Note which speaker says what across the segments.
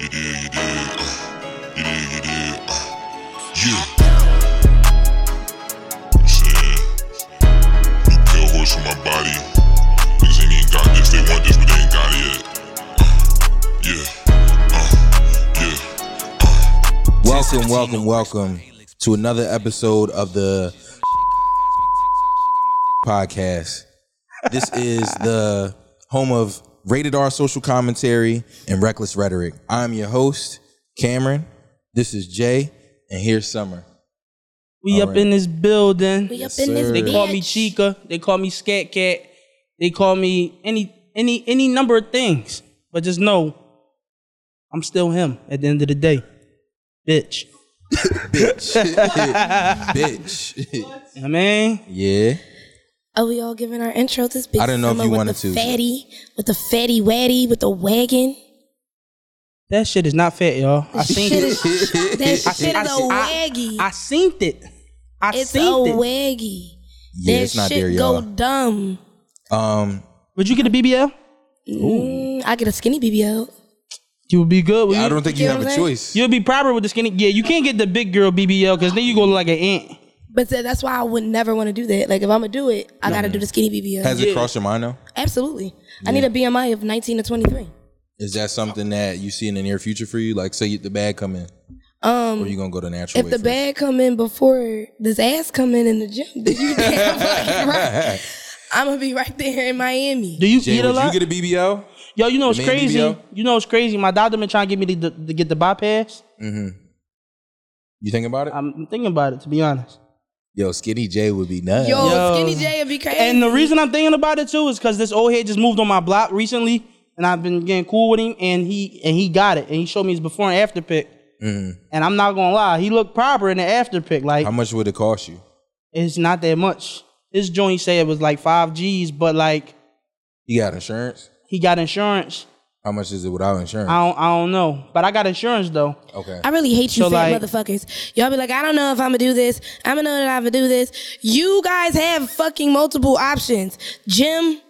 Speaker 1: You did, you did, uh, you did, you did, uh, yeah. Saying, new pale horse on my body. Niggas ain't even got this, they want this, but they ain't got it yet. Uh, yeah, uh, yeah.
Speaker 2: Welcome, welcome, welcome to another episode of the podcast. This is the home of rated R social commentary and reckless rhetoric. I'm your host, Cameron. This is Jay, and here's Summer.
Speaker 3: We
Speaker 2: All
Speaker 3: up
Speaker 2: right.
Speaker 3: in this building.
Speaker 4: We
Speaker 2: Yes,
Speaker 4: up in this.
Speaker 2: sir.
Speaker 3: They call me
Speaker 4: bitch.
Speaker 3: Chica. They call me Scat Cat. They call me any any any number of things. But just know, I'm still him at the end of the day, bitch.
Speaker 2: Bitch.
Speaker 3: You know what I mean,
Speaker 2: yeah.
Speaker 4: Are Oh, we all giving our intro this bitch?
Speaker 2: I didn't know if
Speaker 4: Summer
Speaker 2: you
Speaker 4: with
Speaker 2: wanted
Speaker 4: the
Speaker 2: to.
Speaker 4: Fatty with the fatty waddy with the wagon.
Speaker 3: that shit is not fat, y'all. I seen
Speaker 4: Shit
Speaker 3: it.
Speaker 4: is- that shit
Speaker 3: I
Speaker 4: is a
Speaker 3: see- I-
Speaker 4: waggy.
Speaker 3: I seen it. I
Speaker 4: it's a
Speaker 3: seen it.
Speaker 4: waggy.
Speaker 2: Yeah,
Speaker 4: that
Speaker 2: it's not
Speaker 4: shit
Speaker 2: there,
Speaker 4: go
Speaker 2: y'all.
Speaker 4: dumb.
Speaker 2: Um,
Speaker 3: Would you get a BBL?
Speaker 4: Mm, I get a skinny BBL.
Speaker 3: You would be good. With
Speaker 2: I don't think you
Speaker 4: get
Speaker 2: have
Speaker 4: what
Speaker 2: a
Speaker 4: I'm
Speaker 2: choice.
Speaker 3: You'll be proper with the skinny. Yeah, you can't get the big girl BBL because then you go look like an ant.
Speaker 4: But tha- that's why I would never want to do that. Like if I'm gonna do it, I gotta do the skinny BBL.
Speaker 2: Has it crossed your mind though?
Speaker 4: Absolutely. I need a BMI of 19 to 23.
Speaker 2: Is that something that you see in the near future for you? Like, say the bag come in,
Speaker 4: Um,
Speaker 2: or you gonna go the natural
Speaker 4: if
Speaker 2: way
Speaker 4: the
Speaker 2: first?
Speaker 4: bag come in before this ass come in in the gym, then you damn fucking right. I'm gonna be right there in Miami.
Speaker 3: Do you
Speaker 2: Jay,
Speaker 3: get a
Speaker 2: would
Speaker 3: lot?
Speaker 2: you get a BBL?
Speaker 3: Yo, you know what's
Speaker 2: The main
Speaker 3: crazy?
Speaker 2: BBL?
Speaker 3: You know what's crazy? My doctor been trying to get me to, to get the bypass.
Speaker 2: You think about it?
Speaker 4: Um,
Speaker 3: I'm thinking about it to be honest.
Speaker 2: Yo, Skinny J would be nuts.
Speaker 4: Yo,
Speaker 3: Yo.
Speaker 4: Skinny J would be crazy.
Speaker 3: And the reason I'm thinking about it too is because this old head just moved on my block recently, and I've been getting cool with him, and he and he got it, and he showed me his before and after pic. And I'm not gonna lie, he looked proper in the after pic. Like
Speaker 2: Mm-hmm. How much would it cost you?
Speaker 3: it's not that much. His joint said it was like five G's, but like
Speaker 2: You got insurance?
Speaker 3: he got insurance.
Speaker 2: How much is it without insurance?
Speaker 3: I don't I don't know, but I got insurance though.
Speaker 2: okay.
Speaker 4: Um, I really hate you
Speaker 3: So,
Speaker 4: fat
Speaker 3: like-
Speaker 4: motherfuckers. Y'all be like, I don't know if I'm gonna do this. I'm gonna know that I'm gonna do this. You guys have fucking multiple options: gym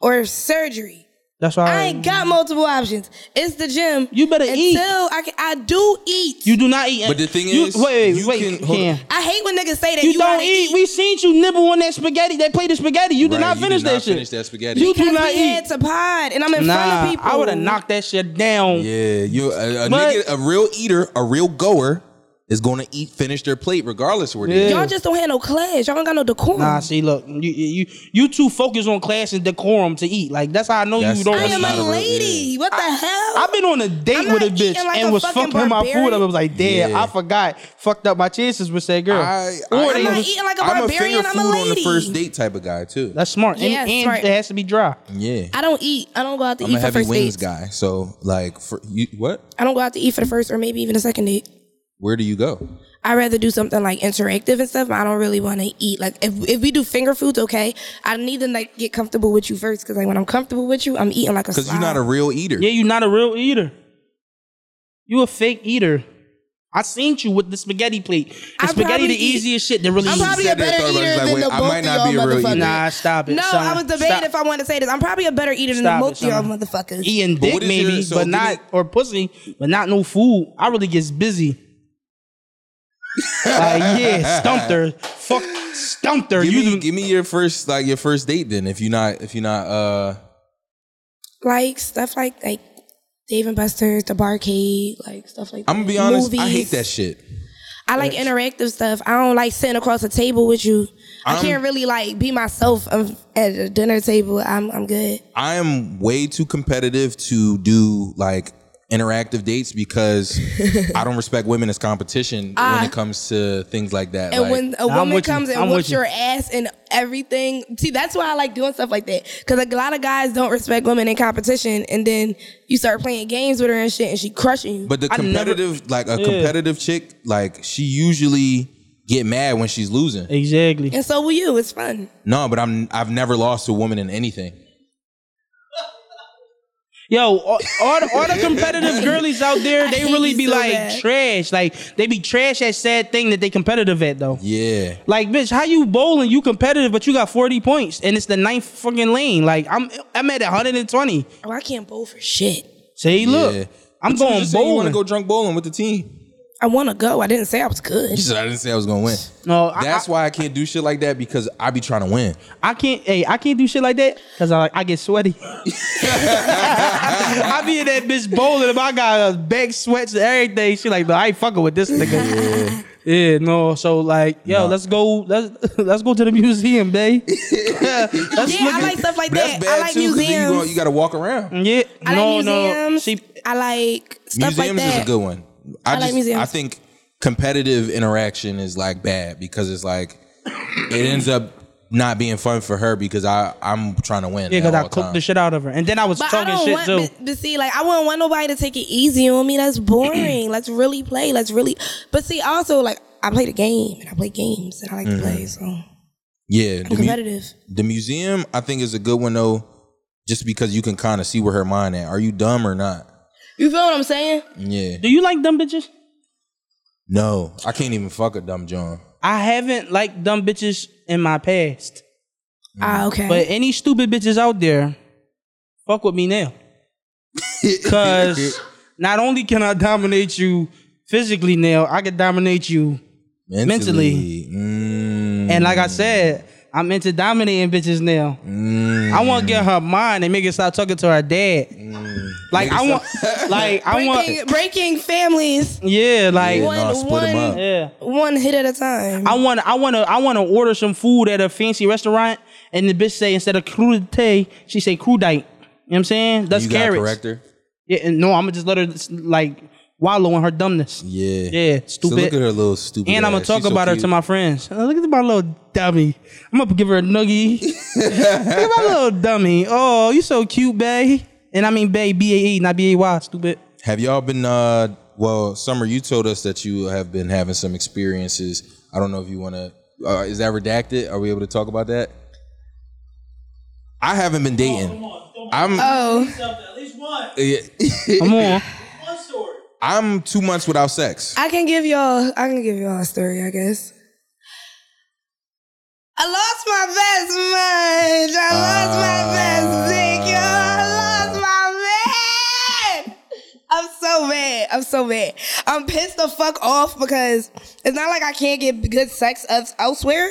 Speaker 4: or surgery.
Speaker 3: That's why
Speaker 4: I ain't got multiple options. It's the gym.
Speaker 3: You better
Speaker 4: Until
Speaker 3: eat.
Speaker 4: I can, I do eat.
Speaker 3: You do not eat.
Speaker 2: But the thing
Speaker 3: You-
Speaker 2: is,
Speaker 3: wait, wait,
Speaker 2: you
Speaker 3: wait,
Speaker 2: can- hold
Speaker 3: Cam.
Speaker 2: on.
Speaker 4: I hate when niggas say that
Speaker 3: You,
Speaker 4: you,
Speaker 3: don't
Speaker 4: gotta
Speaker 3: eat. We seen you nibble on that spaghetti. They played the spaghetti. You did
Speaker 2: Right,
Speaker 3: not
Speaker 2: you did
Speaker 3: finish
Speaker 2: not
Speaker 3: that shit.
Speaker 2: finish that spaghetti.
Speaker 3: You do
Speaker 4: Because
Speaker 3: not
Speaker 4: we had
Speaker 3: eat.
Speaker 4: to pod, and I'm in front
Speaker 3: Nah,
Speaker 4: of people.
Speaker 3: I would have knocked that shit down.
Speaker 2: yeah, you a, a,
Speaker 3: But-
Speaker 2: nigga, a real eater, a real goer is going to eat finish their plate regardless where they.
Speaker 3: Yeah.
Speaker 2: Yeah.
Speaker 4: Y'all just don't have no class. Y'all don't got no decorum.
Speaker 3: Nah, see, look, you you you too focused on class and decorum to eat. Like that's how I know
Speaker 2: That's-
Speaker 3: you don't.
Speaker 4: I
Speaker 2: that's
Speaker 4: am
Speaker 2: not
Speaker 3: eat.
Speaker 2: a
Speaker 4: a
Speaker 2: real-
Speaker 4: lady. What the hell?
Speaker 3: I've been on a date
Speaker 4: I'm
Speaker 3: with a
Speaker 4: not
Speaker 3: bitch
Speaker 4: eating like
Speaker 3: and
Speaker 4: a
Speaker 3: was
Speaker 4: fucking
Speaker 3: fucking my food up.
Speaker 4: barbarian.
Speaker 3: I was like, damn,
Speaker 2: Yeah.
Speaker 3: I forgot. Fucked up my chances with that girl.
Speaker 2: I,
Speaker 3: Or
Speaker 2: I,
Speaker 3: they
Speaker 4: I'm not
Speaker 3: was-
Speaker 4: eating like a
Speaker 2: I'm a
Speaker 4: barbarian.
Speaker 2: finger
Speaker 4: I'm a
Speaker 2: food on the
Speaker 4: lady.
Speaker 2: first date type of guy too.
Speaker 3: that's smart.
Speaker 4: Yeah,
Speaker 3: and and
Speaker 4: smart.
Speaker 3: it has to be dry.
Speaker 2: yeah,
Speaker 4: I don't eat. I don't go out to
Speaker 2: I'm
Speaker 4: eat
Speaker 2: a
Speaker 4: for
Speaker 2: heavy
Speaker 4: first
Speaker 2: wings
Speaker 4: dates.
Speaker 2: guy. So like, for you what?
Speaker 4: I don't go out to eat for the first or maybe even the second date.
Speaker 2: Where do you go?
Speaker 4: I rather do something like interactive and stuff. I don't really want to eat. Like if if we do finger foods, okay. I need to like get comfortable with you first, because like when I'm comfortable with you, I'm eating like a.
Speaker 2: Because
Speaker 4: slob.
Speaker 2: you're not a real eater.
Speaker 3: Yeah, you're not a real eater. You a fake eater. I seen you with the spaghetti plate. The
Speaker 4: I
Speaker 3: spaghetti,
Speaker 4: probably
Speaker 3: the
Speaker 4: eat-
Speaker 3: easiest shit. That really.
Speaker 4: I'm
Speaker 3: easy.
Speaker 4: probably a
Speaker 2: sat there and
Speaker 4: better
Speaker 2: thought about it, like,
Speaker 4: eater than
Speaker 2: wait,
Speaker 4: the
Speaker 2: I
Speaker 4: both
Speaker 2: might
Speaker 4: of
Speaker 2: not
Speaker 4: y'all
Speaker 2: be a real eater.
Speaker 4: motherfuckers.
Speaker 3: Nah, stop it.
Speaker 4: No,
Speaker 3: son.
Speaker 4: I was debating
Speaker 3: Stop.
Speaker 4: if I want to say this. I'm probably a better eater than
Speaker 3: Stop
Speaker 4: the
Speaker 3: it,
Speaker 4: both of y'all
Speaker 3: son.
Speaker 4: motherfuckers.
Speaker 3: eating
Speaker 2: But
Speaker 3: dick
Speaker 2: what is
Speaker 3: maybe,
Speaker 2: your- so
Speaker 3: but
Speaker 2: give
Speaker 3: not
Speaker 2: me-
Speaker 3: or pussy, but not no food. I really gets busy. like yeah, stumped her. Fuck, stumped her.
Speaker 2: Give
Speaker 3: you
Speaker 2: me,
Speaker 3: the-
Speaker 2: give me your first like your first date then if you're not if you're not uh
Speaker 4: like stuff like like Dave and Buster's, the barcade, like stuff like.
Speaker 2: I'm gonna be
Speaker 4: that.
Speaker 2: honest I
Speaker 4: Movies.
Speaker 2: hate that shit
Speaker 4: I like interactive stuff. I don't like sitting across a table with you. I
Speaker 2: I'm-
Speaker 4: can't really like be myself um, at a dinner table. I'm I'm good.
Speaker 2: I am way too competitive to do like interactive dates because I don't respect women as competition when it comes to things like that.
Speaker 4: Ah. And
Speaker 2: Like,
Speaker 4: when a
Speaker 3: Nah, I'm
Speaker 4: woman
Speaker 3: with you.
Speaker 4: comes
Speaker 3: I'm
Speaker 4: and whoops
Speaker 3: with you.
Speaker 4: your ass and everything, see that's why I like doing stuff like that. Cause like a lot of guys don't respect women in competition, and then you start playing games with her and shit, and she crushing you.
Speaker 2: but the
Speaker 3: I never-
Speaker 2: competitive like a competitive chick, like she usually get mad when she's losing.
Speaker 3: exactly.
Speaker 4: and so will you. It's fun.
Speaker 2: No, but I'm I've never lost to a woman in anything.
Speaker 3: Yo, all, all, the, all the competitive girlies out there, they
Speaker 4: hate
Speaker 3: really
Speaker 4: you
Speaker 3: be
Speaker 4: so
Speaker 3: like
Speaker 4: bad.
Speaker 3: trash. Like they be trash at sad thing that they competitive at though.
Speaker 2: Yeah.
Speaker 3: Like, bitch, how you bowling? You competitive, but you got 40 points and it's the ninth fucking lane. Like I'm I'm at 120.
Speaker 4: Oh, I can't bowl for shit.
Speaker 3: Say, look,
Speaker 2: Yeah.
Speaker 3: I'm
Speaker 2: But you
Speaker 3: going
Speaker 2: just said You want
Speaker 3: bowling.
Speaker 2: to go drunk bowling with the team?
Speaker 4: I want to go. I didn't say I was good.
Speaker 2: You said I didn't say I was gonna win.
Speaker 3: no, I,
Speaker 2: That's
Speaker 3: I,
Speaker 2: why I can't do shit like that because I be trying to win.
Speaker 3: I can't. Hey, I can't do shit like that because I I get sweaty. I be in that bitch bowling. If I got a bag sweats and everything, she like, no, I ain't fucking with this nigga. Yeah. no. So like, yo, let's go. Let's let's go to the museum, babe. let's
Speaker 4: yeah, I like stuff like
Speaker 2: But that's bad
Speaker 4: that. I like
Speaker 2: too. 'cause then you,
Speaker 4: museums.
Speaker 2: go, you got to walk around.
Speaker 3: yeah.
Speaker 4: I
Speaker 3: no,
Speaker 4: like
Speaker 3: no.
Speaker 4: museums.
Speaker 3: She
Speaker 4: I like stuff
Speaker 2: Museums
Speaker 4: like that.
Speaker 2: is a good one. I,
Speaker 4: like
Speaker 2: just
Speaker 4: museums.
Speaker 2: I think competitive interaction is like bad because it's like it ends up not being fun for her because I I'm trying to win.
Speaker 3: yeah,
Speaker 2: at
Speaker 3: because I
Speaker 2: all
Speaker 3: cooked
Speaker 2: times.
Speaker 3: the shit out of her, and then I was
Speaker 4: But I
Speaker 3: talking
Speaker 4: don't
Speaker 3: shit
Speaker 4: want,
Speaker 3: too.
Speaker 4: But, but see, like I wouldn't want nobody to take it easy on me. That's boring. let's really play. Let's really. But see, also like I play the game and I play games and I
Speaker 2: Mm-hmm.
Speaker 4: like to play. So I'm
Speaker 2: Yeah, the, mu-
Speaker 4: competitive.
Speaker 2: the museum I think is a good one though, just because you can kind of see where her mind at. Are you dumb or not?
Speaker 4: You feel what I'm saying?
Speaker 2: Yeah.
Speaker 3: do you like dumb bitches?
Speaker 2: No, I can't even fuck a dumb John.
Speaker 3: I haven't liked dumb bitches in my past,
Speaker 4: Ah, okay.
Speaker 3: but any stupid bitches out there, fuck with me now. Because not only can I dominate you physically now, I can dominate you. Mentally.
Speaker 2: Mm,
Speaker 3: And like I said, I'm into dominating bitches now. I want to get her mind and make her stop talking to her dad. Like I want, like I
Speaker 4: breaking,
Speaker 3: want,
Speaker 4: breaking families
Speaker 3: yeah, like
Speaker 2: Yeah,
Speaker 3: yeah.
Speaker 4: One-
Speaker 2: nah, split 'em
Speaker 4: one-
Speaker 2: up.
Speaker 4: one hit at a time.
Speaker 3: I want, I want to, I want to order some food at a fancy restaurant, and the bitch say instead of crudite, she say crudite. You know what I'm saying? That's
Speaker 2: you got
Speaker 3: carrots.
Speaker 2: corrector.
Speaker 3: Yeah, and no, I'm gonna just let her like wallow in her dumbness.
Speaker 2: Yeah.
Speaker 3: Yeah,
Speaker 2: So
Speaker 3: stupid.
Speaker 2: look at her little stupid.
Speaker 3: And I'm gonna
Speaker 2: ass.
Speaker 3: talk
Speaker 2: She's so
Speaker 3: about her
Speaker 2: cute.
Speaker 3: to my friends. Uh, look at my little dummy. I'm gonna give her a noogie. look at my little dummy. Oh, you so cute, bae. And I mean bae, B A E, not B A Y. Stupid.
Speaker 2: Have y'all been? uh Well, Summer, you told us that you have been having some experiences. I don't know if you want to. Uh, is that redacted? Are we able to talk about that? I haven't been dating. I'm.
Speaker 4: oh,
Speaker 3: Come on.
Speaker 2: I'm two months without sex.
Speaker 4: I can give y'all. I can give y'all a story. I guess. I lost my best man. I lost my best dick. yo. I lost my man. I'm so mad. I'm so mad. I'm pissed the fuck off because it's not like I can't get good sex else- elsewhere.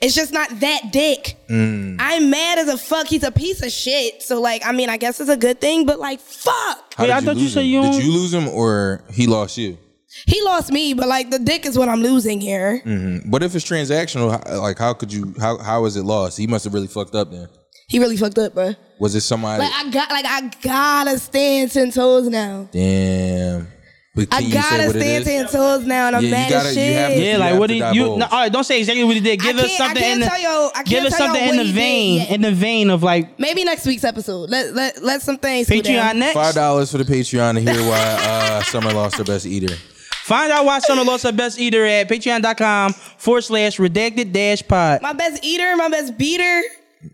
Speaker 4: It's just not that dick. I'm mad as a fuck. He's a piece of shit. So like, I mean, I guess it's a good thing, but like, fuck.
Speaker 2: How
Speaker 3: Wait,
Speaker 2: did
Speaker 3: I thought you
Speaker 2: lose
Speaker 3: said
Speaker 2: him?
Speaker 3: you
Speaker 2: Did
Speaker 3: don't-
Speaker 2: you lose him or he lost you?
Speaker 4: He lost me, but like the dick is what I'm losing here.
Speaker 2: But if it's transactional, h- like how could you? How how is it lost? He must have really fucked up then.
Speaker 4: He really fucked up, bro.
Speaker 2: Was it somebody?
Speaker 4: Like I got, like I gotta stand ten toes now.
Speaker 2: Damn. But
Speaker 4: I gotta stand ten toes now, and I'm
Speaker 2: Yeah, you
Speaker 4: mad
Speaker 2: gotta-
Speaker 4: as
Speaker 2: you
Speaker 4: shit.
Speaker 2: have to-
Speaker 3: Yeah,
Speaker 2: You
Speaker 3: like what did
Speaker 2: to
Speaker 3: you?
Speaker 2: divulge.
Speaker 3: No, all right, don't say exactly what he did. Give
Speaker 4: I
Speaker 3: us
Speaker 4: can't- I
Speaker 3: something
Speaker 4: can't
Speaker 3: in the
Speaker 4: tell y'all- I can't
Speaker 3: give us
Speaker 4: tell y'all
Speaker 3: something in
Speaker 4: what
Speaker 3: the
Speaker 4: he did
Speaker 3: vein
Speaker 4: yet.
Speaker 3: in the vein of like
Speaker 4: Maybe next week's episode. Let let let some things. cool
Speaker 3: Patreon
Speaker 4: down.
Speaker 3: next.
Speaker 2: Five dollars for the Patreon to hear why uh, Summer lost her best eater.
Speaker 3: Find out why Summer lost her best eater at patreon.com forward slash redacted dash pod.
Speaker 4: My best eater, my best beater,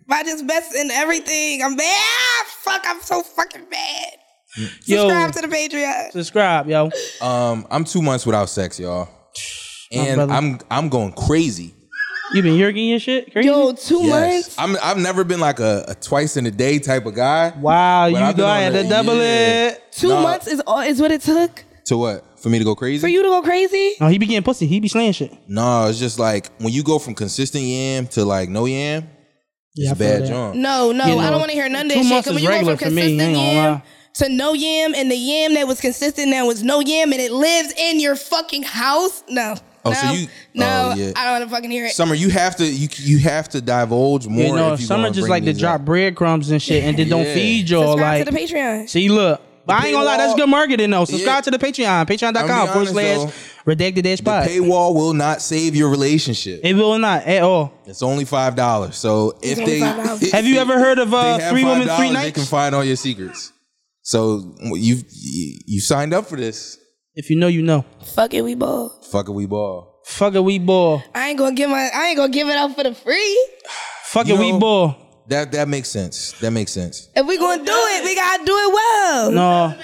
Speaker 4: my just best in everything. I'm mad. Ah, Fuck, I'm so fucking mad. Subscribe to the Patreon.
Speaker 3: subscribe, yo.
Speaker 2: Um, I'm two months without sex, y'all, and
Speaker 3: brother.
Speaker 2: I'm I'm going crazy.
Speaker 3: You been yurking your shit? Crazy?
Speaker 4: Yo, two
Speaker 2: Yes,
Speaker 4: months.
Speaker 2: I'm I've never been like a, a twice in a day type of guy.
Speaker 3: wow,
Speaker 2: But
Speaker 3: you
Speaker 2: I've
Speaker 3: go
Speaker 2: been on
Speaker 3: ahead
Speaker 2: the-
Speaker 3: to double
Speaker 2: yeah.
Speaker 3: it.
Speaker 4: Two
Speaker 2: Nah.
Speaker 4: months is all is what it took
Speaker 2: To what? For me to go crazy?
Speaker 4: for you to go crazy.
Speaker 3: No, he be getting pussy. He be slaying shit.
Speaker 2: No, it's just like when you go from consistent yam to like no yam,
Speaker 3: Yeah, I
Speaker 2: it's
Speaker 3: feel
Speaker 2: bad
Speaker 3: that.
Speaker 2: John.
Speaker 4: No, no,
Speaker 3: You
Speaker 4: I
Speaker 3: know,
Speaker 4: don't want to hear none of
Speaker 3: two
Speaker 4: that shit.
Speaker 3: months
Speaker 4: Cause
Speaker 3: is
Speaker 4: when you go
Speaker 3: regular
Speaker 4: from
Speaker 3: for me, I ain't
Speaker 4: consistent
Speaker 3: gonna lie.
Speaker 4: yam to no yam, and the yam that was consistent that was no yam, and it lives in your fucking house. No,
Speaker 2: Oh,
Speaker 4: no,
Speaker 2: so you-
Speaker 4: no,
Speaker 2: oh, yeah.
Speaker 4: I don't want to fucking hear it.
Speaker 2: Summer, you have to you you have to divulge more.
Speaker 3: You know,
Speaker 2: if you
Speaker 3: some are
Speaker 2: gonna
Speaker 3: just
Speaker 2: bring
Speaker 3: like to
Speaker 2: these
Speaker 3: drop
Speaker 2: up.
Speaker 3: breadcrumbs and shit and then don't
Speaker 2: Yeah.
Speaker 3: feed y'all.
Speaker 4: Subscribe to the
Speaker 3: like,
Speaker 4: Patreon.
Speaker 3: see, look. But I ain't gonna lie, that's good marketing though. Subscribe to the Patreon,
Speaker 2: I'm
Speaker 3: patreon.com
Speaker 2: be
Speaker 3: forward
Speaker 2: honest,
Speaker 3: slash redacted dash pod.
Speaker 2: Paywall will not save your relationship.
Speaker 3: It will not at all.
Speaker 2: It's only five dollars. So if
Speaker 4: only
Speaker 2: they
Speaker 4: $5.
Speaker 3: Have you ever heard of
Speaker 2: they
Speaker 3: uh,
Speaker 2: have
Speaker 3: Three Women,
Speaker 2: $5,
Speaker 3: Three
Speaker 2: They can
Speaker 3: Nights?
Speaker 2: find all your secrets. So you you signed up for this.
Speaker 3: If you know, you know.
Speaker 4: Fuck it, we ball.
Speaker 2: Fuck it, we ball.
Speaker 3: Fuck it, we ball.
Speaker 4: I ain't gonna give my. I ain't gonna give it up for the free.
Speaker 3: Fuck
Speaker 2: You
Speaker 3: it, we
Speaker 2: know-
Speaker 3: ball.
Speaker 2: That that makes sense. That makes sense.
Speaker 4: If we gonna do it, we gotta do it well.
Speaker 3: No.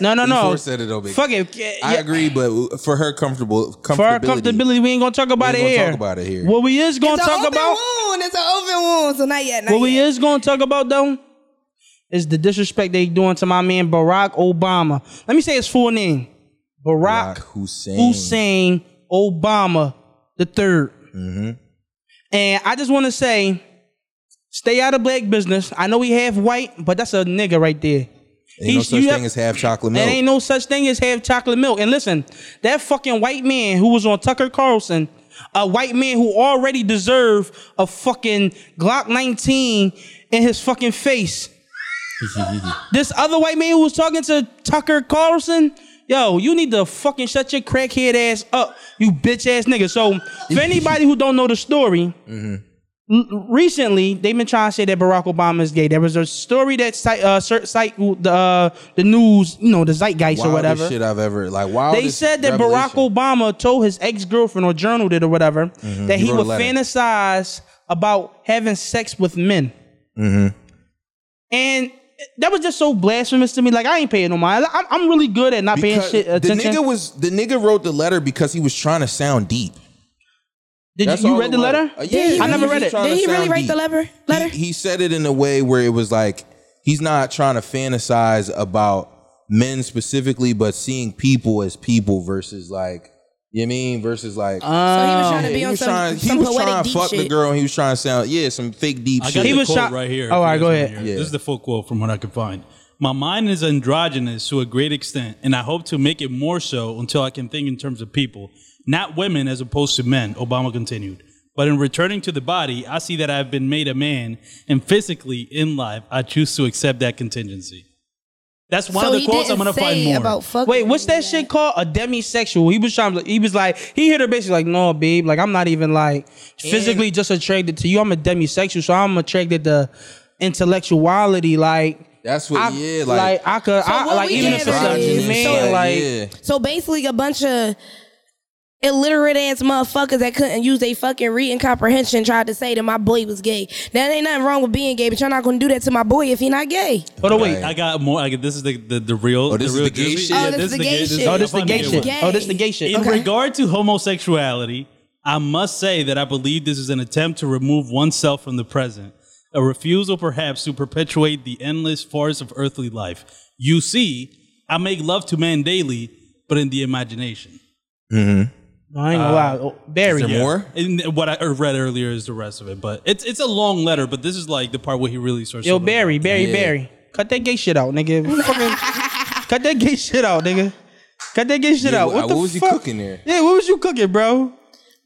Speaker 3: No, no, no.
Speaker 2: Before said it, though, big.
Speaker 3: Fuck it. Yeah.
Speaker 2: I agree, but for her comfortable comfortability,
Speaker 3: For our comfortability, we ain't gonna talk about
Speaker 2: ain't
Speaker 3: it
Speaker 2: gonna
Speaker 3: here.
Speaker 2: talk about it here.
Speaker 3: What we is gonna
Speaker 4: it's an
Speaker 3: talk
Speaker 4: open
Speaker 3: about,
Speaker 4: wound. It's an open wound. So not yet. Not
Speaker 3: what we
Speaker 4: yet.
Speaker 3: is gonna talk about though, is the disrespect they doing to my man Barack Obama. Let me say his full name: Barack,
Speaker 2: Barack Hussein.
Speaker 3: Hussein Obama the 3rd And I just want to say, stay out of black business. I know he half white, but that's a nigga right there.
Speaker 2: Ain't no
Speaker 3: He's-
Speaker 2: such
Speaker 3: you
Speaker 2: thing
Speaker 3: have-
Speaker 2: as half chocolate milk.
Speaker 3: and ain't no such thing as have chocolate milk. And listen, that fucking white man who was on Tucker Carlson, a white man who already deserved a fucking Glock 19 in his fucking face. this other white man who was talking to Tucker Carlson, yo, you need to fucking shut your crackhead ass up, you bitch ass nigga. So, for anybody who don't know the story,
Speaker 2: Mm-hmm.
Speaker 3: l- recently they've been trying to say that Barack Obama is gay. There was a story that site, uh, cer- site the uh, the news, you know, the zeitgeist
Speaker 2: Wildest
Speaker 3: or whatever.
Speaker 2: shit I've ever like. Wildest
Speaker 3: They said that Barack
Speaker 2: Oh, revelation. Mm-hmm.
Speaker 3: Obama told his ex girlfriend or journaled it or whatever that
Speaker 2: He
Speaker 3: he
Speaker 2: wrote a
Speaker 3: would
Speaker 2: letter.
Speaker 3: fantasize about having sex with men.
Speaker 2: Mm-hmm.
Speaker 3: And that was just so blasphemous to me. Like I ain't paying no mind. I'm, I'm really good at not
Speaker 2: Because
Speaker 3: paying shit uh, attention.
Speaker 2: The nigga was the nigga wrote the letter because he was trying to sound deep.
Speaker 3: Did
Speaker 2: That's
Speaker 3: you,
Speaker 2: all
Speaker 3: you read
Speaker 2: it
Speaker 3: the
Speaker 2: was.
Speaker 3: letter?
Speaker 2: Uh, yeah,
Speaker 4: he
Speaker 2: he
Speaker 3: I never
Speaker 2: was
Speaker 3: read
Speaker 2: just
Speaker 3: it.
Speaker 2: trying
Speaker 4: Did
Speaker 2: to
Speaker 4: he really
Speaker 2: sound
Speaker 4: write
Speaker 2: deep.
Speaker 4: the letter? Letter?
Speaker 2: He, he said it in a way where it was like he's not trying to fantasize about men specifically, but seeing people as people versus like you know what I mean versus like.
Speaker 4: So he was trying to Uh, be
Speaker 2: he
Speaker 4: on
Speaker 2: was
Speaker 4: some,
Speaker 2: trying. He
Speaker 4: some
Speaker 2: was
Speaker 4: poetic
Speaker 2: trying to
Speaker 4: deep
Speaker 2: fuck
Speaker 4: shit.
Speaker 2: the girl, and he was trying to sound yeah, some fake deep
Speaker 5: I
Speaker 2: shit.
Speaker 5: got
Speaker 3: He
Speaker 5: the
Speaker 3: was
Speaker 5: quote
Speaker 3: shot-
Speaker 5: right here.
Speaker 3: Oh,
Speaker 5: if
Speaker 3: all right,
Speaker 5: you
Speaker 3: go
Speaker 5: guys
Speaker 3: ahead.
Speaker 5: wanna
Speaker 2: Yeah.
Speaker 5: hear it. This is the full quote from what I could find. My mind is androgynous to a great extent, and I hope to make it more so until I can think in terms of people, not women as opposed to men, Obama continued. But in returning to the body, I see that I have been made a man, and physically in life, I choose to accept that contingency. That's one
Speaker 4: so
Speaker 5: of the
Speaker 4: he
Speaker 5: quotes I'm
Speaker 4: didn't
Speaker 5: going to find
Speaker 4: say
Speaker 5: more.
Speaker 4: about fucking.
Speaker 3: Wait, what's that shit called? A demisexual. He was trying. to- He was like, he hit her basically like, no, babe, like I'm not even like physically just attracted to you. I'm a demisexual, so I'm attracted to intellectuality. Like,
Speaker 2: That's what.
Speaker 3: I,
Speaker 2: yeah, like,
Speaker 3: I could,
Speaker 4: So
Speaker 3: I,
Speaker 4: what
Speaker 3: like
Speaker 4: we
Speaker 3: even if it's
Speaker 4: gathering
Speaker 3: a
Speaker 4: is-
Speaker 3: man, like,
Speaker 2: yeah.
Speaker 4: So basically, a bunch of illiterate ass motherfuckers that couldn't use their fucking reading comprehension tried to say that my boy was gay. That ain't nothing wrong with being gay, but you're not gonna do that to my boy if he not gay.
Speaker 3: but wait,
Speaker 2: Right.
Speaker 5: I got more. I got, this is the, the, the real.
Speaker 2: this is
Speaker 5: real
Speaker 2: the gay
Speaker 5: juicy-
Speaker 2: shit?
Speaker 4: Oh, this is the gay shit.
Speaker 3: oh, this the
Speaker 5: I found
Speaker 3: gay
Speaker 5: the
Speaker 3: shit.
Speaker 5: one.
Speaker 4: one.
Speaker 3: Oh, this the gay
Speaker 5: In
Speaker 3: shit.
Speaker 4: Okay.
Speaker 5: regard to homosexuality, I must say that I believe this is an attempt to remove oneself from the present, a refusal perhaps to perpetuate the endless forest of earthly life. You see, I make love to man daily, but in the imagination.
Speaker 3: I ain't gonna lie, Oh, Barry.
Speaker 2: Is there more?
Speaker 5: And what I er, read earlier is the rest of it, but it's it's a long letter. But this is like the part where he really starts.
Speaker 3: Yo,
Speaker 5: to-
Speaker 3: Barry, Barry,
Speaker 2: Yeah.
Speaker 3: Barry, cut that gay shit out, nigga. Fucking- cut that gay shit out, nigga. Cut that gay shit
Speaker 2: Yeah,
Speaker 3: out.
Speaker 2: wha-
Speaker 3: What, the
Speaker 2: what was you
Speaker 3: fuck?
Speaker 2: cooking there?
Speaker 3: Yeah, what was you cooking, bro?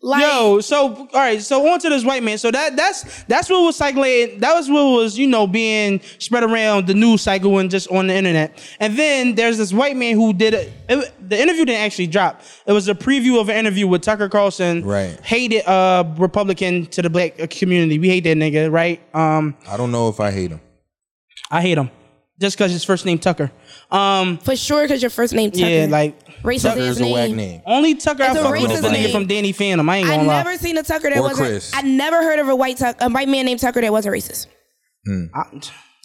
Speaker 4: Like,
Speaker 3: Yo, so all right, so on to this white man. So that that's that's what was cycling. That was what was you know being spread around the news cycle and just on the internet. And then there's this white man who did a, it, the interview didn't actually drop. It was a preview of an interview with Tucker Carlson.
Speaker 2: Right.
Speaker 3: hated uh Republican to the black uh, community. We hate that nigga, right? Um,
Speaker 2: I don't know if I hate him.
Speaker 3: I hate him just because his first name Tucker. Um,
Speaker 4: for sure, because your first name Tucker.
Speaker 3: yeah, like
Speaker 4: racist
Speaker 2: Tucker
Speaker 4: ass
Speaker 2: is a whack
Speaker 4: name.
Speaker 2: name.
Speaker 3: only Tucker
Speaker 4: It's
Speaker 3: I
Speaker 4: a
Speaker 3: fuck with is the
Speaker 2: racist
Speaker 3: nigga
Speaker 2: name.
Speaker 3: from Danny Phantom. I ain't
Speaker 4: I
Speaker 3: gonna lie.
Speaker 4: never seen a Tucker that
Speaker 2: Or
Speaker 4: wasn't.
Speaker 2: Chris.
Speaker 4: I never heard of a white Tuck, a white man named Tucker that wasn't racist.
Speaker 3: I-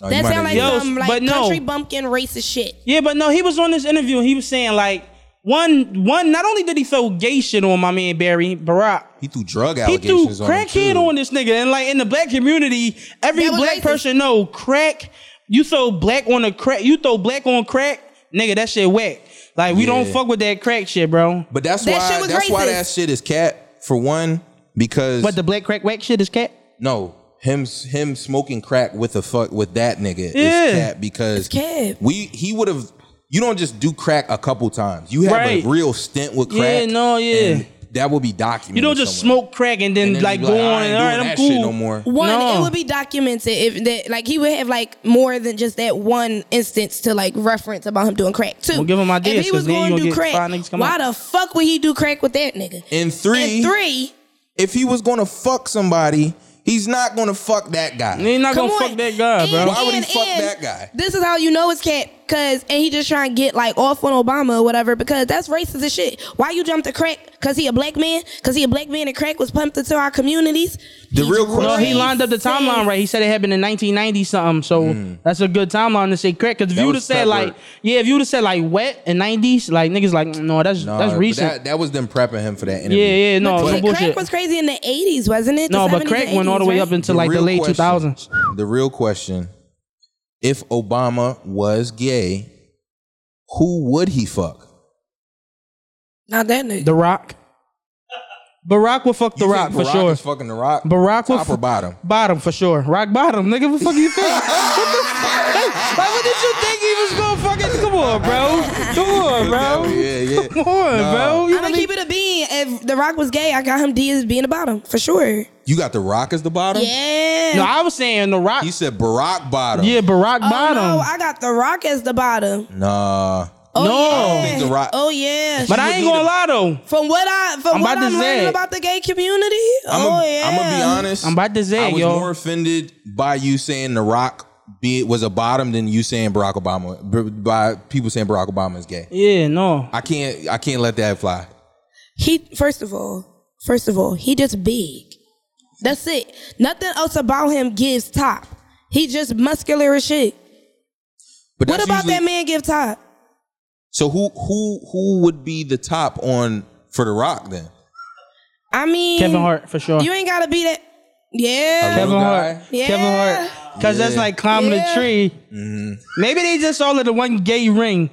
Speaker 2: Oh, you
Speaker 4: That
Speaker 2: might
Speaker 4: sounds like
Speaker 2: have-
Speaker 3: Yo,
Speaker 4: some like
Speaker 3: but no.
Speaker 4: country bumpkin racist shit.
Speaker 3: Yeah, but no, he was on this interview and he was saying like one one. Not only did he throw gay shit on my man Barry Barack,
Speaker 2: he threw drug
Speaker 3: he threw
Speaker 2: allegations on him.
Speaker 3: crackhead
Speaker 2: too.
Speaker 3: on this nigga. And like in the black community, every
Speaker 4: That was
Speaker 3: black
Speaker 4: racist.
Speaker 3: person know crack. You throw black on a crack. You throw black on crack, nigga. That shit whack. Like we don't
Speaker 2: Yeah.
Speaker 3: fuck with that crack shit, bro.
Speaker 2: But that's
Speaker 4: That
Speaker 2: why
Speaker 4: shit was
Speaker 2: that's why
Speaker 4: racist.
Speaker 2: that shit is cat for one because
Speaker 3: But the black crack whack shit is cat.
Speaker 2: no him him smoking crack with the fuck with that nigga
Speaker 3: Yeah.
Speaker 2: is cat because
Speaker 4: cat.
Speaker 2: we he would have you don't just do crack a couple times you have
Speaker 3: Right.
Speaker 2: a real stint with
Speaker 3: Yeah,
Speaker 2: crack
Speaker 3: no, yeah.
Speaker 2: and that will be documented
Speaker 3: You don't just
Speaker 2: somewhere.
Speaker 3: smoke crack and then,
Speaker 2: And then
Speaker 3: like
Speaker 2: you
Speaker 3: go
Speaker 2: be
Speaker 3: on
Speaker 2: "I
Speaker 3: and
Speaker 2: ain't
Speaker 3: all right,
Speaker 2: doing
Speaker 3: I'm
Speaker 2: that
Speaker 3: cool.
Speaker 2: shit no more
Speaker 4: One,
Speaker 3: No.
Speaker 4: it would be documented if that like he would have like more than just that one instance to like reference about him doing crack. Two,
Speaker 3: Well, give him ideas,
Speaker 4: If he
Speaker 3: 'cause
Speaker 4: was
Speaker 3: then you
Speaker 4: going
Speaker 3: gonna
Speaker 4: to do
Speaker 3: get five
Speaker 4: crack,
Speaker 3: niggas come
Speaker 4: why
Speaker 3: out.
Speaker 4: the fuck would he do crack with that nigga?
Speaker 2: and three,
Speaker 4: And three,
Speaker 2: if he was gonna fuck somebody he's not gonna fuck that guy
Speaker 3: You're not
Speaker 4: come
Speaker 3: gonna
Speaker 4: on.
Speaker 3: fuck that guy,
Speaker 4: And-
Speaker 3: bro.
Speaker 2: Why would he
Speaker 4: and-
Speaker 2: fuck
Speaker 4: and
Speaker 2: that guy?
Speaker 4: This is how you know it's cat, cause and he just trying to get like off on Obama or whatever because that's racist as shit. Why you jump to crack? Cause he a black man? Cause he a black man and crack was pumped into our communities?
Speaker 2: The
Speaker 4: He's
Speaker 2: real question-
Speaker 3: No, he
Speaker 4: racist.
Speaker 3: lined up the timeline right. He said it happened in 1990 something, so that's a good timeline to say correct. Because
Speaker 2: Mm.
Speaker 3: if
Speaker 2: That
Speaker 3: you would have
Speaker 2: was
Speaker 3: said
Speaker 2: prep
Speaker 3: like,
Speaker 2: work.
Speaker 3: yeah, if you would have said like wet in 90s, like niggas like, "Mm, no, that's
Speaker 2: Nah,
Speaker 3: that's
Speaker 2: but
Speaker 3: recent.
Speaker 2: That, that was them prepping him for that interview.
Speaker 3: yeah, yeah, no,
Speaker 4: But
Speaker 3: some
Speaker 4: crack
Speaker 3: bullshit.
Speaker 4: was crazy in the eighties, wasn't it? The
Speaker 3: no, but
Speaker 4: 70s,
Speaker 3: crack went
Speaker 4: 80s,
Speaker 3: all the way
Speaker 4: right?
Speaker 3: up into like the
Speaker 2: real
Speaker 3: late
Speaker 2: question-
Speaker 3: 2000s.
Speaker 2: The real question if Obama was gay, who would he fuck?
Speaker 4: Not that nigga.
Speaker 3: The Rock. Barack will fuck The
Speaker 2: You
Speaker 3: Rock
Speaker 2: think
Speaker 3: for
Speaker 2: Barack
Speaker 3: sure.
Speaker 2: Is fucking the rock.
Speaker 3: Barack will
Speaker 2: top or
Speaker 3: fuck-
Speaker 2: bottom.
Speaker 3: Bottom for sure. Rock bottom, nigga. What the fuck you think? like, what did you think he was gonna fucking? Come on, bro. Come on, bro.
Speaker 2: Yeah, yeah.
Speaker 3: Come on, bro. You
Speaker 4: I'm gonna
Speaker 3: really-
Speaker 4: keep it a bean. If The Rock was gay, I got him D as being the bottom for sure.
Speaker 2: You got the rock as the bottom.
Speaker 4: Yeah.
Speaker 3: no, I was saying The Rock.
Speaker 2: You said Barack bottom.
Speaker 3: Yeah, Barack
Speaker 4: oh,
Speaker 3: bottom.
Speaker 4: No, I got The Rock as the bottom.
Speaker 2: Nah.
Speaker 4: Oh,
Speaker 3: No.
Speaker 4: yeah.
Speaker 3: I don't
Speaker 2: think The Rock-
Speaker 4: Oh yeah.
Speaker 3: but I ain't gonna lie though.
Speaker 4: from what I from
Speaker 3: I'm
Speaker 4: what
Speaker 3: about to
Speaker 4: I'm learning
Speaker 3: say.
Speaker 4: about the gay community.
Speaker 2: I'm
Speaker 4: oh
Speaker 2: gonna
Speaker 4: yeah.
Speaker 2: be honest.
Speaker 3: I'm about to say,
Speaker 2: I was
Speaker 3: yo.
Speaker 2: more offended by you saying the rock be was a bottom than you saying Barack Obama b- by people saying Barack Obama is gay.
Speaker 3: Yeah, no.
Speaker 2: I can't. I can't let that fly.
Speaker 4: He first of all, first of all, he just big. That's it. Nothing else about him gives top. He just muscular as shit.
Speaker 2: But
Speaker 4: What
Speaker 2: that's
Speaker 4: about
Speaker 2: usually-
Speaker 4: that man give top?
Speaker 2: So who who who would be the top on for the Rock then?
Speaker 4: I mean,
Speaker 3: Kevin Hart for sure.
Speaker 4: You ain't gotta be that. Yeah.
Speaker 2: Hello?
Speaker 3: Kevin Hart.
Speaker 2: Guy.
Speaker 4: Yeah.
Speaker 3: Kevin Hart. Because that's
Speaker 2: Yeah.
Speaker 3: like climbing
Speaker 4: Yeah.
Speaker 3: a tree.
Speaker 2: Mm-hmm.
Speaker 3: Maybe they just all at the one gay ring.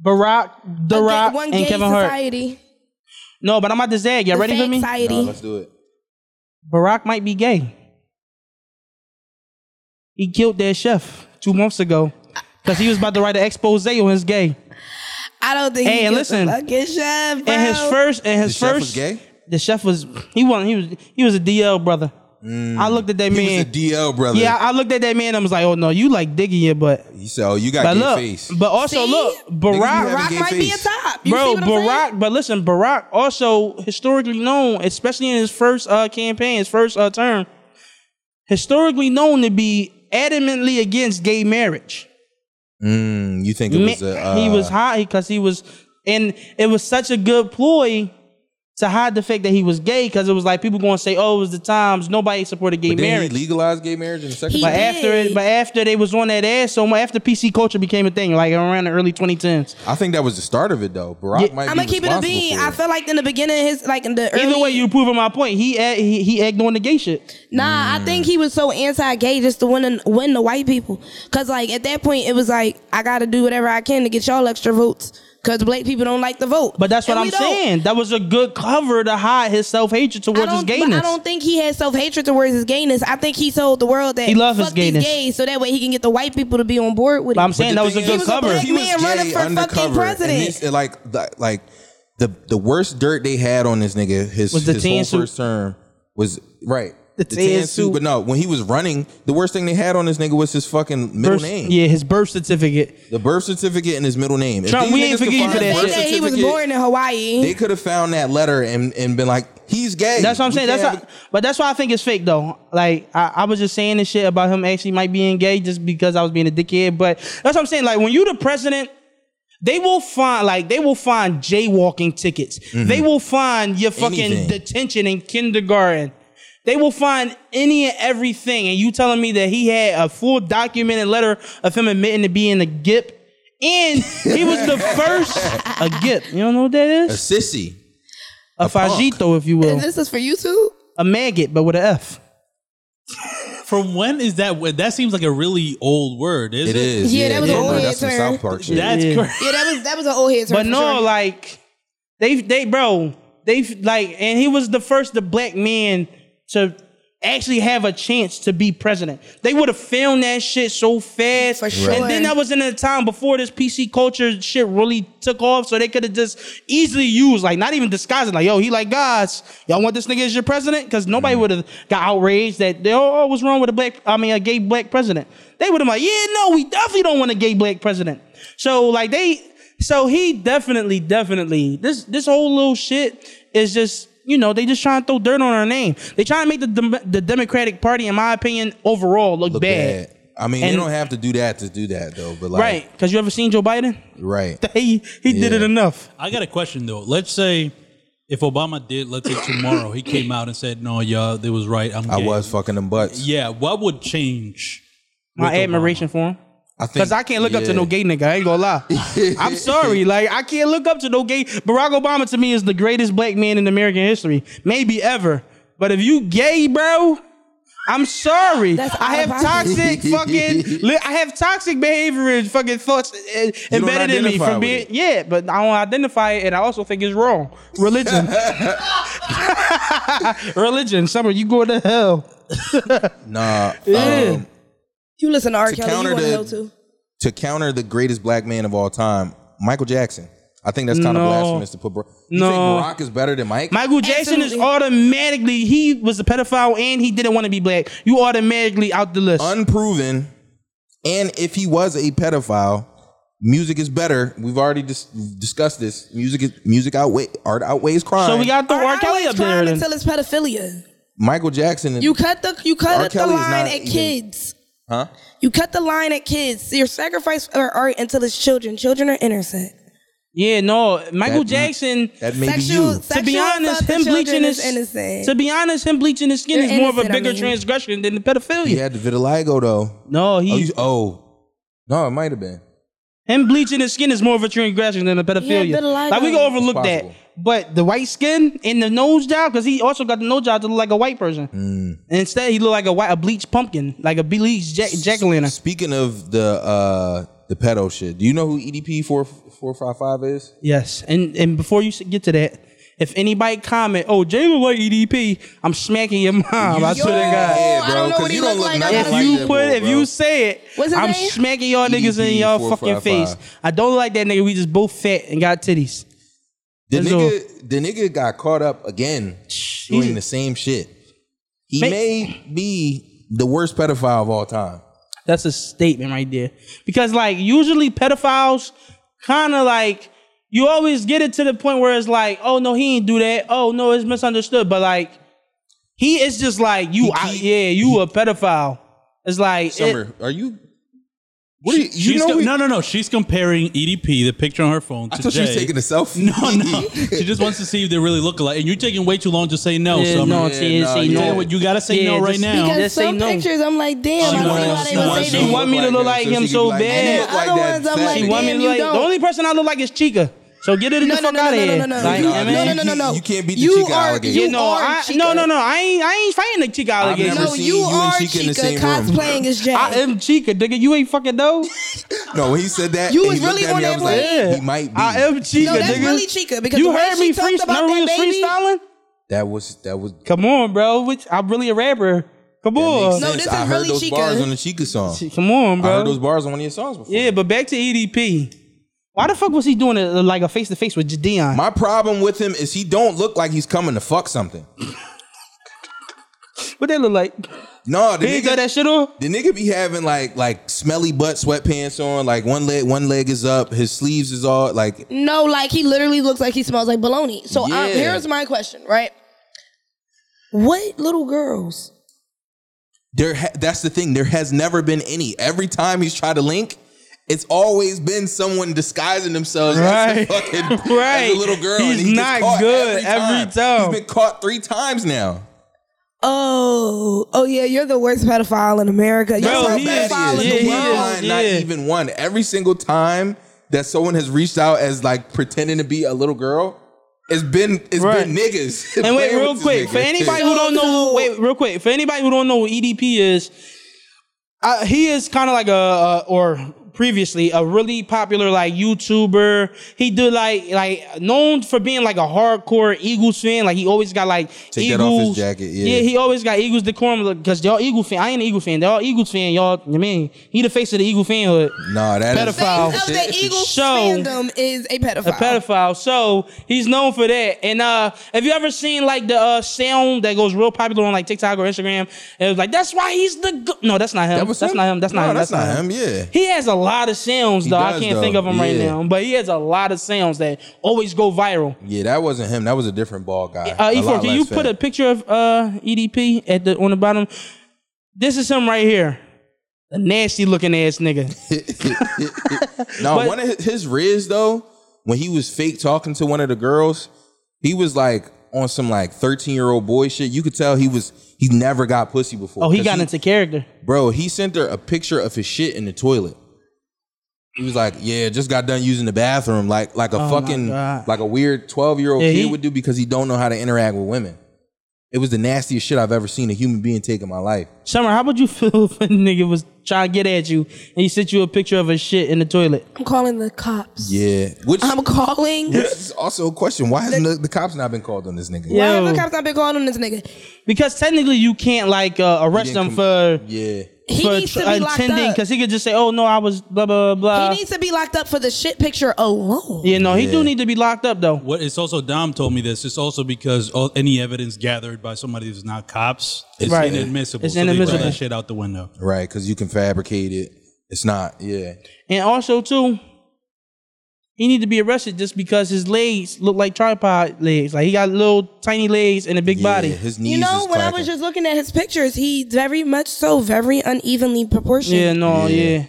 Speaker 3: Barack, The
Speaker 4: A gay-
Speaker 3: Rock,
Speaker 4: one
Speaker 3: and
Speaker 4: gay
Speaker 3: Kevin Hart.
Speaker 4: society.
Speaker 3: No, but I'm about to say, it. y'all
Speaker 4: The
Speaker 3: ready for
Speaker 4: fake
Speaker 3: me?
Speaker 4: Society.
Speaker 2: do it.
Speaker 3: Barack might be gay. He killed their chef two months ago because he was about to write an expose on his gay.
Speaker 4: I don't think.
Speaker 3: Hey,
Speaker 4: he
Speaker 3: and
Speaker 4: gives a
Speaker 3: listen.
Speaker 4: fucking shit, bro.
Speaker 3: And his first, and
Speaker 2: The
Speaker 3: his
Speaker 2: chef
Speaker 3: first,
Speaker 2: was gay.
Speaker 3: the chef was he was he was he was a DL brother. I looked at that
Speaker 2: Mm. He was a
Speaker 3: man.
Speaker 2: DL brother.
Speaker 3: yeah, I I looked at that man. and I was like, oh no, you like digging it, but
Speaker 2: He said, "Oh, you got
Speaker 3: but
Speaker 2: gay
Speaker 3: look,
Speaker 2: face."
Speaker 3: but also
Speaker 4: See?
Speaker 3: look,
Speaker 2: you
Speaker 3: Barack,
Speaker 2: having
Speaker 4: Rock
Speaker 2: gay
Speaker 4: might be a
Speaker 2: face.
Speaker 4: top. You
Speaker 3: bro,
Speaker 4: see what I'm
Speaker 3: Barack.
Speaker 4: saying?
Speaker 3: But listen, Barack also historically known, especially in his first uh, campaign, his first uh, term, historically known to be adamantly against gay marriage.
Speaker 2: Mm, you think it was a,
Speaker 3: Ma- he was
Speaker 2: uh,
Speaker 3: high because he was, and it was such a good ploy. To hide the fact that he was gay, because it was like people going to say, "Oh, it was the times nobody supported gay
Speaker 2: but then he
Speaker 3: marriage."
Speaker 2: legalized gay marriage in the second.
Speaker 4: He-
Speaker 3: But after it,
Speaker 4: did.
Speaker 3: but after they was on that ass so much, after PC culture became a thing, like around the early 2010s.
Speaker 2: I think that was the start of it, though. Barack might
Speaker 4: I'm
Speaker 2: be
Speaker 4: gonna keep it a
Speaker 2: responsible
Speaker 4: bean.
Speaker 2: for
Speaker 4: I feel like in the beginning, his like in the
Speaker 3: Either
Speaker 4: early,
Speaker 3: way, you're proving my point. He ag- he, he egged on the gay shit.
Speaker 4: Nah, I think he was so anti-gay just to win win the white people. Cause like at that point, it was like I gotta do whatever I can to get y'all extra votes. Cause black people don't like the vote.
Speaker 3: But that's what
Speaker 4: And
Speaker 3: I'm
Speaker 4: we don't.
Speaker 3: saying. That was a good cover to hide his self hatred
Speaker 4: I
Speaker 3: towards his
Speaker 4: don't, but
Speaker 3: gayness.
Speaker 4: I don't think he had self hatred towards his gayness. I think he told the world that
Speaker 3: He love his
Speaker 4: fuck these
Speaker 3: gayness.
Speaker 4: gays, so that way he can get the white people to be on board with
Speaker 3: But I'm
Speaker 4: it.
Speaker 3: saying
Speaker 2: the
Speaker 3: that was a
Speaker 2: thing
Speaker 3: good
Speaker 2: is,
Speaker 3: cover.
Speaker 4: black
Speaker 2: he was
Speaker 4: man running
Speaker 2: gay
Speaker 4: for fucking
Speaker 2: undercover, and
Speaker 4: president.
Speaker 2: this- and like, the, like the the worst dirt they had on this nigga, his,
Speaker 3: Was the
Speaker 2: his
Speaker 3: tan
Speaker 2: whole
Speaker 3: suit.
Speaker 2: first term was right.
Speaker 3: The tan suit.
Speaker 2: but no, when he was running, the worst thing they had on this nigga was his fucking middle
Speaker 3: Birth-
Speaker 2: name.
Speaker 3: Yeah, his birth certificate.
Speaker 2: The birth certificate and his middle name. If
Speaker 3: Trump,
Speaker 2: these
Speaker 3: we ain't
Speaker 2: niggas could
Speaker 3: forgetting
Speaker 2: find
Speaker 3: for
Speaker 2: his
Speaker 3: that
Speaker 4: They
Speaker 2: birth
Speaker 3: shit.
Speaker 4: said he was
Speaker 2: certificate,
Speaker 4: born in Hawaii.
Speaker 2: They could have found that letter and, and been like, he's gay.
Speaker 3: That's what I'm
Speaker 2: We
Speaker 3: saying. That's
Speaker 2: can't
Speaker 3: how, but that's why I think it's fake though. Like I, I was just saying this shit about him actually might being gay just because I was being a dickhead. But that's what I'm saying. Like when you the president, they will find like they will find jaywalking tickets. They will find your fucking
Speaker 2: Mm-hmm. Anything.
Speaker 3: detention in kindergarten. They will find any and everything. And you telling me that he had a full documented letter of him admitting to being a gip. And he was the first a gip. You don't know what that
Speaker 2: have a
Speaker 3: is?
Speaker 2: sissy.
Speaker 3: A, fajito, if you will.
Speaker 4: And this is for YouTube.
Speaker 3: A maggot, but with an F.
Speaker 5: From when is that? word? That seems like a really old word. Is
Speaker 2: It
Speaker 5: it,
Speaker 2: is.
Speaker 4: Yeah, that was
Speaker 2: bro,
Speaker 4: a weird
Speaker 2: That's some
Speaker 4: term.
Speaker 2: South Park shit.
Speaker 5: That's
Speaker 3: Yeah.
Speaker 5: crazy.
Speaker 4: Yeah, that was that was an old head term.
Speaker 3: But
Speaker 4: for
Speaker 3: no,
Speaker 4: sure.
Speaker 3: like they they bro, they like and he was the first the black man to actually have a chance to be president. They would have filmed that shit so fast.
Speaker 4: For sure.
Speaker 3: And then that was in a time before this PC culture shit really took off. So they could have just easily used, like not even disguising, like, yo, he like guys. Y'all want this nigga as your president? Because nobody would have got outraged that they oh, what's wrong with a black I mean a gay black president. They would have like, yeah, no, we definitely don't want a gay black president. So like they so he definitely, definitely this this whole little shit is just you know they just trying to throw dirt on our name. They trying to make the Dem- the Democratic Party, in my opinion, overall look,
Speaker 2: Look
Speaker 3: bad.
Speaker 2: bad. I mean, you
Speaker 3: And-
Speaker 2: don't have to do that to do that, though. But like,
Speaker 3: Right? Because you ever seen Joe Biden?
Speaker 2: right.
Speaker 3: He he did
Speaker 2: Yeah.
Speaker 3: it enough.
Speaker 5: I got a question though. Let's say if Obama did, let's say tomorrow, he came out and said, "No, y'all, it was right. I'm."
Speaker 2: I
Speaker 5: gay."
Speaker 2: was fucking them butts.
Speaker 5: Yeah. What would change?
Speaker 3: My
Speaker 5: with Obama?
Speaker 3: admiration for him.
Speaker 2: I think
Speaker 3: Cause I can't look up to
Speaker 2: yeah.
Speaker 3: no gay nigga. I ain't gonna lie. I'm sorry. Like I can't look up to no gay. Barack Obama to me is the greatest black man in American history, maybe ever. But if you gay, bro, I'm sorry.
Speaker 4: That's
Speaker 3: I have toxic
Speaker 4: autobiography.
Speaker 3: fucking. li- I have toxic behavior and fucking thoughts eh,
Speaker 2: don't
Speaker 3: embedded in me
Speaker 2: identify
Speaker 3: from
Speaker 2: with
Speaker 3: being.
Speaker 2: it.
Speaker 3: Yeah, but I don't identify it, and I also think it's wrong. Religion. Religion. Summer, you go to hell.
Speaker 2: Nah.
Speaker 3: Yeah.
Speaker 2: Um,
Speaker 4: You listen to R.
Speaker 2: To
Speaker 4: Kelly. You
Speaker 2: counter
Speaker 4: want to
Speaker 2: the-
Speaker 4: hell too?
Speaker 2: to counter the greatest black man of all time, Michael Jackson. I think that's kind
Speaker 3: No.
Speaker 2: of blasphemous to put. Barack. You
Speaker 3: No.
Speaker 2: think Barack is better than Mike?
Speaker 3: Michael Jackson is
Speaker 4: Absolutely.
Speaker 3: automatically he was a pedophile and he didn't want to be black. You automatically out the list.
Speaker 2: Unproven. And if he was a pedophile, music is better. We've already dis- discussed this. Music is music outweigh art outweighs crime.
Speaker 3: so we got the R. Kelly up there. Then.
Speaker 4: until it's pedophilia.
Speaker 2: Michael Jackson. and-
Speaker 4: You cut the you
Speaker 2: R.
Speaker 4: cut the
Speaker 2: Kelly is
Speaker 4: line
Speaker 2: not
Speaker 4: at
Speaker 2: even-
Speaker 4: kids.
Speaker 2: huh?
Speaker 4: You cut the line at kids. Your sacrifice or art until it's children. Children are innocent.
Speaker 3: Yeah, no, Michael
Speaker 2: That-
Speaker 3: Jackson.
Speaker 2: That may be
Speaker 4: Sexual-
Speaker 2: you.
Speaker 3: To be
Speaker 4: sexual
Speaker 3: honest,
Speaker 4: assault to
Speaker 3: him bleaching
Speaker 4: children
Speaker 3: his
Speaker 4: is innocent.
Speaker 3: To be honest, him bleaching his skin
Speaker 4: They're
Speaker 3: is more of a
Speaker 4: innocent, I
Speaker 3: bigger
Speaker 4: mean.
Speaker 3: transgression than the pedophilia.
Speaker 2: He had the vitiligo though.
Speaker 3: No,
Speaker 2: Oh,
Speaker 3: he
Speaker 2: you- oh. no, it might have been.
Speaker 3: him bleaching his skin is more of a transgression than a
Speaker 4: Yeah,
Speaker 3: pedophilia.
Speaker 4: vitiligo.
Speaker 3: like we can overlook
Speaker 2: It's
Speaker 3: that.
Speaker 2: possible.
Speaker 3: But the white skin and the nose job, because he also got the nose job to look like a white person.
Speaker 2: Mm.
Speaker 3: And instead, he looked like a white, a bleached pumpkin, like a bleached jack jack o' lantern.
Speaker 2: Speaking of the uh the pedo shit, do you know who EDP four four five five is?
Speaker 3: Yes, and and before you s- get to that, if anybody comment, oh Jay look like EDP, I'm smacking your mom. I swear to God.
Speaker 2: Yeah,
Speaker 4: I
Speaker 2: bro,
Speaker 4: don't know
Speaker 2: 'cause
Speaker 4: what
Speaker 2: you
Speaker 4: he
Speaker 2: don't
Speaker 4: look
Speaker 2: look
Speaker 4: like.
Speaker 2: nothing
Speaker 4: I
Speaker 3: If
Speaker 4: don't like
Speaker 3: you
Speaker 2: that
Speaker 3: put,
Speaker 2: boy,
Speaker 3: if you
Speaker 2: bro. E
Speaker 3: say it,
Speaker 4: What's his
Speaker 3: I'm
Speaker 4: name?
Speaker 3: smacking y'all niggas in
Speaker 2: EDP
Speaker 3: y'all fucking
Speaker 2: 455.
Speaker 3: face. I don't like that nigga. We just both fat and got titties.
Speaker 2: The
Speaker 3: That's
Speaker 2: nigga, the nigga got caught up again doing the same shit. He
Speaker 3: Ma-
Speaker 2: may be the worst pedophile of all time.
Speaker 3: That's a statement right there. Because like usually pedophiles kind of like you always get it to the point where it's like, oh no, he ain't do that. Oh no, it's misunderstood. But like he is just like you,
Speaker 2: He
Speaker 3: out,
Speaker 2: keep-
Speaker 3: yeah, you a pedophile. It's like
Speaker 2: Summer,
Speaker 3: it,
Speaker 2: are you? What do you, you
Speaker 5: She's
Speaker 2: know?
Speaker 5: co-
Speaker 2: we-
Speaker 5: no, no, no. She's comparing EDP, the picture on her phone, to
Speaker 2: I thought she was
Speaker 5: Jay.
Speaker 2: taking a selfie.
Speaker 5: No, no. she just wants to see if they really look alike. And you're taking way too long to say
Speaker 2: Oh,
Speaker 5: no.
Speaker 3: Yeah,
Speaker 5: so
Speaker 3: no,
Speaker 5: I'm
Speaker 2: Yeah,
Speaker 3: see,
Speaker 2: nah,
Speaker 3: see,
Speaker 2: you
Speaker 3: no.
Speaker 2: know
Speaker 5: what, you gotta say no
Speaker 3: just-
Speaker 5: right now.
Speaker 4: Because
Speaker 3: Just say
Speaker 4: some
Speaker 3: no.
Speaker 4: pictures, I'm like, damn,
Speaker 5: She
Speaker 4: I
Speaker 5: wanted-
Speaker 4: don't see
Speaker 5: she
Speaker 4: why they
Speaker 5: wanted
Speaker 4: would
Speaker 5: to
Speaker 4: say
Speaker 5: know.
Speaker 4: that.
Speaker 3: want me to look like
Speaker 2: she
Speaker 3: him
Speaker 2: could
Speaker 3: so
Speaker 2: be like,
Speaker 3: bad.
Speaker 2: "You look
Speaker 4: And the
Speaker 2: like
Speaker 4: other
Speaker 2: that
Speaker 4: ones, I'm
Speaker 2: fat
Speaker 4: like,
Speaker 3: She
Speaker 2: nigga."
Speaker 3: want me
Speaker 4: Damn,
Speaker 3: to
Speaker 4: you
Speaker 3: like the
Speaker 4: don't.
Speaker 3: only person I look like is Chica. So get it the
Speaker 4: No, no,
Speaker 3: fuck
Speaker 4: no,
Speaker 3: out of
Speaker 4: no, no,
Speaker 3: here.
Speaker 4: no, no, no,
Speaker 3: Like,
Speaker 2: no,
Speaker 3: I
Speaker 2: no,
Speaker 3: mean,
Speaker 4: no, no, no, no.
Speaker 2: You can't beat the
Speaker 4: You
Speaker 2: Chica
Speaker 4: are-
Speaker 2: alligator.
Speaker 3: yeah,
Speaker 4: you
Speaker 3: no,
Speaker 4: are
Speaker 3: I,
Speaker 4: Chica.
Speaker 3: no, no, no. I ain't, I ain't fighting the Chica allegation.
Speaker 2: never
Speaker 4: No,
Speaker 2: seen
Speaker 4: you
Speaker 2: you and
Speaker 4: are
Speaker 2: Chica
Speaker 4: Chica
Speaker 2: in the same room.
Speaker 4: cosplaying as Jay.
Speaker 3: I am Chica, nigga. You ain't fucking know.
Speaker 2: No, when he said that,
Speaker 4: You
Speaker 2: and
Speaker 4: was
Speaker 2: he looked
Speaker 4: really
Speaker 2: at me,
Speaker 4: on
Speaker 2: I
Speaker 4: that
Speaker 2: was like,
Speaker 3: plane?
Speaker 2: He might be.
Speaker 3: I am Chica,
Speaker 4: no, that's
Speaker 3: nigga.
Speaker 4: really Chica because
Speaker 3: you
Speaker 4: the way
Speaker 3: heard
Speaker 4: she
Speaker 3: me
Speaker 4: talked
Speaker 3: freestyle.
Speaker 4: about
Speaker 3: Remember we was
Speaker 4: that baby.
Speaker 3: freestyling?
Speaker 2: that was that was.
Speaker 3: Come on, bro. Which, I'm really a rapper. Come
Speaker 2: That
Speaker 3: on.
Speaker 2: makes
Speaker 4: No,
Speaker 2: sense.
Speaker 4: this
Speaker 2: I
Speaker 4: is
Speaker 2: heard
Speaker 4: really
Speaker 2: those
Speaker 4: Chica.
Speaker 2: bars on the Chica song.
Speaker 3: Come on,
Speaker 2: I heard
Speaker 3: bro.
Speaker 2: those bars on one of your songs before.
Speaker 3: Yeah, but back to EDP. Why the fuck was he doing it uh, like a face to face with Dion?
Speaker 2: My problem with him is he don't look like he's coming to fuck something.
Speaker 3: What that look like?
Speaker 2: No, the
Speaker 3: He ain't got
Speaker 2: nigga,
Speaker 3: that shit on.
Speaker 2: the nigga be having like like smelly butt sweatpants on, like one leg one leg is up, his sleeves is all like
Speaker 4: No, like he literally looks like he smells like bologna. So um,
Speaker 2: Yeah.
Speaker 4: here's my question, right? What little girls?
Speaker 2: there. Ha- that's the thing. There has never been any. Every time he's tried to link, it's always been someone disguising themselves
Speaker 3: Right.
Speaker 2: as a fucking
Speaker 3: Right.
Speaker 2: as a little girl. and
Speaker 3: He's
Speaker 2: he gets
Speaker 3: not
Speaker 2: caught
Speaker 3: good every time.
Speaker 2: He's been caught three times now.
Speaker 4: Oh, oh yeah, you're the worst pedophile in America. You're
Speaker 3: Bro,
Speaker 2: How
Speaker 4: the worst
Speaker 3: he is-
Speaker 2: bad
Speaker 4: pedophile
Speaker 2: he
Speaker 4: in
Speaker 3: yeah,
Speaker 4: the
Speaker 3: he
Speaker 2: One
Speaker 4: world.
Speaker 3: is.
Speaker 2: line, Not
Speaker 3: yeah.
Speaker 2: even one. Every single time that someone has reached out as like pretending to be a little girl, it's been it's
Speaker 3: Right.
Speaker 2: been niggas.
Speaker 3: And wait,
Speaker 2: playing
Speaker 3: real
Speaker 2: with this
Speaker 3: quick,
Speaker 2: nigga.
Speaker 3: for anybody who don't know,
Speaker 4: So-
Speaker 3: wait, real quick, for anybody who don't know what EDP is, uh, he is kind of like a, a or previously a really popular like YouTuber. He did like like known for being like a hardcore Eagles fan. Like he always got like
Speaker 2: Take
Speaker 3: Eagles
Speaker 2: that off his jacket, yeah.
Speaker 3: he always got Eagles decorum because y'all Eagle fan. I ain't an Eagle fan. Y'all Eagles fan. Y'all, I mean, he the face of the Eagle fanhood.
Speaker 2: nah, that is
Speaker 3: Pedophile.
Speaker 4: Face of the Eagles
Speaker 3: So-
Speaker 4: fandom is a pedophile.
Speaker 3: a pedophile. So he's known for that. And uh, have you ever seen like the uh, sound that goes real popular on like TikTok or Instagram? It was like that's why he's the go-" no. That's not him.
Speaker 2: That was
Speaker 3: that's
Speaker 2: him?
Speaker 3: not him. That's not
Speaker 2: No,
Speaker 3: him.
Speaker 2: that's not him, yeah.
Speaker 3: He has a lot of sounds though. I
Speaker 2: does,
Speaker 3: can't think
Speaker 2: though.
Speaker 3: of him right
Speaker 2: Yeah.
Speaker 3: now, but he has a lot of sounds that always go viral.
Speaker 2: Yeah, that wasn't him. That was a different ball guy.
Speaker 3: Uh,
Speaker 2: A
Speaker 3: E4,
Speaker 2: lot
Speaker 3: can you
Speaker 2: less
Speaker 3: put a
Speaker 2: fat.
Speaker 3: picture of uh, EDP at the on the bottom? This is him right here. A nasty looking ass nigga.
Speaker 2: No,
Speaker 3: but-
Speaker 2: one of his, his Riz though, when he was fake talking to one of the girls, he was like on some like 13 year old boy shit. You could tell he was he never got pussy before.
Speaker 3: Oh, he
Speaker 2: 'Cause
Speaker 3: got into character.
Speaker 2: Bro, he sent her a picture of his shit in the toilet. He was like, "Yeah, just got done using the bathroom, like like a
Speaker 3: Oh, my
Speaker 2: fucking
Speaker 3: God.
Speaker 2: like a weird twelve year old
Speaker 3: Yeah,
Speaker 2: kid
Speaker 3: he-
Speaker 2: would do because he don't know how to interact with women." It was the nastiest shit I've ever seen a human being take in my life.
Speaker 3: Summer, how would you feel if a nigga was trying to get at you and he sent you a picture of a shit in the toilet?
Speaker 4: I'm calling the cops.
Speaker 2: Yeah, which,
Speaker 4: I'm calling.
Speaker 2: which is also a question. Why hasn't the, the cops not been called on this nigga?
Speaker 4: Why
Speaker 3: Yo.
Speaker 4: have the cops not been calling on this nigga?
Speaker 3: Because technically you can't like uh, arrest
Speaker 2: Didn't
Speaker 3: him for
Speaker 2: com- yeah.
Speaker 4: He
Speaker 3: for
Speaker 4: needs to
Speaker 3: tr-
Speaker 4: be locked
Speaker 3: intending
Speaker 4: up.
Speaker 3: because he could just say, "Oh no, I was blah blah blah."
Speaker 4: he needs to be locked up for the shit picture alone.
Speaker 3: yeah, no, he do need to be locked up though.
Speaker 5: What it's also Dom told me this. It's also because all, any evidence gathered by somebody who's not cops is
Speaker 3: Right.
Speaker 5: inadmissible.
Speaker 3: It's
Speaker 5: so they throw
Speaker 3: inadmissible.
Speaker 5: that shit out the window.
Speaker 2: Right, because you can fabricate it. It's not. Yeah.
Speaker 3: And also too, he need to be arrested just because his legs look like tripod legs. Like he got little tiny legs and a big
Speaker 2: yeah.
Speaker 3: body.
Speaker 2: His knees.
Speaker 4: You know,
Speaker 2: is
Speaker 4: when I
Speaker 2: clacking.
Speaker 4: was just looking at his pictures, he very much so very unevenly proportioned.
Speaker 3: Yeah, no, yeah.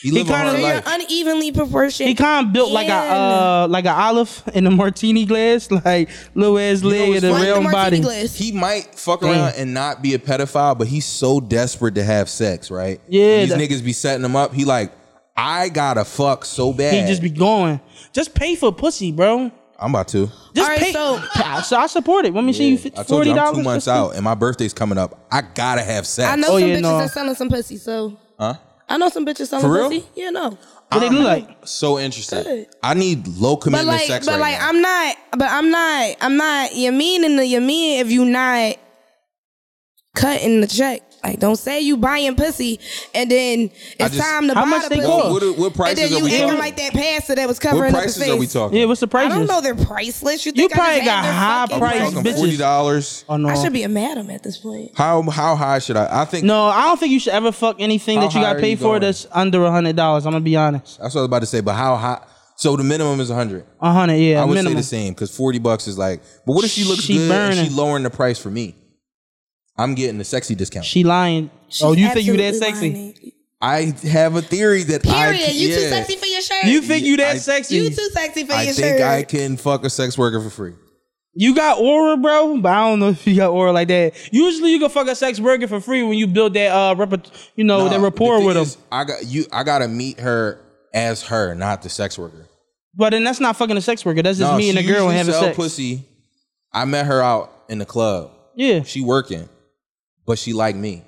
Speaker 2: he live a
Speaker 3: kinda-
Speaker 2: hard
Speaker 4: So you're
Speaker 2: life.
Speaker 4: unevenly proportioned.
Speaker 3: He kind of built like a
Speaker 4: Yeah.
Speaker 3: uh, like an olive in a martini glass, like little ass leg
Speaker 2: what's
Speaker 3: and a
Speaker 4: like the
Speaker 3: round
Speaker 4: martini
Speaker 3: body.
Speaker 4: glass.
Speaker 2: he might fuck around and not be a pedophile, but he's so desperate to have sex, right?
Speaker 3: Yeah,
Speaker 2: These
Speaker 3: that-
Speaker 2: niggas be setting him up. He like, I gotta fuck so bad.
Speaker 3: He just be going. Just pay for pussy, bro.
Speaker 2: I'm about to.
Speaker 3: Just
Speaker 4: All right,
Speaker 3: pay.
Speaker 4: so-
Speaker 3: Pa- so I support it. Let me see you
Speaker 2: I
Speaker 3: fif-
Speaker 2: told
Speaker 3: forty
Speaker 2: you I'm
Speaker 3: dollars.
Speaker 2: two months out, and my birthday's coming up. I gotta have sex.
Speaker 4: I know
Speaker 3: Oh,
Speaker 4: some
Speaker 3: yeah,
Speaker 4: bitches
Speaker 3: no.
Speaker 4: that selling some pussy, so
Speaker 2: Huh?
Speaker 4: I know some bitches selling
Speaker 2: For real?
Speaker 4: pussy. Yeah, no.
Speaker 3: What they look like?
Speaker 2: So interested.
Speaker 4: Good.
Speaker 2: I need low
Speaker 4: But
Speaker 2: commitment
Speaker 4: like
Speaker 2: sex
Speaker 4: but
Speaker 2: right
Speaker 4: like
Speaker 2: now.
Speaker 4: I'm not but I'm not I'm not you mean in the you mean if you not cutting the check. Like don't say you buying pussy and then
Speaker 2: I
Speaker 4: it's
Speaker 2: just-
Speaker 4: time to
Speaker 3: How
Speaker 4: buy
Speaker 3: much
Speaker 4: the
Speaker 3: they
Speaker 4: pussy.
Speaker 3: cost?
Speaker 2: what, what, are- what
Speaker 4: And then
Speaker 2: prices are
Speaker 4: you
Speaker 2: we
Speaker 4: acting
Speaker 2: talking?
Speaker 4: like that pastor that was
Speaker 2: what
Speaker 4: covering up his
Speaker 2: prices
Speaker 4: face.
Speaker 2: are we talking?
Speaker 3: Yeah, what's the
Speaker 4: I
Speaker 3: price?
Speaker 4: don't know they're priceless. You,
Speaker 3: You
Speaker 4: think I just
Speaker 3: probably
Speaker 4: had
Speaker 3: got
Speaker 4: their
Speaker 3: high
Speaker 4: fucking
Speaker 2: Are we
Speaker 3: price
Speaker 4: prices?
Speaker 2: talking
Speaker 3: bitches.
Speaker 2: forty dollars?
Speaker 3: Oh, no.
Speaker 4: I should be a madam at this point.
Speaker 2: How how high should I? I think
Speaker 3: No, I don't think you should ever fuck anything
Speaker 2: How
Speaker 3: that you got
Speaker 2: high are
Speaker 3: to pay
Speaker 2: you
Speaker 3: for
Speaker 2: going?
Speaker 3: that's under a hundred dollars. I'm gonna be honest.
Speaker 2: That's what I was about to say. But how high? So the minimum is hundred.
Speaker 3: A hundred, yeah,
Speaker 2: I would say
Speaker 3: minimum.
Speaker 2: the same because forty bucks is like. But what if she looks
Speaker 3: She
Speaker 2: good and
Speaker 3: burning.
Speaker 2: she lowering the price for me? I'm getting the sexy discount.
Speaker 3: She lying. oh, you think you that sexy?
Speaker 2: I have a theory that I
Speaker 4: Period.
Speaker 2: can,
Speaker 4: You too
Speaker 2: yeah.
Speaker 4: sexy for your shirt.
Speaker 3: You think you that
Speaker 2: I-
Speaker 3: sexy?
Speaker 4: You
Speaker 3: You,
Speaker 4: too sexy for
Speaker 2: I
Speaker 4: your
Speaker 2: think
Speaker 4: shirt.
Speaker 2: I can fuck a sex worker for free.
Speaker 3: got aura, bro, but I don't know if you got aura like that. Usually, you can fuck a sex worker for free when you build that uh, reper- you know, that
Speaker 2: Nah,
Speaker 3: rapport
Speaker 2: the
Speaker 3: with
Speaker 2: thing
Speaker 3: them.
Speaker 2: is, I got you. I gotta meet her as her, not the sex worker.
Speaker 3: But then that's not fucking a sex worker. That's just
Speaker 2: No,
Speaker 3: me and
Speaker 2: she
Speaker 3: a girl
Speaker 2: usually
Speaker 3: having
Speaker 2: sell
Speaker 3: sex.
Speaker 2: Pussy. I met her out in the club.
Speaker 3: Yeah.
Speaker 2: She working, but she like me.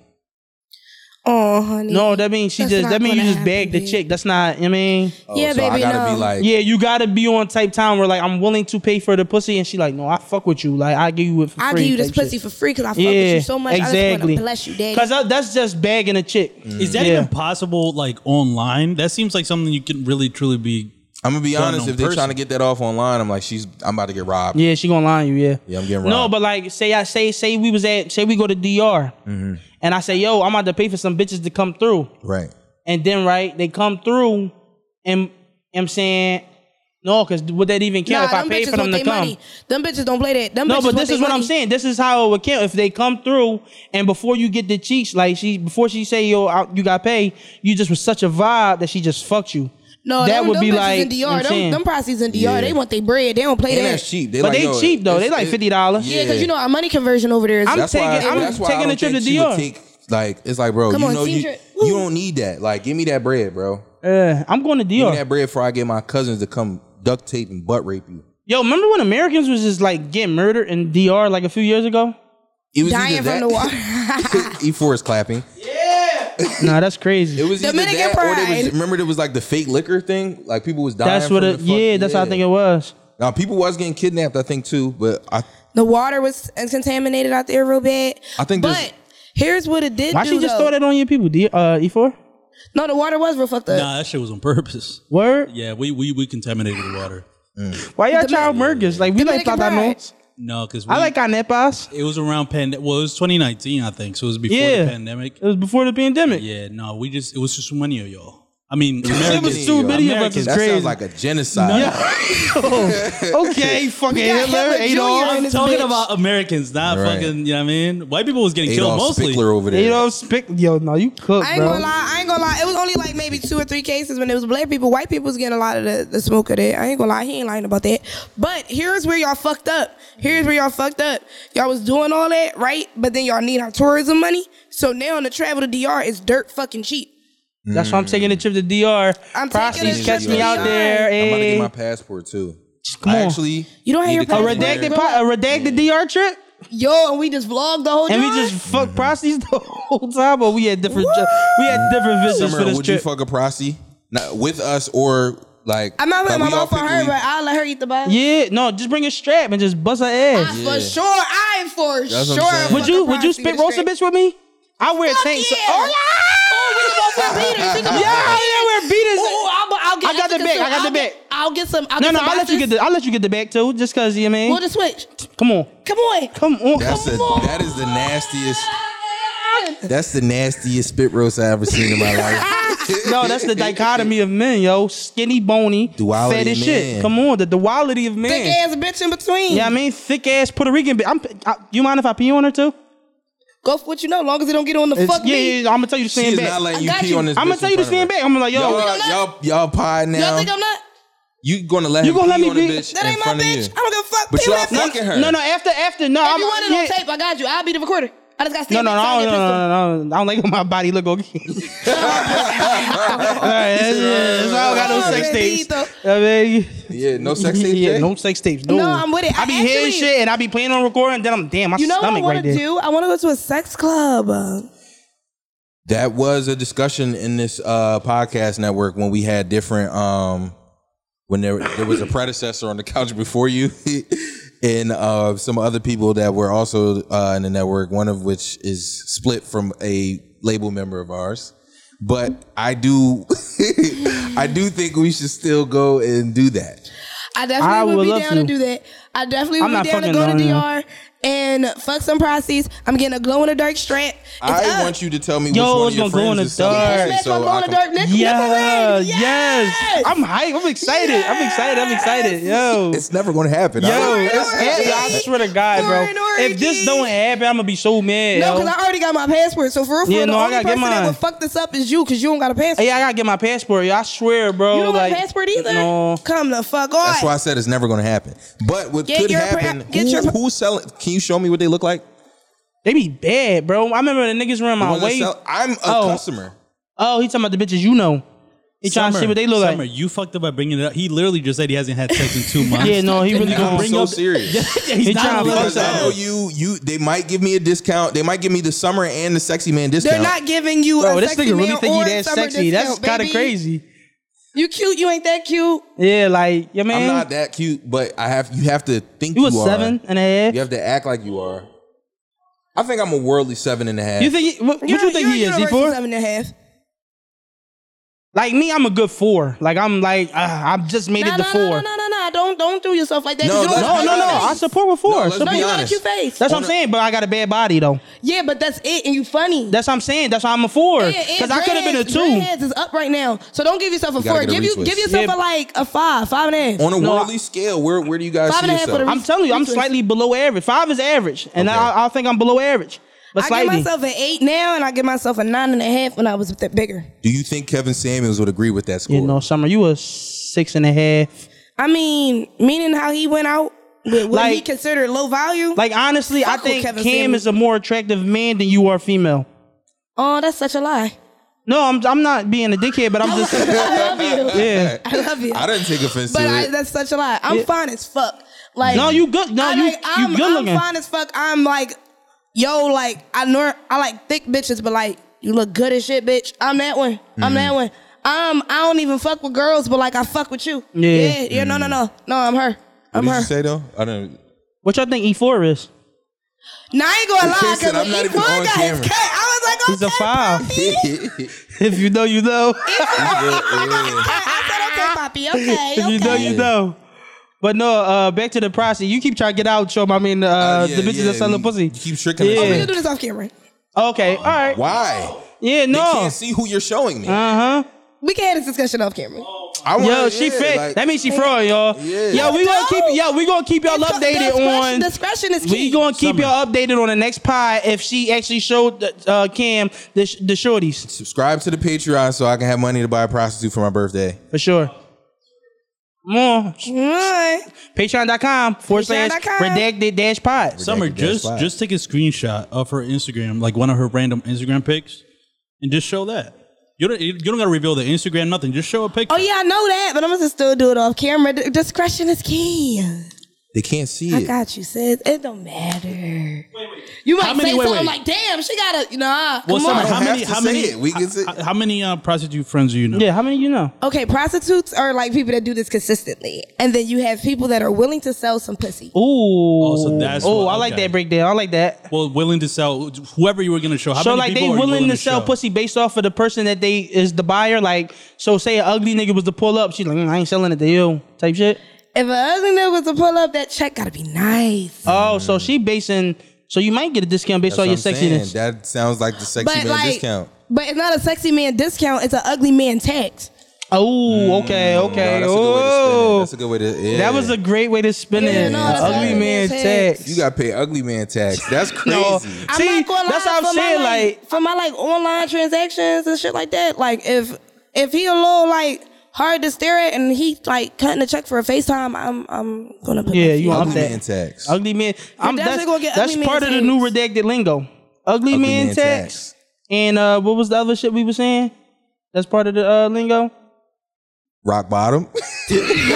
Speaker 4: Oh, honey.
Speaker 3: No, that means she
Speaker 4: That's
Speaker 3: just.
Speaker 4: not
Speaker 3: That means you
Speaker 4: gonna
Speaker 3: just bagged
Speaker 4: happen,
Speaker 3: the
Speaker 4: babe.
Speaker 3: chick. That's not. I mean.
Speaker 2: Oh,
Speaker 4: Yeah,
Speaker 2: so I
Speaker 4: baby,
Speaker 2: gotta
Speaker 4: no.
Speaker 2: be like,
Speaker 3: Yeah, you gotta be on type time where like I'm willing to pay for the pussy, and she like, no, I fuck with you. Like I give you it for
Speaker 4: I
Speaker 3: free.
Speaker 4: give you this
Speaker 3: type shit.
Speaker 4: pussy for free because I fuck
Speaker 3: yeah,
Speaker 4: with you so much. I just
Speaker 3: Exactly.
Speaker 4: want to bless you, daddy.
Speaker 3: Cause I- that's just bagging a chick.
Speaker 2: Mm.
Speaker 5: Is that
Speaker 3: Yeah.
Speaker 5: even possible? Like online, that seems like something you can really truly be.
Speaker 2: I'm gonna be
Speaker 5: Done
Speaker 2: honest.
Speaker 5: on
Speaker 2: If they're
Speaker 5: person.
Speaker 2: trying to get that off online, I'm like, she's. I'm about to get robbed.
Speaker 3: Yeah, she gonna lie on you. Yeah.
Speaker 2: Yeah, I'm getting
Speaker 3: No,
Speaker 2: robbed.
Speaker 3: but like, say I say say we was at say we go to DR,
Speaker 2: Mm-hmm.
Speaker 3: and I say, yo, I'm about to pay for some bitches to come through,
Speaker 2: Right.
Speaker 3: and then right they come through, and I'm saying no, cause would that even count
Speaker 4: Nah,
Speaker 3: if I
Speaker 4: them
Speaker 3: paid
Speaker 4: bitches
Speaker 3: for
Speaker 4: want
Speaker 3: them to
Speaker 4: they
Speaker 3: come?
Speaker 4: Money. Them bitches don't play that. Them
Speaker 3: No,
Speaker 4: bitches
Speaker 3: but
Speaker 4: want
Speaker 3: this
Speaker 4: they
Speaker 3: is what I'm
Speaker 4: money.
Speaker 3: saying. This is how it would count if they come through and before you get the cheeks, like she before she say yo, I, you got paid, you just was such a vibe that she just fucked you.
Speaker 4: No,
Speaker 3: that
Speaker 4: them,
Speaker 3: would
Speaker 4: them
Speaker 3: be
Speaker 4: bitches
Speaker 3: like
Speaker 4: in
Speaker 3: you know what
Speaker 4: DR.
Speaker 3: I'm
Speaker 4: Them,
Speaker 3: saying?
Speaker 4: them prostitutes in DR.
Speaker 2: Yeah.
Speaker 4: They want their bread. They don't play
Speaker 2: And
Speaker 4: that.
Speaker 2: that's cheap. They
Speaker 3: But
Speaker 2: like,
Speaker 3: they
Speaker 2: yo,
Speaker 3: cheap, though.
Speaker 2: it's-
Speaker 3: They like
Speaker 2: it-
Speaker 3: $50.
Speaker 4: yeah, because you know our money conversion over there is.
Speaker 3: I'm-
Speaker 2: That's why,
Speaker 3: taking- I'm
Speaker 2: that's why I
Speaker 3: taking a
Speaker 2: don't
Speaker 3: trip
Speaker 2: think
Speaker 3: to
Speaker 2: she
Speaker 3: DR.
Speaker 2: would take like it's like, bro,
Speaker 4: Come
Speaker 2: you
Speaker 4: on,
Speaker 2: know you,
Speaker 4: Cedric.
Speaker 2: you don't need that. Like, give me that bread, bro.
Speaker 3: Yeah, I'm going to
Speaker 2: Give
Speaker 3: DR.
Speaker 2: me that bread before I get my cousins to come duct tape and butt rape you.
Speaker 3: Yo, remember when Americans was just like getting murdered in DR like a few years ago?
Speaker 2: It was
Speaker 4: Dying
Speaker 2: either
Speaker 4: from
Speaker 2: that,
Speaker 4: the water.
Speaker 2: E4 is clapping.
Speaker 3: nah, that's crazy.
Speaker 2: It was either
Speaker 4: Dominican
Speaker 2: that or they
Speaker 4: pride.
Speaker 2: was, remember there was like the fake liquor thing. Like people was dying.
Speaker 3: that's what.
Speaker 2: from
Speaker 3: It,
Speaker 2: the fuck-
Speaker 3: yeah, that's how I think it was.
Speaker 2: Now people was getting kidnapped, I think too. But I
Speaker 4: The water was contaminated out there real bad.
Speaker 2: I think there's-
Speaker 4: but here's what it did.
Speaker 3: Why
Speaker 4: do,
Speaker 3: she just
Speaker 4: though.
Speaker 3: throw that on your people? D, uh, E4.
Speaker 4: No, the water was real fucked
Speaker 3: Uh,
Speaker 4: up.
Speaker 5: Nah, that shit was on purpose.
Speaker 3: Word.
Speaker 5: Yeah, we we, we contaminated the water.
Speaker 3: Why y'all child murderers? Like we like
Speaker 4: Dominican pride.
Speaker 3: platanos.
Speaker 5: No, because
Speaker 3: I like canepas.
Speaker 5: It was around pandemic. Well, it was 2019, I think. So it was before
Speaker 3: Yeah.
Speaker 5: the pandemic.
Speaker 3: It was before the pandemic.
Speaker 5: Yeah, no, we just it was just many of y'all. I mean,
Speaker 3: It
Speaker 5: Americans.
Speaker 3: was too
Speaker 2: Yo,
Speaker 3: many of us.
Speaker 5: Americans,
Speaker 3: It's
Speaker 2: that
Speaker 3: crazy.
Speaker 2: sounds like a genocide.
Speaker 3: okay, fucking Hitler,
Speaker 4: Hitler
Speaker 3: Adolf.
Speaker 4: Jr. in
Speaker 5: I'm
Speaker 4: this
Speaker 5: talking
Speaker 4: bitch.
Speaker 5: about Americans, not
Speaker 2: Right.
Speaker 5: fucking. You know what I mean? White people was getting
Speaker 2: Adolf
Speaker 5: killed mostly.
Speaker 2: Spickler over there.
Speaker 3: Adolf Spick. Yo, no, you cook,
Speaker 4: I ain't
Speaker 3: bro.
Speaker 4: gonna lie. I ain't gonna lie. It was only like maybe two or three cases when it was black people. White people was getting a lot of the, the smoke of that. I ain't gonna lie. He ain't lying about that. But here's where y'all fucked up. Here's where y'all fucked up. Y'all was doing all that, right? But then y'all need our tourism money. So now the travel to DR is dirt fucking cheap.
Speaker 3: That's why I'm taking the trip to DR.
Speaker 4: I'm taking
Speaker 3: Prostitutes
Speaker 4: a
Speaker 3: catch
Speaker 4: trip
Speaker 3: me
Speaker 4: to
Speaker 3: out
Speaker 4: DR.
Speaker 3: there.
Speaker 2: I'm about to
Speaker 3: eh.
Speaker 2: get my passport too.
Speaker 3: Come
Speaker 2: I
Speaker 3: on.
Speaker 2: actually
Speaker 4: You don't have
Speaker 2: need
Speaker 4: your
Speaker 2: to come
Speaker 3: a
Speaker 2: here.
Speaker 4: passport?
Speaker 3: redacted, po- a redacted DR trip.
Speaker 4: Yo, and we just vlogged the whole
Speaker 3: And we
Speaker 4: drive?
Speaker 3: just fuck prostitutes the whole time, but we had different jo- we had different visions
Speaker 2: Summer,
Speaker 3: for this
Speaker 2: would you
Speaker 3: trip.
Speaker 2: fuck a prosty? Not with us or like?
Speaker 4: I'm not
Speaker 2: like,
Speaker 4: with my
Speaker 2: we all
Speaker 4: mom for
Speaker 2: pick
Speaker 4: her,
Speaker 2: we-
Speaker 4: but I'll let her eat the bus.
Speaker 3: yeah, no, just bring a strap and just bust her ass.
Speaker 4: I- For sure, I for
Speaker 2: That's what I'm
Speaker 4: sure.
Speaker 2: saying.
Speaker 4: fuck
Speaker 3: would you
Speaker 4: a
Speaker 3: would you
Speaker 4: prostitute
Speaker 3: spit roast a
Speaker 4: straight.
Speaker 3: bitch with me? I wear
Speaker 4: Fuck
Speaker 3: tanks.
Speaker 4: yeah.
Speaker 3: Oh,
Speaker 4: Oh, we both wear beaters. Think about
Speaker 3: yeah, I wear beaters.
Speaker 4: Oh, I'll, bu- I'll get.
Speaker 3: I got the
Speaker 4: get
Speaker 3: bag,
Speaker 4: some-
Speaker 3: I got the
Speaker 4: I'll get-
Speaker 3: bag.
Speaker 4: I'll get some. I'll
Speaker 3: no,
Speaker 4: get
Speaker 3: no,
Speaker 4: some
Speaker 3: I'll let you get
Speaker 4: boxes.
Speaker 3: the I'll let you get the back too, just cause you know what I mean.
Speaker 4: We'll just switch.
Speaker 3: come on,
Speaker 4: Come on.
Speaker 3: come on.
Speaker 2: That's
Speaker 4: Come
Speaker 2: a,
Speaker 4: on.
Speaker 2: that is the nastiest. That's the nastiest spit roast I ever seen in my life.
Speaker 3: No, that's the dichotomy of men, yo. Skinny, bony,
Speaker 2: Duality
Speaker 3: fat as
Speaker 2: of
Speaker 3: shit.
Speaker 2: men.
Speaker 3: Come on, the duality of
Speaker 4: Thick
Speaker 3: men.
Speaker 4: ass bitch in between.
Speaker 3: Yeah, I mean, thick ass Puerto Rican. bi- I'm. I, you mind if I pee on her too?
Speaker 4: Go for what you know, long as it don't get on the
Speaker 3: It's-
Speaker 4: fuck
Speaker 3: yeah,
Speaker 4: me.
Speaker 3: yeah, I'm gonna tell you to
Speaker 2: She
Speaker 3: stand
Speaker 2: is
Speaker 3: back.
Speaker 2: not
Speaker 4: I
Speaker 2: letting you
Speaker 4: got
Speaker 2: pee
Speaker 4: you.
Speaker 2: on this.
Speaker 3: I'm gonna tell you to stand
Speaker 2: in front of her.
Speaker 3: back. I'm gonna be like, yo,
Speaker 2: Y'all, y'all, y'all pie
Speaker 4: Y'all
Speaker 2: now.
Speaker 4: think I'm not?
Speaker 2: you gonna let
Speaker 3: You
Speaker 2: him
Speaker 3: gonna let
Speaker 2: pee
Speaker 3: me
Speaker 2: on the
Speaker 3: be-
Speaker 2: bitch
Speaker 4: That
Speaker 2: in
Speaker 4: ain't my
Speaker 2: front of
Speaker 4: bitch.
Speaker 2: you.
Speaker 4: I don't give a fuck.
Speaker 2: But
Speaker 4: Pay
Speaker 2: y'all
Speaker 4: what I fuck.
Speaker 2: fucking her.
Speaker 3: No, no. After, after, no.
Speaker 4: If you want
Speaker 3: I'm,
Speaker 4: it on
Speaker 3: yeah.
Speaker 4: tape, I got you. I'll be the recorder. I just got to
Speaker 3: No,
Speaker 4: stand
Speaker 3: no, no,
Speaker 4: beside
Speaker 3: I
Speaker 4: your
Speaker 3: don't- no,
Speaker 4: pistol.
Speaker 3: no, no, no, no. I don't like when my body look okay. All right, that's, yeah, that's why I don't got no
Speaker 4: Oh,
Speaker 3: sex tapes.
Speaker 4: bendito.
Speaker 3: I mean,
Speaker 2: Yeah, no sex tape.
Speaker 3: yeah,
Speaker 2: Jay?
Speaker 3: no sex tapes. No,
Speaker 4: No, I'm with it.
Speaker 3: I
Speaker 4: I
Speaker 3: be hearing
Speaker 4: actually-
Speaker 3: shit and I be playing on recording. Then I'm damn, my
Speaker 4: You know what I
Speaker 3: stomach
Speaker 4: want
Speaker 3: right
Speaker 4: to
Speaker 3: there.
Speaker 4: do? I want to go to a sex club.
Speaker 2: That was a discussion in this uh, podcast network when we had different. Um, when there there was a predecessor on the couch before you, and uh, some other people that were also uh, in the network. One of which is split from a label member of ours. But I do, I do think we should still go and do that.
Speaker 4: I definitely
Speaker 3: I
Speaker 4: would,
Speaker 3: would
Speaker 4: be
Speaker 3: love
Speaker 4: down to.
Speaker 3: to.
Speaker 4: do that. I definitely
Speaker 3: I'm
Speaker 4: would
Speaker 3: not
Speaker 4: be down to
Speaker 3: fucking
Speaker 4: go to
Speaker 3: down, yeah.
Speaker 4: DR and fuck some prossies. I'm getting a glow in the dark strap. It's
Speaker 2: I
Speaker 4: up.
Speaker 2: want you to tell me
Speaker 3: Yo,
Speaker 2: which one
Speaker 3: it's
Speaker 2: of your
Speaker 3: gonna go
Speaker 2: friends
Speaker 3: in the
Speaker 2: is selling
Speaker 3: dark.
Speaker 2: pussy
Speaker 4: Smash
Speaker 2: so
Speaker 4: my glow
Speaker 2: I
Speaker 4: in the
Speaker 2: can-
Speaker 4: dark nipple.
Speaker 3: Yeah, yes.
Speaker 4: I'm
Speaker 3: I'm hype. I'm excited. I'm excited. I'm excited. Yo.
Speaker 2: It's never gonna happen. I
Speaker 3: Yo,
Speaker 2: don't-
Speaker 4: Foreign
Speaker 3: it's happening. I
Speaker 4: orgy.
Speaker 3: swear to God,
Speaker 4: Foreign
Speaker 3: bro. If this
Speaker 4: orgy.
Speaker 3: don't happen, I'm gonna be so mad.
Speaker 4: no,
Speaker 3: yo.
Speaker 4: because I already got my passport. So for real, for
Speaker 3: Yeah,
Speaker 4: real, the
Speaker 3: no, I
Speaker 4: only
Speaker 3: gotta get
Speaker 4: person that
Speaker 3: mine.
Speaker 4: would fuck this up is you because you don't got a passport.
Speaker 3: Hey, I gotta get my passport. Yo, I swear, bro.
Speaker 4: you don't
Speaker 3: like,
Speaker 4: got a passport either.
Speaker 3: No.
Speaker 4: Come the fuck on.
Speaker 2: That's why I said it's never going to happen. But what
Speaker 4: Get
Speaker 2: could
Speaker 4: your pra-
Speaker 2: happen?
Speaker 4: get
Speaker 2: who-
Speaker 4: your-
Speaker 2: who's selling? Can you show me what they look like?
Speaker 3: They be bad, bro. I remember the niggas around
Speaker 2: The
Speaker 3: my
Speaker 2: ones that
Speaker 3: way.
Speaker 2: sell- I'm a
Speaker 3: Oh.
Speaker 2: customer.
Speaker 3: Oh, he talking about the bitches you know. He trying to see what they look
Speaker 5: Summer,
Speaker 3: like.
Speaker 5: you fucked up by bringing it up. He literally just said he hasn't had sex in two months.
Speaker 3: Yeah, no, he really
Speaker 5: You
Speaker 3: gonna
Speaker 5: gonna
Speaker 2: I'm
Speaker 5: bring
Speaker 2: so
Speaker 5: up.
Speaker 2: serious.
Speaker 5: Yeah, he's
Speaker 3: He
Speaker 5: not
Speaker 3: trying to
Speaker 5: allowed
Speaker 3: fuck
Speaker 5: to
Speaker 2: because I know
Speaker 3: something.
Speaker 5: say it.
Speaker 2: you. You. They might give me a discount. They might give me the summer and the sexy man discount.
Speaker 4: They're not giving you
Speaker 3: Bro,
Speaker 4: a
Speaker 3: this
Speaker 4: sexy
Speaker 3: nigga really
Speaker 4: male
Speaker 3: think
Speaker 4: or
Speaker 3: he that
Speaker 4: summer
Speaker 3: sexy. That's
Speaker 4: discount,
Speaker 3: kind of
Speaker 4: baby.
Speaker 3: crazy.
Speaker 4: You cute, you ain't that cute.
Speaker 3: Yeah, like, yeah, man.
Speaker 2: I'm not that cute, but I have. You have to think
Speaker 3: you
Speaker 2: you,
Speaker 3: was
Speaker 2: are.
Speaker 3: seven and a half.
Speaker 2: You have to act like you are. I think I'm a worldly seven and a half.
Speaker 3: You think? He, what what you think he is? He four?
Speaker 4: Seven and a half.
Speaker 3: Like me, I'm a good four. Like I'm like uh, I've just made
Speaker 4: Nah,
Speaker 3: it to
Speaker 4: nah,
Speaker 3: four.
Speaker 4: nah, nah, nah, nah. Don't don't do yourself like that.
Speaker 2: No,
Speaker 4: you don't
Speaker 2: let's
Speaker 3: No,
Speaker 4: got
Speaker 2: be
Speaker 3: no,
Speaker 4: a
Speaker 3: no.
Speaker 4: cute
Speaker 2: honest.
Speaker 3: I
Speaker 4: face.
Speaker 3: support with four.
Speaker 2: let's
Speaker 3: So-
Speaker 4: No,
Speaker 2: be
Speaker 4: you got a
Speaker 2: honest.
Speaker 4: cute face.
Speaker 3: that's what I'm saying. But I got a bad body though.
Speaker 4: Yeah, but that's it, and you funny.
Speaker 3: That's what I'm saying. That's why I'm a four.
Speaker 4: Yeah, and
Speaker 3: Because I could have been a
Speaker 4: dreadheads- dreadheads
Speaker 3: two.
Speaker 4: is up right now, so don't give yourself a
Speaker 2: gotta
Speaker 4: four.
Speaker 2: get a
Speaker 4: Give you
Speaker 2: retwist.
Speaker 4: give yourself
Speaker 3: Yeah.
Speaker 4: a like a five, five and a half.
Speaker 2: on a
Speaker 3: No, I-
Speaker 2: worldly scale, where where do you guys see
Speaker 4: Five and a half for
Speaker 2: yourself?
Speaker 4: the
Speaker 3: I'm telling you, I'm
Speaker 4: Retwist.
Speaker 3: slightly below average. Five is average, and
Speaker 2: Okay.
Speaker 3: I, I think I'm below average, but
Speaker 4: I give
Speaker 3: slightly.
Speaker 4: myself an eight now, and I give myself a nine and a half when I was that bigger.
Speaker 2: do you think Kevin Samuels would agree with that score?
Speaker 3: You know, Summer, you a six and a half.
Speaker 4: I mean, meaning how he went out with what he
Speaker 3: Like-
Speaker 4: considered low value.
Speaker 3: Like honestly,
Speaker 4: Fuck
Speaker 3: I
Speaker 4: with
Speaker 3: think
Speaker 4: Kevin
Speaker 3: Cam
Speaker 4: Samuels.
Speaker 3: is a more attractive man than you are female.
Speaker 4: oh, that's such a lie.
Speaker 3: No, I'm I'm not being a dickhead, but I'm just
Speaker 4: I love you.
Speaker 3: yeah.
Speaker 4: I love you.
Speaker 2: I didn't take offense
Speaker 4: But
Speaker 2: to
Speaker 4: I,
Speaker 2: it.
Speaker 4: that's such a lie. I'm fine as fuck. Like
Speaker 3: No, you good. No,
Speaker 4: I
Speaker 3: you
Speaker 4: like, I'm,
Speaker 3: you good
Speaker 4: I'm
Speaker 3: looking.
Speaker 4: fine as fuck. I'm like, yo, like I nor I like thick bitches, but like you look good as shit, bitch. I'm that one. I'm that
Speaker 3: Mm-hmm.
Speaker 4: one. Um, I don't even fuck with girls, but like I fuck with you.
Speaker 3: Yeah. Mm.
Speaker 4: yeah, yeah, No, no, no, no. I'm her. I'm
Speaker 2: what did
Speaker 4: her.
Speaker 2: you say though? I don't.
Speaker 3: What y'all think E four is?
Speaker 4: Now I ain't gonna lie,
Speaker 2: He said,
Speaker 4: because
Speaker 2: "I'm not
Speaker 4: when
Speaker 2: even on
Speaker 4: Equan got his
Speaker 2: camera."
Speaker 4: cut, I was like, okay,
Speaker 3: He's a five.
Speaker 4: Poppy.
Speaker 3: If you know, you know.
Speaker 2: Yeah, yeah.
Speaker 4: I said, okay, Poppy, okay,
Speaker 3: If you know,
Speaker 4: okay.
Speaker 3: you know. But no, uh, back to the process. You keep trying to get out, Chum. I mean, uh,
Speaker 2: Uh, yeah,
Speaker 3: the bitches
Speaker 2: yeah,
Speaker 3: that selling
Speaker 2: you-
Speaker 3: pussy.
Speaker 2: you keep tricking us.
Speaker 4: We'll
Speaker 3: Yeah.
Speaker 4: do this off camera.
Speaker 3: Okay, all right.
Speaker 2: Why?
Speaker 3: Yeah,
Speaker 2: They
Speaker 3: no. Uh,
Speaker 2: can't see who you're showing me.
Speaker 4: We can have this discussion off camera.
Speaker 2: I wanna-
Speaker 3: Yo, she
Speaker 2: yeah,
Speaker 3: fake.
Speaker 2: like-
Speaker 3: that means she fraud, y'all.
Speaker 2: Yeah.
Speaker 3: Yo, we gonna keep. Yo, we gonna keep y'all
Speaker 4: It's co-
Speaker 3: updated
Speaker 4: discretion-
Speaker 3: on.
Speaker 4: discretion is key.
Speaker 3: We gonna keep
Speaker 5: Summer.
Speaker 3: y'all updated on the next pie if she actually showed uh, Cam the sh- the shorties
Speaker 2: subscribe to the Patreon so I can have money to buy a prostitute for my birthday.
Speaker 3: for sure. More
Speaker 4: Alright.
Speaker 3: Patreon.com forward slash
Speaker 4: Patreon.com.
Speaker 3: redacted dash pod.
Speaker 5: Summer,
Speaker 2: Redacted dash
Speaker 5: just
Speaker 2: five.
Speaker 5: just take a screenshot of her Instagram, like one of her random Instagram pics, and just show that. You don't you don't gotta reveal the Instagram, nothing. Just show a picture.
Speaker 4: Oh yeah, I know that, but I'm gonna still do it off camera. D- Discretion is key.
Speaker 2: They can't see
Speaker 4: I
Speaker 2: it.
Speaker 4: got you, sis. It don't matter. You might
Speaker 5: How many-
Speaker 4: say
Speaker 5: wait,
Speaker 4: something
Speaker 5: wait.
Speaker 4: like, "Damn, she got a," you know. ah,
Speaker 5: Well,
Speaker 4: come
Speaker 5: Summer,
Speaker 4: on.
Speaker 5: how
Speaker 2: don't
Speaker 5: many?
Speaker 2: have to
Speaker 5: How
Speaker 2: say
Speaker 5: many?
Speaker 2: it. We can say-
Speaker 5: how, how many uh, prostitute friends do you know?
Speaker 3: Yeah, how many you know?
Speaker 4: Okay, prostitutes are like people that do this consistently, and then you have people that are willing to sell some pussy.
Speaker 3: Ooh. Oh,
Speaker 5: so that's
Speaker 3: Ooh,
Speaker 5: what-
Speaker 3: I like
Speaker 5: okay.
Speaker 3: that breakdown. I like that.
Speaker 5: Well, willing to sell whoever you were going to show. How
Speaker 3: so
Speaker 5: many
Speaker 3: like they
Speaker 5: people are you
Speaker 3: willing, to, sell
Speaker 5: show?
Speaker 3: pussy based off of the person that they is the buyer. Like, so say an ugly nigga was to pull up, she's like, "Mm, I ain't selling it to you, type shit.
Speaker 4: If a ugly nigga was to pull up, that check gotta be nice.
Speaker 3: Oh, so she basing. So you might get a discount based
Speaker 2: That's
Speaker 3: on
Speaker 2: what
Speaker 3: your
Speaker 2: I'm saying.
Speaker 3: sexiness.
Speaker 2: That sounds like the sexy
Speaker 4: but
Speaker 2: man
Speaker 4: like,
Speaker 2: discount.
Speaker 4: but it's not a sexy man discount. It's an ugly man tax.
Speaker 3: oh, okay,
Speaker 2: No,
Speaker 3: okay.
Speaker 2: that's,
Speaker 3: oh,
Speaker 2: a good way to spin it. That's a good way to. Yeah.
Speaker 3: that was a great way to spin
Speaker 4: Yeah,
Speaker 3: it.
Speaker 4: no,
Speaker 2: that's
Speaker 3: ugly
Speaker 2: ugly
Speaker 3: man
Speaker 4: man
Speaker 3: tax.
Speaker 4: tax.
Speaker 2: You got to pay ugly man tax. That's crazy.
Speaker 3: No.
Speaker 4: I'm
Speaker 3: See,
Speaker 4: not gonna
Speaker 3: that's
Speaker 4: lie,
Speaker 3: what I'm
Speaker 4: for my,
Speaker 3: saying, like-
Speaker 4: for my like online transactions and shit like that. Like if if he a little like hard to stare at and he like cutting a check for a FaceTime, I'm I'm gonna put
Speaker 3: Yeah,
Speaker 4: my
Speaker 3: you
Speaker 4: feet
Speaker 3: want
Speaker 2: Ugly
Speaker 4: up.
Speaker 3: that.
Speaker 2: man tax.
Speaker 3: Ugly man. I'm
Speaker 4: definitely
Speaker 3: that's,
Speaker 4: gonna get
Speaker 3: that's
Speaker 4: ugly man
Speaker 3: part of the new redacted lingo. Ugly,
Speaker 2: Ugly man
Speaker 3: man, tax.
Speaker 2: tax.
Speaker 3: And uh, what was the other shit we were saying? That's part of the uh, lingo.
Speaker 2: Rock bottom.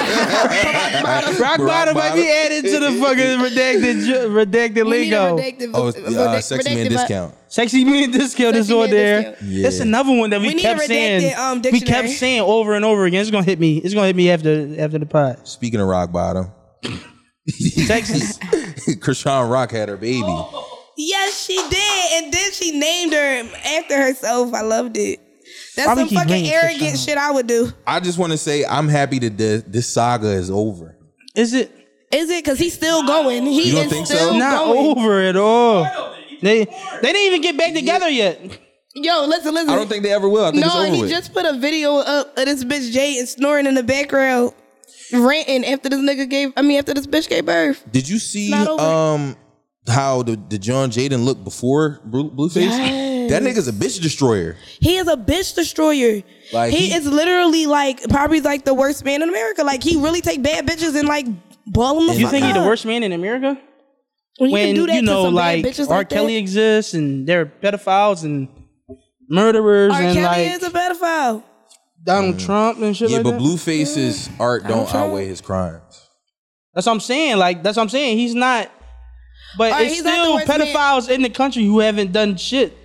Speaker 3: Rock bottom might be added to the fucking redacted ju- redacted
Speaker 4: You need a
Speaker 3: lingo.
Speaker 4: redacted-
Speaker 2: Oh,
Speaker 4: redacted-
Speaker 2: uh, sexy man
Speaker 4: redacted-
Speaker 2: discount.
Speaker 3: Sexy man discount is
Speaker 4: Sexy
Speaker 3: on
Speaker 4: man
Speaker 3: there.
Speaker 4: discount.
Speaker 2: Yeah.
Speaker 3: It's another one that we,
Speaker 4: We need a
Speaker 3: kept saying.
Speaker 4: redacted, um,
Speaker 3: we kept
Speaker 4: dictionary.
Speaker 3: saying over and over again. It's gonna hit me. It's gonna hit me after after the pod.
Speaker 2: Speaking of rock bottom,
Speaker 3: Texas.
Speaker 2: Krishan Rock had her baby.
Speaker 4: Yes, she did, and then she named her after herself. I loved it. That's
Speaker 3: Why we
Speaker 4: some
Speaker 3: keep
Speaker 4: fucking
Speaker 3: bringing
Speaker 4: arrogant
Speaker 3: Krishan?
Speaker 4: shit I would do.
Speaker 2: I just want to say I'm happy that this, this saga is over.
Speaker 3: is it
Speaker 4: Is it? Cause he's still going. He
Speaker 2: You don't
Speaker 4: is
Speaker 2: think so?
Speaker 4: still
Speaker 3: not
Speaker 4: going.
Speaker 3: over at all? They they didn't even get back together yet.
Speaker 4: Yo, listen, listen.
Speaker 2: I don't think they ever will. I think it's
Speaker 4: No,
Speaker 2: over
Speaker 4: and he
Speaker 2: with.
Speaker 4: just put a video up of this bitch Jay and snoring in the background, ranting after this nigga gave. I mean, after this bitch gave birth.
Speaker 2: Did you see
Speaker 4: Not over.
Speaker 2: um how the, the John Jaden looked before Blue, Blueface? That nigga's a bitch destroyer.
Speaker 4: He is a bitch destroyer.
Speaker 2: Like,
Speaker 4: he,
Speaker 2: he-
Speaker 4: is literally like probably like the worst man in America. Like he really take bad bitches and like ball them the
Speaker 3: You
Speaker 4: fuck
Speaker 3: think he the
Speaker 4: up.
Speaker 3: worst man in America?
Speaker 4: when,
Speaker 3: when
Speaker 4: can
Speaker 3: you,
Speaker 4: do that to
Speaker 3: know
Speaker 4: some bad
Speaker 3: like R.
Speaker 4: bitches like that?
Speaker 3: Kelly exists and there are pedophiles and murderers
Speaker 4: R.
Speaker 3: and
Speaker 4: Kelly
Speaker 3: like
Speaker 4: is a pedophile.
Speaker 3: Donald Trump and shit
Speaker 2: Yeah,
Speaker 3: like
Speaker 2: but
Speaker 3: that.
Speaker 2: Blueface's art don't
Speaker 4: trying.
Speaker 2: outweigh his crimes.
Speaker 3: that's what I'm saying. Like that's what I'm saying. He's not. But
Speaker 4: Alright,
Speaker 3: it's
Speaker 4: he's not the
Speaker 3: still
Speaker 4: worst man.
Speaker 3: pedophiles in the country who haven't done shit.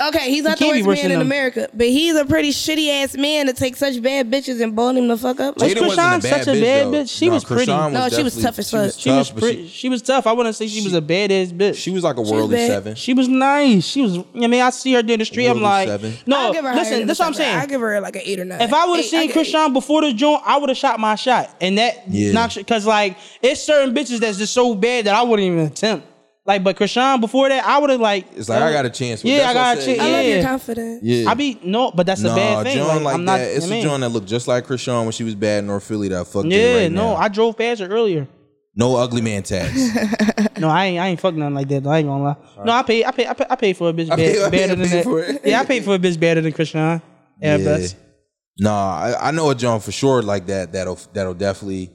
Speaker 4: Okay, he's not the
Speaker 3: can't be
Speaker 4: worst
Speaker 3: worse
Speaker 4: man
Speaker 3: than them.
Speaker 4: in America, but he's a pretty shitty ass man to take such bad bitches and ball him the fuck up. Like,
Speaker 3: Jada Krishan such a bad
Speaker 2: though.
Speaker 3: bitch? She was pretty.
Speaker 2: Krishan
Speaker 4: No, she was
Speaker 2: definitely-
Speaker 4: tough as
Speaker 2: she was
Speaker 4: fuck.
Speaker 3: She
Speaker 2: tough,
Speaker 3: was
Speaker 2: but
Speaker 3: pretty. She, was tough. I wouldn't say she, was a badass bitch.
Speaker 2: She
Speaker 3: She,
Speaker 2: was like a worldly
Speaker 4: bad.
Speaker 2: seven.
Speaker 3: was nice. She was. I mean, I see her doing the street. I'm
Speaker 2: World of
Speaker 3: like,
Speaker 2: Seven.
Speaker 3: no.
Speaker 4: I'll give her higher
Speaker 3: Listen,
Speaker 4: than
Speaker 3: that's what I'm
Speaker 4: seven.
Speaker 3: saying.
Speaker 4: I'll give her like an eight or nine.
Speaker 3: If I would have
Speaker 4: Eight,
Speaker 3: seen
Speaker 4: I'll give her eight.
Speaker 3: Krishan before the joint, I would have shot my shot. And that
Speaker 2: Yeah.
Speaker 3: knocks because like it's certain bitches that's just so bad that I wouldn't even attempt. Like, but Krishan before that, I would have like.
Speaker 2: It's like, I got a chance with-
Speaker 3: Yeah,
Speaker 2: that's
Speaker 3: I
Speaker 2: what I
Speaker 3: got a
Speaker 2: said.
Speaker 3: chance.
Speaker 4: I love your
Speaker 3: Yeah.
Speaker 4: confidence.
Speaker 2: yeah.
Speaker 3: I be no, but that's a bad thing.
Speaker 2: John like,
Speaker 3: I'm not.
Speaker 2: that. It's
Speaker 3: I
Speaker 2: a
Speaker 3: mean,
Speaker 2: John that looked just like Krishan when she was bad in North Philly that I fucked in
Speaker 3: Yeah,
Speaker 2: right
Speaker 3: no,
Speaker 2: now.
Speaker 3: I drove past her earlier.
Speaker 2: no ugly man tax.
Speaker 3: No, I ain't. I ain't fuck nothing like that. Though. I ain't gonna lie. No, I paid. I paid. I paid, I paid for a bitch bad,
Speaker 2: paid- I paid-
Speaker 3: better
Speaker 2: I
Speaker 3: than
Speaker 2: paid
Speaker 3: that.
Speaker 2: for it.
Speaker 3: Yeah, I paid for a bitch better than Krishan. Yeah,
Speaker 2: Yeah.
Speaker 3: but
Speaker 2: Nah, I, I know a John for sure like that. That'll that'll definitely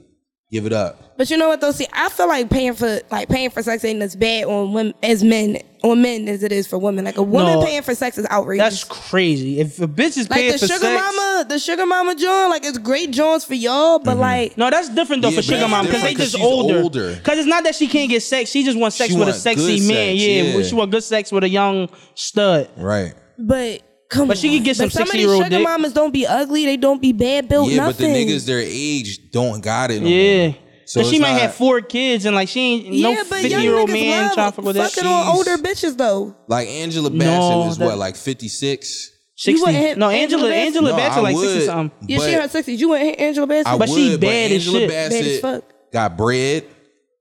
Speaker 2: give it up.
Speaker 4: But you know what though? See, I feel like paying for like paying for sex ain't as bad on women as men on men as it is for women. Like a woman
Speaker 3: No.
Speaker 4: paying for sex is outrageous.
Speaker 3: that's crazy. If a bitch is
Speaker 4: like
Speaker 3: paying
Speaker 4: the
Speaker 3: for
Speaker 4: sugar
Speaker 3: sex,
Speaker 4: mama, the sugar mama John, like it's great Johns for y'all,
Speaker 3: Mm-hmm.
Speaker 4: but like
Speaker 3: No, that's different though
Speaker 2: Yeah,
Speaker 3: for
Speaker 2: but
Speaker 3: Sugar
Speaker 2: that's
Speaker 3: Mom because they
Speaker 2: different 'cause
Speaker 3: just
Speaker 2: she's
Speaker 3: older.
Speaker 2: older.
Speaker 3: Because it's not that she can't get sex; she just wants sex
Speaker 2: She
Speaker 3: with a
Speaker 2: want
Speaker 3: sexy
Speaker 2: good
Speaker 3: man.
Speaker 2: sex,
Speaker 3: yeah,
Speaker 2: yeah.
Speaker 3: she want good sex with a young stud.
Speaker 2: Right.
Speaker 4: but come
Speaker 3: But she
Speaker 4: on.
Speaker 3: could get some
Speaker 4: but some of
Speaker 3: 60-year-old
Speaker 4: these sugar
Speaker 3: dick.
Speaker 4: mamas don't be ugly, they don't be bad built,
Speaker 2: Yeah,
Speaker 4: Oh, nothing.
Speaker 2: but the niggas their age don't got it. No
Speaker 3: Yeah.
Speaker 2: More. So
Speaker 3: So she
Speaker 2: it's
Speaker 3: might
Speaker 2: not-
Speaker 3: have four kids and like she ain't
Speaker 4: yeah,
Speaker 3: no
Speaker 4: but young
Speaker 3: fifty year old
Speaker 4: niggas
Speaker 3: man
Speaker 4: love
Speaker 3: trying to fuck with that.
Speaker 4: fucking on
Speaker 2: She's-
Speaker 4: older bitches though.
Speaker 2: Like Angela Bassett
Speaker 3: No,
Speaker 2: was
Speaker 3: that-
Speaker 2: what, like fifty six.
Speaker 4: You
Speaker 3: Sixty?
Speaker 4: wouldn't hit
Speaker 3: No,
Speaker 4: Angela
Speaker 3: Angela
Speaker 4: Bassett?
Speaker 3: Angela
Speaker 2: No,
Speaker 3: Bassett
Speaker 2: I
Speaker 3: like sixty
Speaker 2: would,
Speaker 3: something.
Speaker 4: Yeah, she in
Speaker 2: but-
Speaker 4: her sixties. You went hit Angela
Speaker 2: I
Speaker 4: Bassett.
Speaker 3: But she
Speaker 2: would,
Speaker 3: bad as
Speaker 2: Angela
Speaker 3: shit.
Speaker 2: Bassett
Speaker 4: Bad as fuck.
Speaker 2: got bread. You know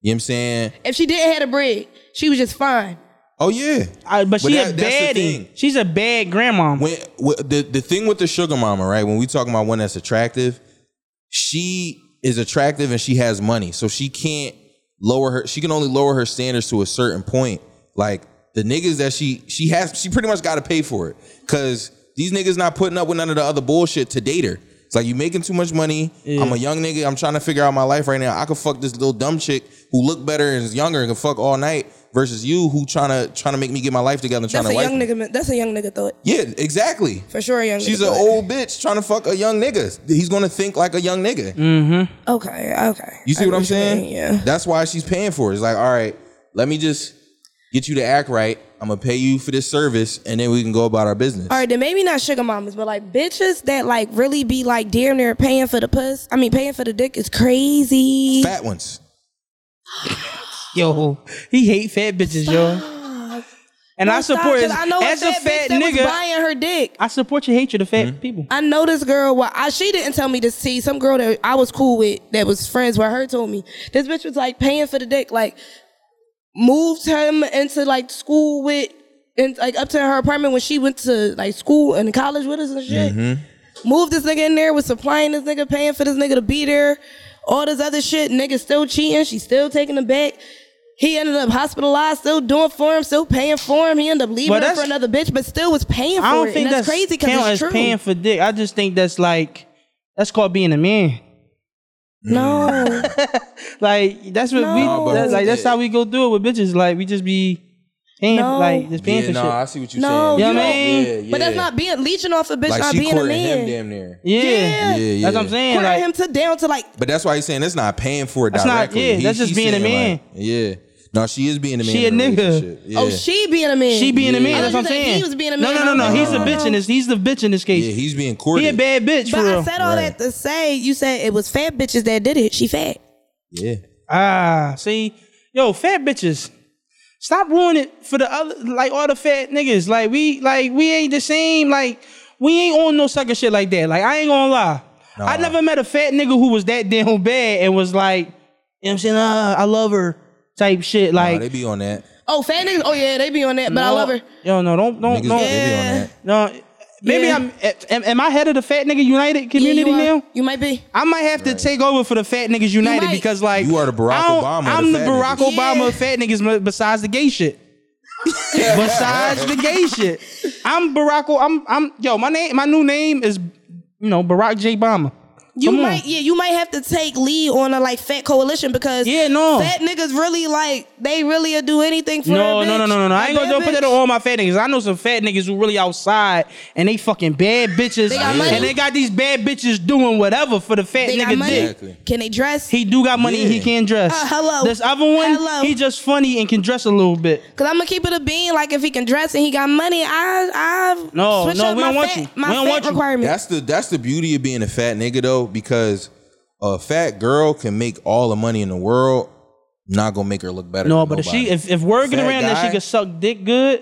Speaker 2: what I'm saying?
Speaker 4: If she didn't have a bread, she was just fine.
Speaker 2: Oh yeah.
Speaker 3: I- But she a
Speaker 2: that- that's the
Speaker 3: baddie.
Speaker 2: thing.
Speaker 3: She's a bad grandma.
Speaker 2: When wh- the the thing with the sugar mama, right? When we talking about one that's attractive, she is attractive and she has money, so she can't lower her. She can only lower her standards to a certain point. Like the niggas that she she has, she pretty much got to pay for it because these niggas not putting up with none of the other bullshit to date her. It's like you making too much money. I'm a young nigga. I'm trying to figure out my life right now. I could fuck this little dumb chick who look better and is younger and can fuck all night versus you who trying to trying to make me get my life together and trying
Speaker 4: That's a
Speaker 2: to wife
Speaker 4: young
Speaker 2: me.
Speaker 4: nigga. That's a young nigga thought.
Speaker 2: Yeah, exactly.
Speaker 4: For sure, a young.
Speaker 2: She's
Speaker 4: nigga
Speaker 2: an
Speaker 4: thought.
Speaker 2: old bitch trying to fuck a young nigga. He's gonna think like a young nigga.
Speaker 4: Okay, okay.
Speaker 2: You see
Speaker 4: I
Speaker 2: what I'm
Speaker 4: get you mean,
Speaker 2: saying?
Speaker 4: Yeah.
Speaker 2: That's why she's paying for it. It's like, all right, let me just get you to act right. I'm gonna pay you for this service, and then we can go about our business.
Speaker 4: All right, then maybe not sugar mamas, but like bitches that like really be like damn near paying for the puss. I mean, paying for the dick is crazy.
Speaker 2: Fat ones.
Speaker 3: Yo, he hate fat bitches, yo. And I
Speaker 4: Stop,
Speaker 3: support
Speaker 4: 'cause I know
Speaker 3: as a
Speaker 4: fat bitch
Speaker 3: fat
Speaker 4: that was
Speaker 3: nigga.
Speaker 4: buying her dick.
Speaker 3: I support your hatred of
Speaker 2: Hmm?
Speaker 3: fat people.
Speaker 4: I know this girl. Well, I, she didn't tell me this. See, some girl that I was cool with that was friends with her told me this bitch was like paying for the dick, like moved him into like school with, and like up to her apartment when she went to like school and college with us and shit.
Speaker 3: Mm-hmm.
Speaker 4: Moved this nigga in there, was supplying this nigga, paying for this nigga to be there, all this other shit. Nigga still cheating, she still taking him back. He ended up hospitalized, still doing for him, still paying for him. He ended up leaving
Speaker 3: Well,
Speaker 4: her for
Speaker 3: that's-
Speaker 4: another bitch, but still was paying for
Speaker 3: I
Speaker 4: it.
Speaker 3: don't
Speaker 4: And
Speaker 3: think that's,
Speaker 4: that's, crazy
Speaker 3: count
Speaker 4: because it's
Speaker 3: as
Speaker 4: true.
Speaker 3: paying for dick. I just think that's like that's called being a man.
Speaker 4: no.
Speaker 3: Like that's what
Speaker 4: No,
Speaker 3: we
Speaker 2: but-
Speaker 3: that's, like that's how we go through it with bitches. Like we just be paying
Speaker 4: No.
Speaker 3: like just paying
Speaker 2: Yeah,
Speaker 3: for
Speaker 2: nah, I
Speaker 3: shit.
Speaker 2: see what you're
Speaker 4: No,
Speaker 2: saying.
Speaker 4: you
Speaker 3: Yeah, I mean,
Speaker 4: But that's not being leeching off a bitch,
Speaker 2: like
Speaker 4: not
Speaker 2: she
Speaker 4: being a
Speaker 2: courting him
Speaker 4: man.
Speaker 2: damn near.
Speaker 3: Yeah.
Speaker 4: Yeah.
Speaker 2: Yeah, yeah.
Speaker 3: that's what I'm saying.
Speaker 4: Quarter
Speaker 3: like
Speaker 4: him to down to like
Speaker 2: But that's why he's saying it's not paying for it
Speaker 3: That's not-
Speaker 2: directly.
Speaker 3: yeah, that's just
Speaker 2: she's
Speaker 3: being a
Speaker 2: saying,
Speaker 3: man.
Speaker 2: like, yeah. No, she is being a man.
Speaker 3: She
Speaker 2: in
Speaker 3: a nigga.
Speaker 2: relationship. Yeah.
Speaker 4: oh she being a man.
Speaker 3: she being a man.
Speaker 4: I
Speaker 3: That's
Speaker 4: thought
Speaker 3: what I'm
Speaker 4: you said
Speaker 3: saying.
Speaker 4: He was being a
Speaker 3: no,
Speaker 4: man.
Speaker 3: no, no, no.
Speaker 4: I was
Speaker 3: He's
Speaker 4: like,
Speaker 3: the bitch in this. He's the bitch in this case.
Speaker 2: yeah, he's being courted.
Speaker 3: he a bad bitch for
Speaker 4: But I
Speaker 3: real.
Speaker 4: said all
Speaker 2: Right.
Speaker 4: that to say you said it was fat bitches that did it. She fat.
Speaker 2: Yeah.
Speaker 3: Ah, see, yo, fat bitches, stop ruining it for the other, like all the fat niggas. Like we, like we ain't the same. Like we ain't on no sucker shit like that. Like I ain't gonna lie, I never met a fat nigga who was that damn bad and was like, you know what I'm saying, ah, I love her type shit.
Speaker 2: Nah,
Speaker 3: Like,
Speaker 2: they be on that.
Speaker 4: Oh, fat niggas. Oh yeah, they be on that. But I
Speaker 3: no,
Speaker 4: love her.
Speaker 3: Yo, no, don't, don't,
Speaker 2: Niggas,
Speaker 3: don't,
Speaker 2: they be on that.
Speaker 3: no. Maybe
Speaker 4: Yeah.
Speaker 3: I'm. Am, am I head of the Fat Nigga United
Speaker 4: Yeah,
Speaker 3: community
Speaker 4: you are.
Speaker 3: now?
Speaker 4: You might be.
Speaker 3: I might have to take over for the Fat Niggas United
Speaker 4: might.
Speaker 3: because like
Speaker 2: You are the Barack
Speaker 3: I don't-
Speaker 2: Obama of the
Speaker 3: I'm the,
Speaker 2: fat
Speaker 3: Barack
Speaker 2: niggas.
Speaker 3: Obama
Speaker 4: Yeah.
Speaker 3: of fat niggas m- besides the gay shit. besides the gay shit, I'm Barack. O- I'm I'm yo. My name, my new name is you know Barack J. Obama.
Speaker 4: You
Speaker 3: Come on.
Speaker 4: might. Yeah, you might have to take lead on a like fat coalition because
Speaker 3: Yeah, no.
Speaker 4: fat niggas really like they really will do anything for
Speaker 3: No,
Speaker 4: a
Speaker 3: no, no,
Speaker 4: bitch.
Speaker 3: no, no, no. I ain't
Speaker 4: A
Speaker 3: gonna
Speaker 4: bad
Speaker 3: don't put that
Speaker 4: bitch.
Speaker 3: on all my fat niggas. I know some fat niggas who really outside and they fucking bad bitches,
Speaker 4: got money.
Speaker 3: and they got these bad bitches doing whatever for the fat
Speaker 4: They got
Speaker 3: nigga
Speaker 4: money.
Speaker 3: dick.
Speaker 2: Exactly.
Speaker 4: Can they dress?
Speaker 3: He do got money.
Speaker 2: Yeah.
Speaker 3: He can dress.
Speaker 4: Uh, hello.
Speaker 3: This other one,
Speaker 4: Hello.
Speaker 3: he just funny and can dress a little bit.
Speaker 4: Cause I'm gonna keep it a bean. Like if he can dress and he got money, I I
Speaker 3: No,
Speaker 4: switch
Speaker 3: no,
Speaker 4: up
Speaker 3: we
Speaker 4: my
Speaker 3: don't want
Speaker 4: fat,
Speaker 3: you.
Speaker 4: My
Speaker 3: We don't
Speaker 4: fat
Speaker 3: want you.
Speaker 4: requirement.
Speaker 2: That's the that's the beauty of being a fat nigga though, because a fat girl can make all the money in the world, not gonna make her look better.
Speaker 3: No,
Speaker 2: than
Speaker 3: but if she
Speaker 2: nobody.
Speaker 3: if, if word get
Speaker 2: Fat
Speaker 3: around that she
Speaker 2: guy.
Speaker 3: can suck dick good,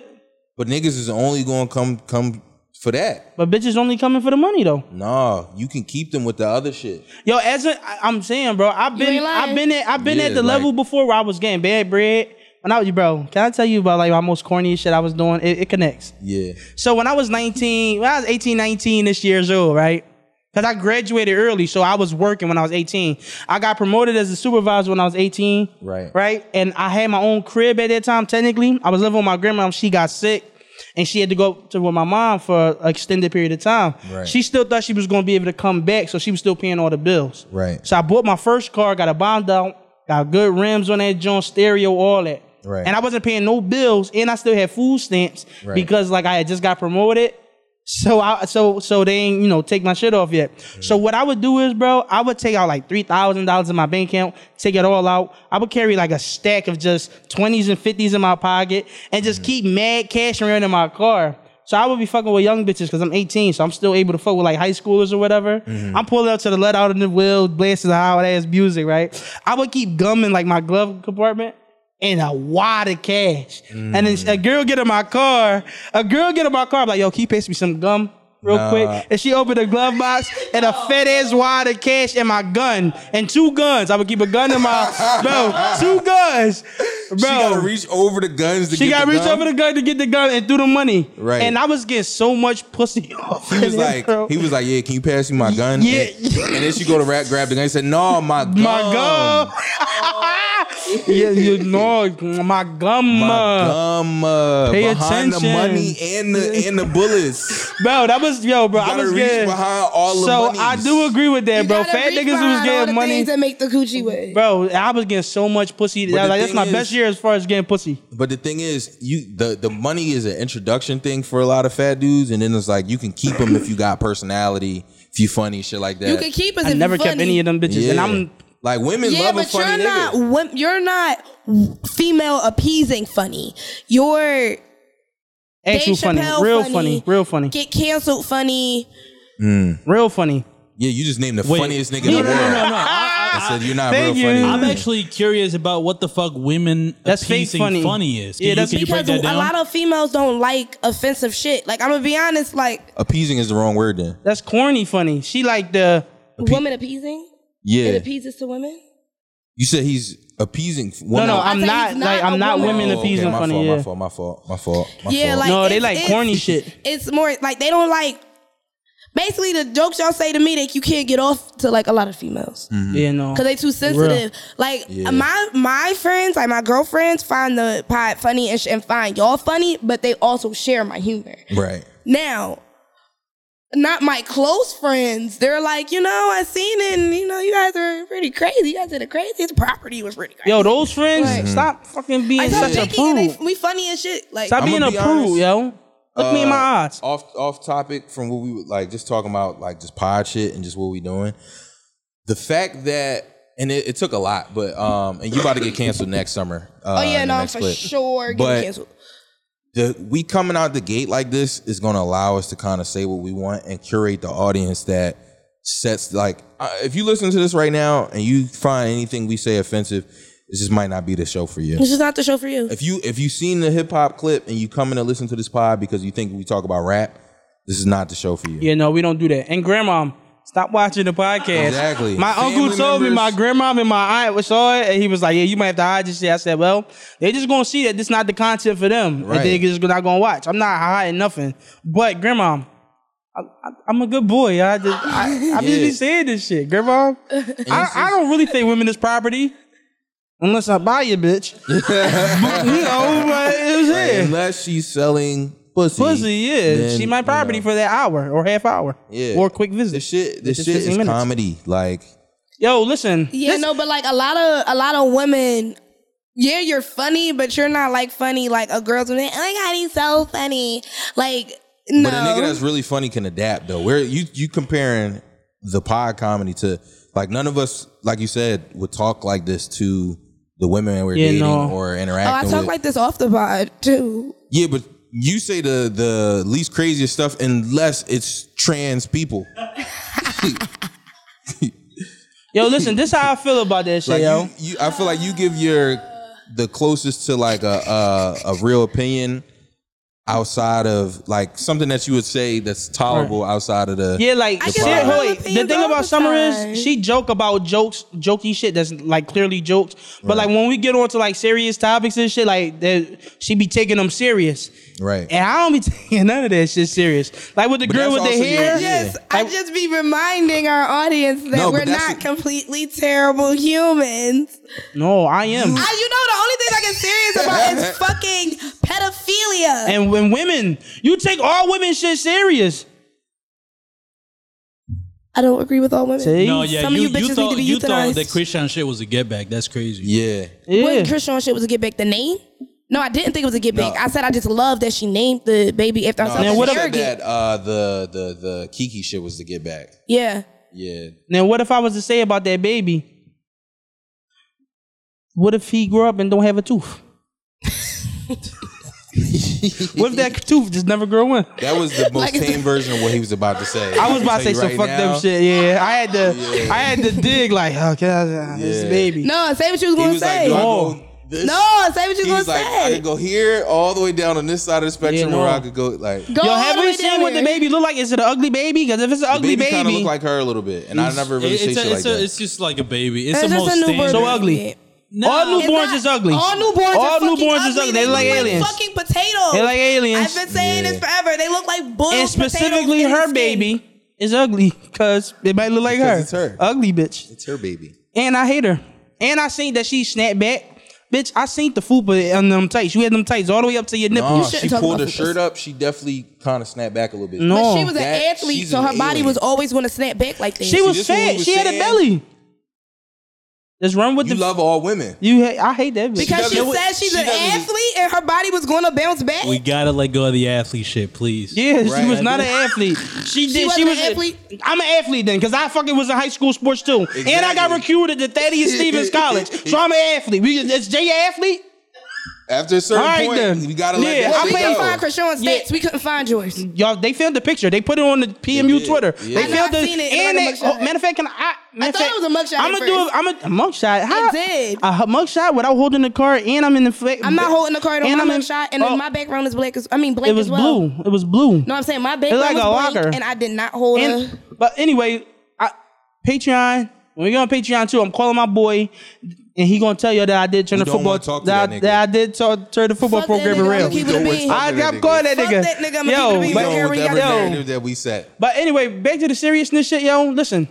Speaker 2: but niggas is only gonna come come for that.
Speaker 3: but bitches only coming for the money though.
Speaker 2: Nah, you can keep them with the other shit.
Speaker 3: Yo, as i I, I'm saying, bro, I've been
Speaker 4: ain't lying.
Speaker 3: I've been at I've been
Speaker 2: Yeah,
Speaker 3: at the
Speaker 2: like-
Speaker 3: level before where I was getting bad bread. When I was, bro, can I tell you about like my most corny shit I was doing? It, it connects.
Speaker 2: Yeah,
Speaker 3: So when I was 19, when I was 18, 19 this year's old, right? Because I graduated early, so I was working when I was 18. I got promoted as a supervisor when I was 18.
Speaker 2: Right.
Speaker 3: Right. And I had my own crib at that time, technically. I was living with my grandma. She got sick and she had to go to with my mom for an extended period of time.
Speaker 2: Right.
Speaker 3: She still thought she was going to be able to come back, so she was still paying all the bills.
Speaker 2: Right.
Speaker 3: So I bought my first car, got a bond out, got good rims on that joint, stereo, all that.
Speaker 2: Right.
Speaker 3: And I wasn't paying no bills, and I still had food stamps
Speaker 2: Right.
Speaker 3: because like I had just got promoted. So I so so they ain't you know take my shit off yet. So what I would do is, bro, I would take out like three thousand dollars in my bank account, take it all out. I would carry like a stack of just twenties and fifties in my pocket, and just keep mad cash around in my car. So I would be fucking with young bitches because I'm 18, so I'm still able to fuck with like high schoolers or whatever. I'm pulling up to the let out in the wheel, blasting the hot ass music, right? I would keep gumming like my glove compartment and a wad of cash. And then
Speaker 2: Mm.
Speaker 3: a girl get in my car. A girl get in my car. I'm like, yo, can you pass me some gum real
Speaker 2: Nah.
Speaker 3: quick? And she opened the glove box and a fat ass wad of cash and my gun and two guns. I would keep a gun in my bro, two guns, bro.
Speaker 2: she gotta reach over the guns. To
Speaker 3: She
Speaker 2: get
Speaker 3: got
Speaker 2: the
Speaker 3: reached
Speaker 2: gun.
Speaker 3: over the gun to get the gun and threw the money.
Speaker 2: Right.
Speaker 3: And I was getting so much pussy off.
Speaker 2: He was like, he was like, yeah, can you pass me my gun?
Speaker 3: Yeah.
Speaker 2: And, and then she go to rap, grab the gun. He said, no, my gun.
Speaker 3: my god. yeah, you know, my gum.
Speaker 2: My
Speaker 3: uh,
Speaker 2: gum uh,
Speaker 3: Pay
Speaker 2: behind the
Speaker 3: attention.
Speaker 2: money and the and the bullets.
Speaker 3: Bro, that was yo, bro.
Speaker 2: You
Speaker 3: I
Speaker 2: gotta
Speaker 3: was
Speaker 2: reach
Speaker 3: getting
Speaker 2: behind all the
Speaker 3: so
Speaker 2: monies.
Speaker 3: I do agree with that, bro. Fat niggas was
Speaker 4: all the
Speaker 3: getting money,
Speaker 4: things that make the coochie wet.
Speaker 3: bro. I was getting so much pussy.
Speaker 2: But the
Speaker 3: I was like, that's
Speaker 2: thing
Speaker 3: my
Speaker 2: is-
Speaker 3: best year as far as getting pussy.
Speaker 2: But the thing is, you the the money is an introduction thing for a lot of fat dudes, and then it's like you can keep them if you got personality, if you funny, shit like that.
Speaker 4: You can keep us.
Speaker 3: I
Speaker 4: if
Speaker 3: never
Speaker 4: you
Speaker 3: kept
Speaker 4: funny.
Speaker 3: any of them bitches,
Speaker 2: yeah.
Speaker 3: and I'm
Speaker 2: like women
Speaker 4: Yeah,
Speaker 2: love a
Speaker 4: but you're
Speaker 2: funny
Speaker 4: not.
Speaker 2: nigga.
Speaker 4: wom- You're not female appeasing funny. You're
Speaker 3: actual
Speaker 4: Dave
Speaker 3: funny,
Speaker 4: Chappelle
Speaker 3: real funny, real funny,
Speaker 4: Get canceled funny.
Speaker 3: real funny.
Speaker 2: Yeah, you just named the
Speaker 5: Wait.
Speaker 2: funniest nigga
Speaker 5: No,
Speaker 2: in the
Speaker 5: no, no,
Speaker 2: world.
Speaker 5: no, no. I,
Speaker 2: I said you're not
Speaker 3: Thank
Speaker 2: real
Speaker 3: you.
Speaker 2: funny.
Speaker 5: am actually curious about what the fuck women
Speaker 3: That's fake
Speaker 5: appeasing
Speaker 3: funny.
Speaker 5: funny. is. Can
Speaker 3: Yeah,
Speaker 5: you,
Speaker 3: that's
Speaker 5: can you break
Speaker 4: Because
Speaker 5: that
Speaker 4: a
Speaker 5: down?
Speaker 4: lot of females don't like offensive shit. Like I'm gonna be honest, like
Speaker 2: appeasing is the wrong word then.
Speaker 3: That's corny funny. She like the
Speaker 4: women appeasing. It
Speaker 2: Yeah,
Speaker 4: appeases to women.
Speaker 2: you said he's appeasing. f-
Speaker 3: no,
Speaker 2: Women.
Speaker 3: no. I'm
Speaker 4: said
Speaker 3: not
Speaker 4: he's not
Speaker 3: like
Speaker 4: a
Speaker 3: I'm not
Speaker 4: woman.
Speaker 3: women
Speaker 2: Oh, okay,
Speaker 3: appeasing
Speaker 2: my
Speaker 3: funny.
Speaker 2: Fault,
Speaker 3: yeah.
Speaker 2: My fault. Mhm. My fault. My fault. My
Speaker 4: Yeah,
Speaker 2: fault.
Speaker 4: like
Speaker 3: No, they
Speaker 4: it's-
Speaker 3: like
Speaker 4: it's-
Speaker 3: corny shit.
Speaker 4: It's more like they don't like. Basically, the jokes y'all say to me that you can't get off to like a lot of females.
Speaker 3: Yeah, no.
Speaker 4: Cause they too sensitive. Like
Speaker 2: Hmm. Yeah.
Speaker 4: my my friends, like my girlfriends, find the pod funny and, sh- and find y'all funny, but they also share my humor.
Speaker 2: right.
Speaker 4: Now, not my close friends. They're like, you know, I seen it, and you know, you guys are pretty crazy. You guys did the craziest property was pretty crazy.
Speaker 3: Yo, those friends,
Speaker 4: Right.
Speaker 3: stop fucking being
Speaker 4: I stopped
Speaker 3: such a
Speaker 4: thinking, and
Speaker 3: prude.
Speaker 4: they, we funny as shit. Like,
Speaker 3: Stop
Speaker 2: I'ma
Speaker 3: being a
Speaker 2: be
Speaker 3: prude,
Speaker 2: honest.
Speaker 3: yo. Look me in my
Speaker 2: Uh,
Speaker 3: eyes.
Speaker 2: Off off topic from what we were like just talking about like just pod shit and just what we doing. The fact that and it, it took a lot, but um and you about to get canceled next summer. Uh,
Speaker 4: oh yeah,
Speaker 2: in the
Speaker 4: no, I'm
Speaker 2: next
Speaker 4: for
Speaker 2: clip.
Speaker 4: sure getting
Speaker 2: But-
Speaker 4: canceled.
Speaker 2: The we coming out the gate like this is going to allow us to kind of say what we want and curate the audience that sets like uh, if you listen to this right now and you find anything we say offensive, this just might not be the show for you.
Speaker 4: This is not the show for you.
Speaker 2: If you if you seen the hip hop clip and you coming to listen to this pod because you think we talk about rap, this is not the show for you.
Speaker 3: Yeah, no, we don't do that. And grandma, stop watching the podcast.
Speaker 2: Exactly.
Speaker 3: My
Speaker 2: Family
Speaker 3: uncle told me
Speaker 2: members-
Speaker 3: my grandma and my aunt was saw it, and he was like, "Yeah, you might have to hide this shit." I said, "Well, they just gonna see that this not the content for them,
Speaker 2: Right.
Speaker 3: and they just not gonna watch. I'm not hiding nothing." But grandma, I, I, I'm a good boy. I just I, I just
Speaker 2: Yeah.
Speaker 3: be saying this shit, grandma. I, I don't really think women is property. Unless I buy you, bitch. you know, but it was
Speaker 2: Right,
Speaker 3: it.
Speaker 2: Unless she's selling pussy.
Speaker 3: Pussy, yeah.
Speaker 2: then,
Speaker 3: she my
Speaker 2: you
Speaker 3: property
Speaker 2: know,
Speaker 3: for that hour or half hour.
Speaker 2: Yeah.
Speaker 3: Or quick visit.
Speaker 2: This shit, this
Speaker 3: Just
Speaker 2: shit
Speaker 3: 15
Speaker 2: is
Speaker 3: minutes.
Speaker 2: comedy. Like,
Speaker 3: Yo, listen.
Speaker 4: Yeah,
Speaker 3: this-
Speaker 4: no, but like a lot of a lot of women. Yeah, you're funny, but you're not like funny like a girl's. Like, oh my god, he's so funny. Like no,
Speaker 2: but a nigga that's really funny can adapt though. Where you you comparing the pod comedy to like none of us, like you said, would talk like this to the women we're
Speaker 3: Yeah,
Speaker 2: dating
Speaker 3: no.
Speaker 2: or
Speaker 4: oh, I
Speaker 2: interacting
Speaker 4: talk
Speaker 2: with.
Speaker 4: like this off the pod too.
Speaker 2: yeah, but you say the the least craziest stuff unless it's trans people.
Speaker 3: Yo, listen, this how I feel about that shit,
Speaker 2: Like
Speaker 3: yo.
Speaker 2: you, you, I feel like you give your the closest to like a, a a real opinion outside of like something that you would say that's tolerable outside of the
Speaker 3: yeah, like
Speaker 4: I
Speaker 3: shit,
Speaker 4: get my
Speaker 3: wait,
Speaker 4: opinions
Speaker 3: the thing
Speaker 4: all
Speaker 3: about
Speaker 4: the
Speaker 3: Summer
Speaker 4: time.
Speaker 3: is she joke about jokes, jokey shit that's like clearly jokes. But like when we get on to like serious topics and shit, like that she be taking them serious.
Speaker 2: right.
Speaker 3: And I don't be taking none of that shit serious. Like with the
Speaker 2: But
Speaker 3: girl with
Speaker 2: that's
Speaker 3: the
Speaker 2: also your-
Speaker 3: hair.
Speaker 2: yeah.
Speaker 4: Yes, I just be reminding our audience that
Speaker 2: No, but
Speaker 4: we're
Speaker 2: that's
Speaker 4: not
Speaker 2: the-
Speaker 4: completely terrible humans.
Speaker 3: No, I am.
Speaker 4: I, you know, the only thing I get serious about is fucking pedophilia.
Speaker 3: and when women, you take all women shit serious.
Speaker 4: I don't agree with all women.
Speaker 3: See?
Speaker 5: no, yeah,
Speaker 4: Some of you
Speaker 5: you,
Speaker 4: bitches
Speaker 5: you
Speaker 4: need to
Speaker 5: thought
Speaker 4: be
Speaker 5: you thought
Speaker 4: euthanized.
Speaker 5: that Christian shit was a get back. That's crazy.
Speaker 2: yeah.
Speaker 3: yeah.
Speaker 4: When Christian shit was to get back the name? No, I didn't think it was a get back. I said I just love that she named the baby after herself.
Speaker 2: Now,
Speaker 4: That's
Speaker 3: what
Speaker 2: what
Speaker 3: if-
Speaker 2: said
Speaker 4: arrogant.
Speaker 2: that uh, the the the Kiki shit was to get back.
Speaker 4: Yeah.
Speaker 2: Yeah.
Speaker 3: Now, what if I was to say about that baby? What if he grew up and don't have a tooth? what if that tooth just never grow in?
Speaker 2: That was the most
Speaker 4: Like it's-
Speaker 2: tame version of what he was about to say.
Speaker 3: I was about to say
Speaker 2: Tell you right
Speaker 3: some fuck
Speaker 2: now,
Speaker 3: them shit. Yeah, I had to, I had to dig like, okay, this
Speaker 2: Yeah.
Speaker 3: baby.
Speaker 4: No, say what you was
Speaker 2: He
Speaker 4: gonna
Speaker 2: was like,
Speaker 4: say.
Speaker 2: do I
Speaker 3: No.
Speaker 2: go this?
Speaker 4: no, say what you
Speaker 2: He
Speaker 4: was
Speaker 2: was
Speaker 4: gonna
Speaker 2: like, I
Speaker 4: say.
Speaker 2: could go here all the way down on this side of the spectrum
Speaker 3: no.
Speaker 2: where I could go like
Speaker 4: Go
Speaker 3: Yo,
Speaker 4: all
Speaker 3: have
Speaker 4: the
Speaker 3: we
Speaker 4: way down
Speaker 3: seen what the
Speaker 4: there.
Speaker 3: baby look like? Is it an ugly baby? Because if it's an ugly
Speaker 2: baby,
Speaker 3: baby,
Speaker 2: kind of look like her a little bit, and I never really
Speaker 5: It-
Speaker 2: say
Speaker 5: it's,
Speaker 2: shit
Speaker 5: a,
Speaker 2: like
Speaker 5: it's,
Speaker 2: that.
Speaker 5: a, it's just like a baby. It's
Speaker 4: It's
Speaker 5: the
Speaker 4: just
Speaker 5: most
Speaker 4: a newborn.
Speaker 5: standard. uh,
Speaker 3: so ugly.
Speaker 5: No.
Speaker 3: all newborns
Speaker 4: It's
Speaker 3: is
Speaker 4: not-
Speaker 3: ugly.
Speaker 4: All newborns.
Speaker 3: All
Speaker 4: are fucking
Speaker 3: newborns is
Speaker 4: ugly.
Speaker 3: ugly. They look like aliens.
Speaker 4: Fucking potatoes.
Speaker 3: They like aliens.
Speaker 4: I've been saying
Speaker 2: Yeah.
Speaker 4: this forever. They look like boiled
Speaker 3: and specifically
Speaker 4: potatoes in
Speaker 3: her
Speaker 4: skin.
Speaker 3: baby is ugly because it might look like
Speaker 2: Because
Speaker 3: her.
Speaker 2: it's her.
Speaker 3: Ugly bitch.
Speaker 2: It's her baby.
Speaker 3: And I hate her. And I seen that she snapped back Bitch, I seen the fupa on them tights. You had them tights all the way up to your
Speaker 2: Nah,
Speaker 3: nipples.
Speaker 2: she
Speaker 4: shouldn't talk
Speaker 2: pulled her
Speaker 4: about
Speaker 2: shirt
Speaker 4: this.
Speaker 2: up. She definitely kind of snapped back a little bit.
Speaker 3: No.
Speaker 4: But she was an
Speaker 2: That-
Speaker 4: athlete,
Speaker 2: she's
Speaker 4: so
Speaker 2: an
Speaker 4: her body
Speaker 2: alien.
Speaker 4: was always going to snap back like that.
Speaker 3: she
Speaker 2: See,
Speaker 3: was
Speaker 2: this what we
Speaker 3: fat.
Speaker 2: was
Speaker 3: She had a
Speaker 2: saying.
Speaker 3: belly. Just run with
Speaker 2: You
Speaker 3: the.
Speaker 2: love all women.
Speaker 3: you. Ha- I hate that bitch.
Speaker 4: because she
Speaker 2: doesn't-
Speaker 4: said she's
Speaker 2: she
Speaker 4: an
Speaker 2: doesn't-
Speaker 4: athlete and her body was going to bounce back.
Speaker 5: We gotta let go of the athlete shit, please.
Speaker 3: Yeah,
Speaker 2: Right.
Speaker 3: she was not an athlete. She did. She,
Speaker 4: wasn't
Speaker 3: was
Speaker 4: an athlete?
Speaker 3: i I'm an athlete then, because I fucking was in high school sports too, and I got
Speaker 2: Exactly.
Speaker 3: recruited to Thaddeus Stevens College, so I'm an athlete. We, is Jay an athlete?
Speaker 2: After a certain
Speaker 3: All right,
Speaker 2: point,
Speaker 3: then.
Speaker 2: you gotta let
Speaker 3: Yeah,
Speaker 2: that
Speaker 3: I
Speaker 4: we
Speaker 2: shit
Speaker 4: couldn't
Speaker 2: go.
Speaker 4: find Krishan's
Speaker 3: Yeah.
Speaker 4: stats. We couldn't find yours.
Speaker 3: Y'all, they filmed the picture. They put it on the
Speaker 2: They
Speaker 3: PMU
Speaker 2: did.
Speaker 3: Twitter.
Speaker 2: Yeah.
Speaker 3: They
Speaker 2: I know,
Speaker 3: filmed
Speaker 4: I
Speaker 3: the
Speaker 4: seen
Speaker 3: and
Speaker 4: it, but I
Speaker 3: they.
Speaker 4: was a mugshot.
Speaker 3: oh, matter of fact, can I? matter of
Speaker 4: thought
Speaker 3: fact,
Speaker 4: it was a mugshot
Speaker 3: I'm
Speaker 4: at
Speaker 3: gonna do. A,
Speaker 4: first.
Speaker 3: I'm a, a mugshot. How,
Speaker 4: did.
Speaker 3: a hu- mugshot without holding the card, and I'm in the. Fa-
Speaker 4: I'm not holding the card on
Speaker 3: and
Speaker 4: my
Speaker 3: I'm in-
Speaker 4: mugshot, and
Speaker 3: oh,
Speaker 4: my background is black as I mean black
Speaker 3: It was
Speaker 4: as well.
Speaker 3: blue. It was blue.
Speaker 4: No, I'm saying my background
Speaker 3: like
Speaker 4: was
Speaker 3: a
Speaker 4: black,
Speaker 3: locker.
Speaker 4: and I did not hold a.
Speaker 3: And, but anyway, I, Patreon. When we go on Patreon too, I'm calling my boy, and he gonna tell you that I did
Speaker 2: We
Speaker 3: turn the
Speaker 2: don't
Speaker 3: football
Speaker 2: wanna talk to
Speaker 3: that,
Speaker 2: that nigga.
Speaker 3: I did talk, turn the football
Speaker 4: Fuck that
Speaker 3: program
Speaker 4: nigga,
Speaker 3: around.
Speaker 4: I'ma keep it a
Speaker 2: We
Speaker 4: bean.
Speaker 2: don't
Speaker 3: I,
Speaker 2: Fuck
Speaker 3: I'm
Speaker 2: that
Speaker 3: calling that
Speaker 4: nigga.
Speaker 3: nigga.
Speaker 4: Fuck that nigga, I'ma
Speaker 3: yo,
Speaker 4: keep it a
Speaker 2: We
Speaker 4: bean.
Speaker 3: but,
Speaker 4: Don't
Speaker 2: know
Speaker 4: carry
Speaker 2: whatever
Speaker 4: out.
Speaker 2: narrative that we set.
Speaker 3: but anyway, back to the seriousness shit, yo. Listen,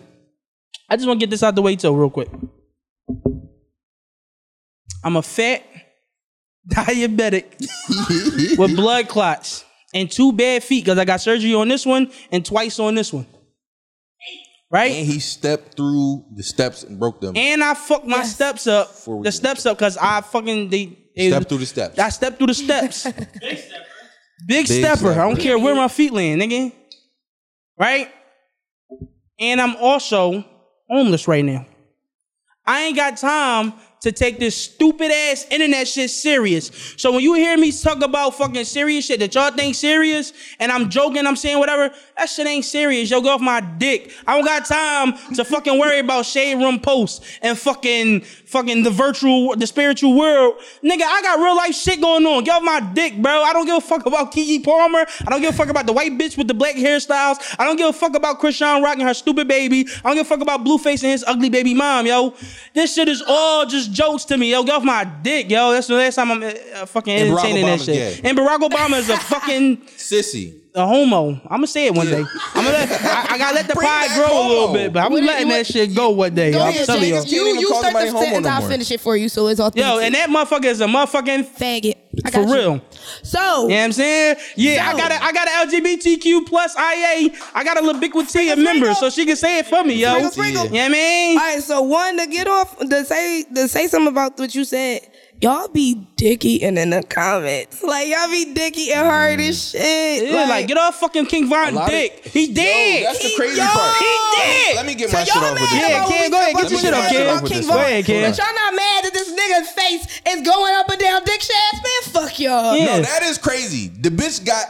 Speaker 3: I just want to get this out the way too, real quick. I'm a fat diabetic with blood clots and two bad feet because I got surgery on this one and twice on this one. Right?
Speaker 2: And he stepped through the steps and broke them.
Speaker 3: And I fucked my steps up.
Speaker 2: Before we
Speaker 3: the
Speaker 2: do
Speaker 3: steps up because I fucking they, they
Speaker 2: Step through the steps.
Speaker 3: I stepped through the steps. Big stepper. Big,
Speaker 2: stepper.
Speaker 3: stepper. I don't care where my feet land, nigga. Right? And I'm also homeless right now. I ain't got time to take this stupid ass internet shit serious. So when you hear me talk about fucking serious shit that y'all think serious and I'm joking, I'm saying whatever, that shit ain't serious. Yo, go off my dick. I don't got time to fucking worry about shade room posts and fucking fucking the virtual, the spiritual world. Nigga, I got real life shit going on. Get off my dick, bro. I don't give a fuck about Kiki Palmer. I don't give a fuck about the white bitch with the black hairstyles. I don't give a fuck about Krishan Rock and her stupid baby. I don't give a fuck about Blueface and his ugly baby mom, yo. This shit is all just jokes to me, yo. Get off my dick, yo. That's the last time I'm uh, uh, fucking
Speaker 2: And Barack
Speaker 3: entertaining that
Speaker 2: Obama's
Speaker 3: shit.
Speaker 2: gay.
Speaker 3: And Barack Obama is a fucking
Speaker 2: Sissy.
Speaker 3: a homo. I'm gonna say it one
Speaker 2: Yeah.
Speaker 3: day. I'm gonna let, I, I gotta let the
Speaker 2: Bring
Speaker 3: pride
Speaker 2: back
Speaker 3: grow a
Speaker 2: homo.
Speaker 3: little bit, but I'm
Speaker 4: What-
Speaker 3: letting
Speaker 4: what-
Speaker 3: that shit go one day.
Speaker 4: Go
Speaker 3: I'm
Speaker 4: ahead,
Speaker 3: telling
Speaker 4: Jay.
Speaker 3: y'all.
Speaker 2: James.
Speaker 4: You
Speaker 2: Can't even
Speaker 4: you
Speaker 2: call
Speaker 4: start
Speaker 2: nobody
Speaker 4: the
Speaker 2: homo
Speaker 4: sentence.
Speaker 2: no
Speaker 4: I'll
Speaker 2: more.
Speaker 4: finish it for you, so it's authentic.
Speaker 3: Yo, and that motherfucker is a motherfucking
Speaker 4: faggot I
Speaker 3: for
Speaker 4: got you.
Speaker 3: real.
Speaker 4: So
Speaker 3: You know what I'm saying? Yeah, I
Speaker 4: No.
Speaker 3: got a, I got a LGBTQ plus IA. I got a Libiquitia member, so she can say it for me, yo. You know
Speaker 4: Sprinkle,
Speaker 3: what
Speaker 4: sprinkle.
Speaker 3: I mean?
Speaker 4: All right, so one to get off to say to say something about what you said. Y'all be dicky and in the comments, like y'all be dicky and hard as shit.
Speaker 3: Yeah, like, get off fucking King Von
Speaker 2: lot of-
Speaker 3: Dick. He dead.
Speaker 2: Yo, that's the
Speaker 4: He-
Speaker 2: crazy
Speaker 4: yo,
Speaker 2: part.
Speaker 4: he
Speaker 3: did.
Speaker 2: Let me get
Speaker 4: So
Speaker 2: my
Speaker 4: y'all
Speaker 2: shit off with this.
Speaker 4: mad
Speaker 3: Yeah,
Speaker 4: about
Speaker 2: one.
Speaker 3: Ken,
Speaker 4: what we
Speaker 3: go ahead, get
Speaker 4: said about
Speaker 3: your shit
Speaker 4: what
Speaker 3: off,
Speaker 4: we said
Speaker 3: Ken.
Speaker 4: about
Speaker 2: With
Speaker 4: King
Speaker 2: this
Speaker 4: Von.
Speaker 2: one.
Speaker 3: Go ahead, Ken.
Speaker 4: But y'all not mad that this nigga's face is going up and down dick shafts, man? Fuck y'all.
Speaker 3: Yeah.
Speaker 2: No, that is crazy. The bitch got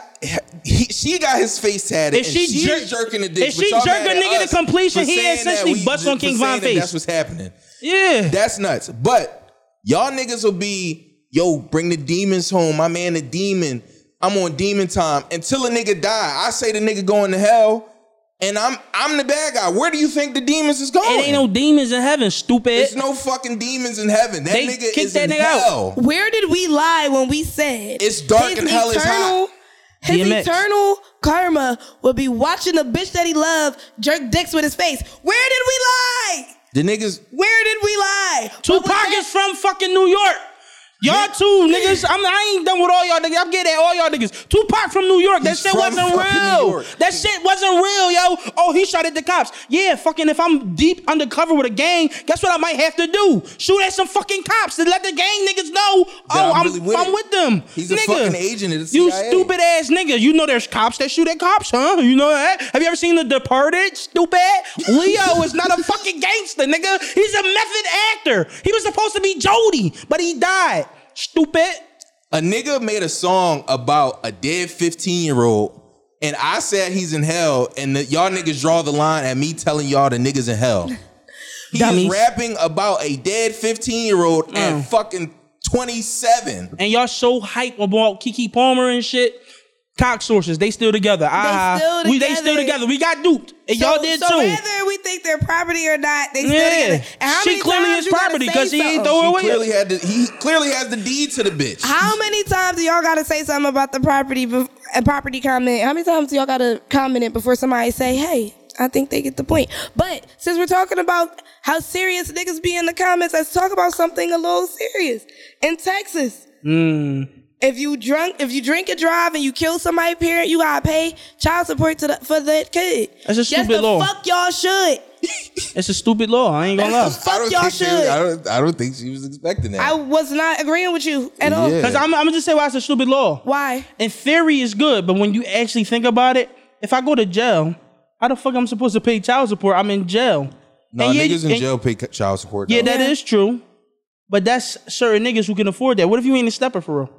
Speaker 2: he, she got his face tatted.
Speaker 3: If she
Speaker 2: and she's
Speaker 3: jerk-
Speaker 2: jerking the dick.
Speaker 3: if
Speaker 2: but
Speaker 3: she
Speaker 2: y'all
Speaker 3: jerk
Speaker 2: mad
Speaker 3: a
Speaker 2: at
Speaker 3: nigga to
Speaker 2: us
Speaker 3: completion,
Speaker 2: for
Speaker 3: he
Speaker 2: saying
Speaker 3: essentially
Speaker 2: that we-
Speaker 3: bust on
Speaker 2: for
Speaker 3: King Von
Speaker 2: saying that
Speaker 3: face.
Speaker 2: That's what's happening.
Speaker 3: Yeah.
Speaker 2: That's nuts. But y'all niggas will be, yo, bring the demons home. My man, the demon. I'm on demon time until a nigga die. I say the nigga going to hell, and I'm I'm the bad guy. Where do you think the demons is going?
Speaker 3: It ain't no demons in heaven, stupid.
Speaker 2: There's no fucking demons in heaven. That
Speaker 3: They
Speaker 2: nigga
Speaker 3: kicked
Speaker 2: is
Speaker 3: that
Speaker 2: in
Speaker 3: nigga out.
Speaker 2: hell.
Speaker 4: Where did we lie when we said
Speaker 2: It's dark and hell is hot.
Speaker 4: His
Speaker 3: DMX.
Speaker 4: eternal karma would be watching the bitch that he loved jerk dicks with his face. Where did we lie?
Speaker 2: The niggas
Speaker 4: Where did we lie?
Speaker 3: Tupac is from fucking New York. Y'all too, niggas. I'm, I ain't done with all y'all niggas. I'm getting at all y'all niggas. Tupac from New York. That
Speaker 2: He's
Speaker 3: shit
Speaker 2: from
Speaker 3: wasn't
Speaker 2: fucking New
Speaker 3: real.
Speaker 2: York.
Speaker 3: That shit wasn't real, yo. Oh, he shot at the cops. Yeah, fucking. If I'm deep undercover with a gang, guess what I might have to do? Shoot at some fucking cops to let the gang niggas know.
Speaker 2: That
Speaker 3: oh,
Speaker 2: I'm
Speaker 3: I'm,
Speaker 2: really with
Speaker 3: I'm
Speaker 2: it.
Speaker 3: with them.
Speaker 2: He's a
Speaker 3: nigga,
Speaker 2: fucking agent of the
Speaker 3: You
Speaker 2: CIA.
Speaker 3: stupid ass nigga. You know there's cops that shoot at cops, huh? You know that? Have you ever seen The Departed? Stupid. Leo is not a fucking gangster, nigga. He's a method actor. He was supposed to be Jody, but he died. Stupid.
Speaker 2: A nigga made a song about a dead 15 year old, and I said he's in hell, and the, y'all niggas draw the line at me telling y'all the niggas in hell. He is
Speaker 3: Dummies.
Speaker 2: rapping about a dead 15 year old
Speaker 4: Mm.
Speaker 2: and fucking 27.
Speaker 3: And y'all so hype about Kiki Palmer and shit. Cock sources, they still together. Ah,
Speaker 4: still
Speaker 3: we they still
Speaker 4: together.
Speaker 3: together. We got duped, and y'all did
Speaker 4: so
Speaker 3: too.
Speaker 4: whether we think they're property or not, they still
Speaker 3: Yeah.
Speaker 4: together. And how
Speaker 3: She
Speaker 4: many
Speaker 3: clearly
Speaker 4: times
Speaker 3: is
Speaker 4: you gotta
Speaker 3: property
Speaker 4: say
Speaker 3: 'cause he ain't
Speaker 4: something?
Speaker 3: throwing-
Speaker 2: He
Speaker 3: wait.
Speaker 2: clearly had the, he clearly has the deed to the bitch.
Speaker 4: How many times do y'all gotta say something about the property bef- a property comment? How many times do y'all gotta comment it before somebody say, "Hey, I think they get the point"? But since we're talking about how serious niggas be in the comments. Let's talk about something a little serious. In Texas,
Speaker 3: Mm.
Speaker 4: if you drunk, if you drink and drive and you kill somebody, parent, you gotta pay child support to the, for that kid.
Speaker 3: That's a
Speaker 4: yes,
Speaker 3: stupid
Speaker 4: the
Speaker 3: law.
Speaker 4: fuck y'all should.
Speaker 3: It's a stupid law. I ain't gonna
Speaker 4: That's
Speaker 3: lie.
Speaker 4: the fuck y'all
Speaker 2: think she was, I
Speaker 4: should.
Speaker 2: don't. I don't think she was expecting that.
Speaker 4: I was not agreeing with you at all.
Speaker 2: Yeah.
Speaker 3: Because I'm, I'm gonna just say why it's a stupid law.
Speaker 4: Why?
Speaker 3: In theory, it's good, but when you actually think about it, if I go to jail, how the fuck I'm supposed to pay child support? I'm in jail.
Speaker 2: no,
Speaker 3: And yeah,
Speaker 2: niggas
Speaker 3: and-
Speaker 2: in jail pay c- child support.
Speaker 3: Yeah,
Speaker 2: though.
Speaker 3: that is true. But that's certain niggas who can afford that. What if you ain't a stepper for real?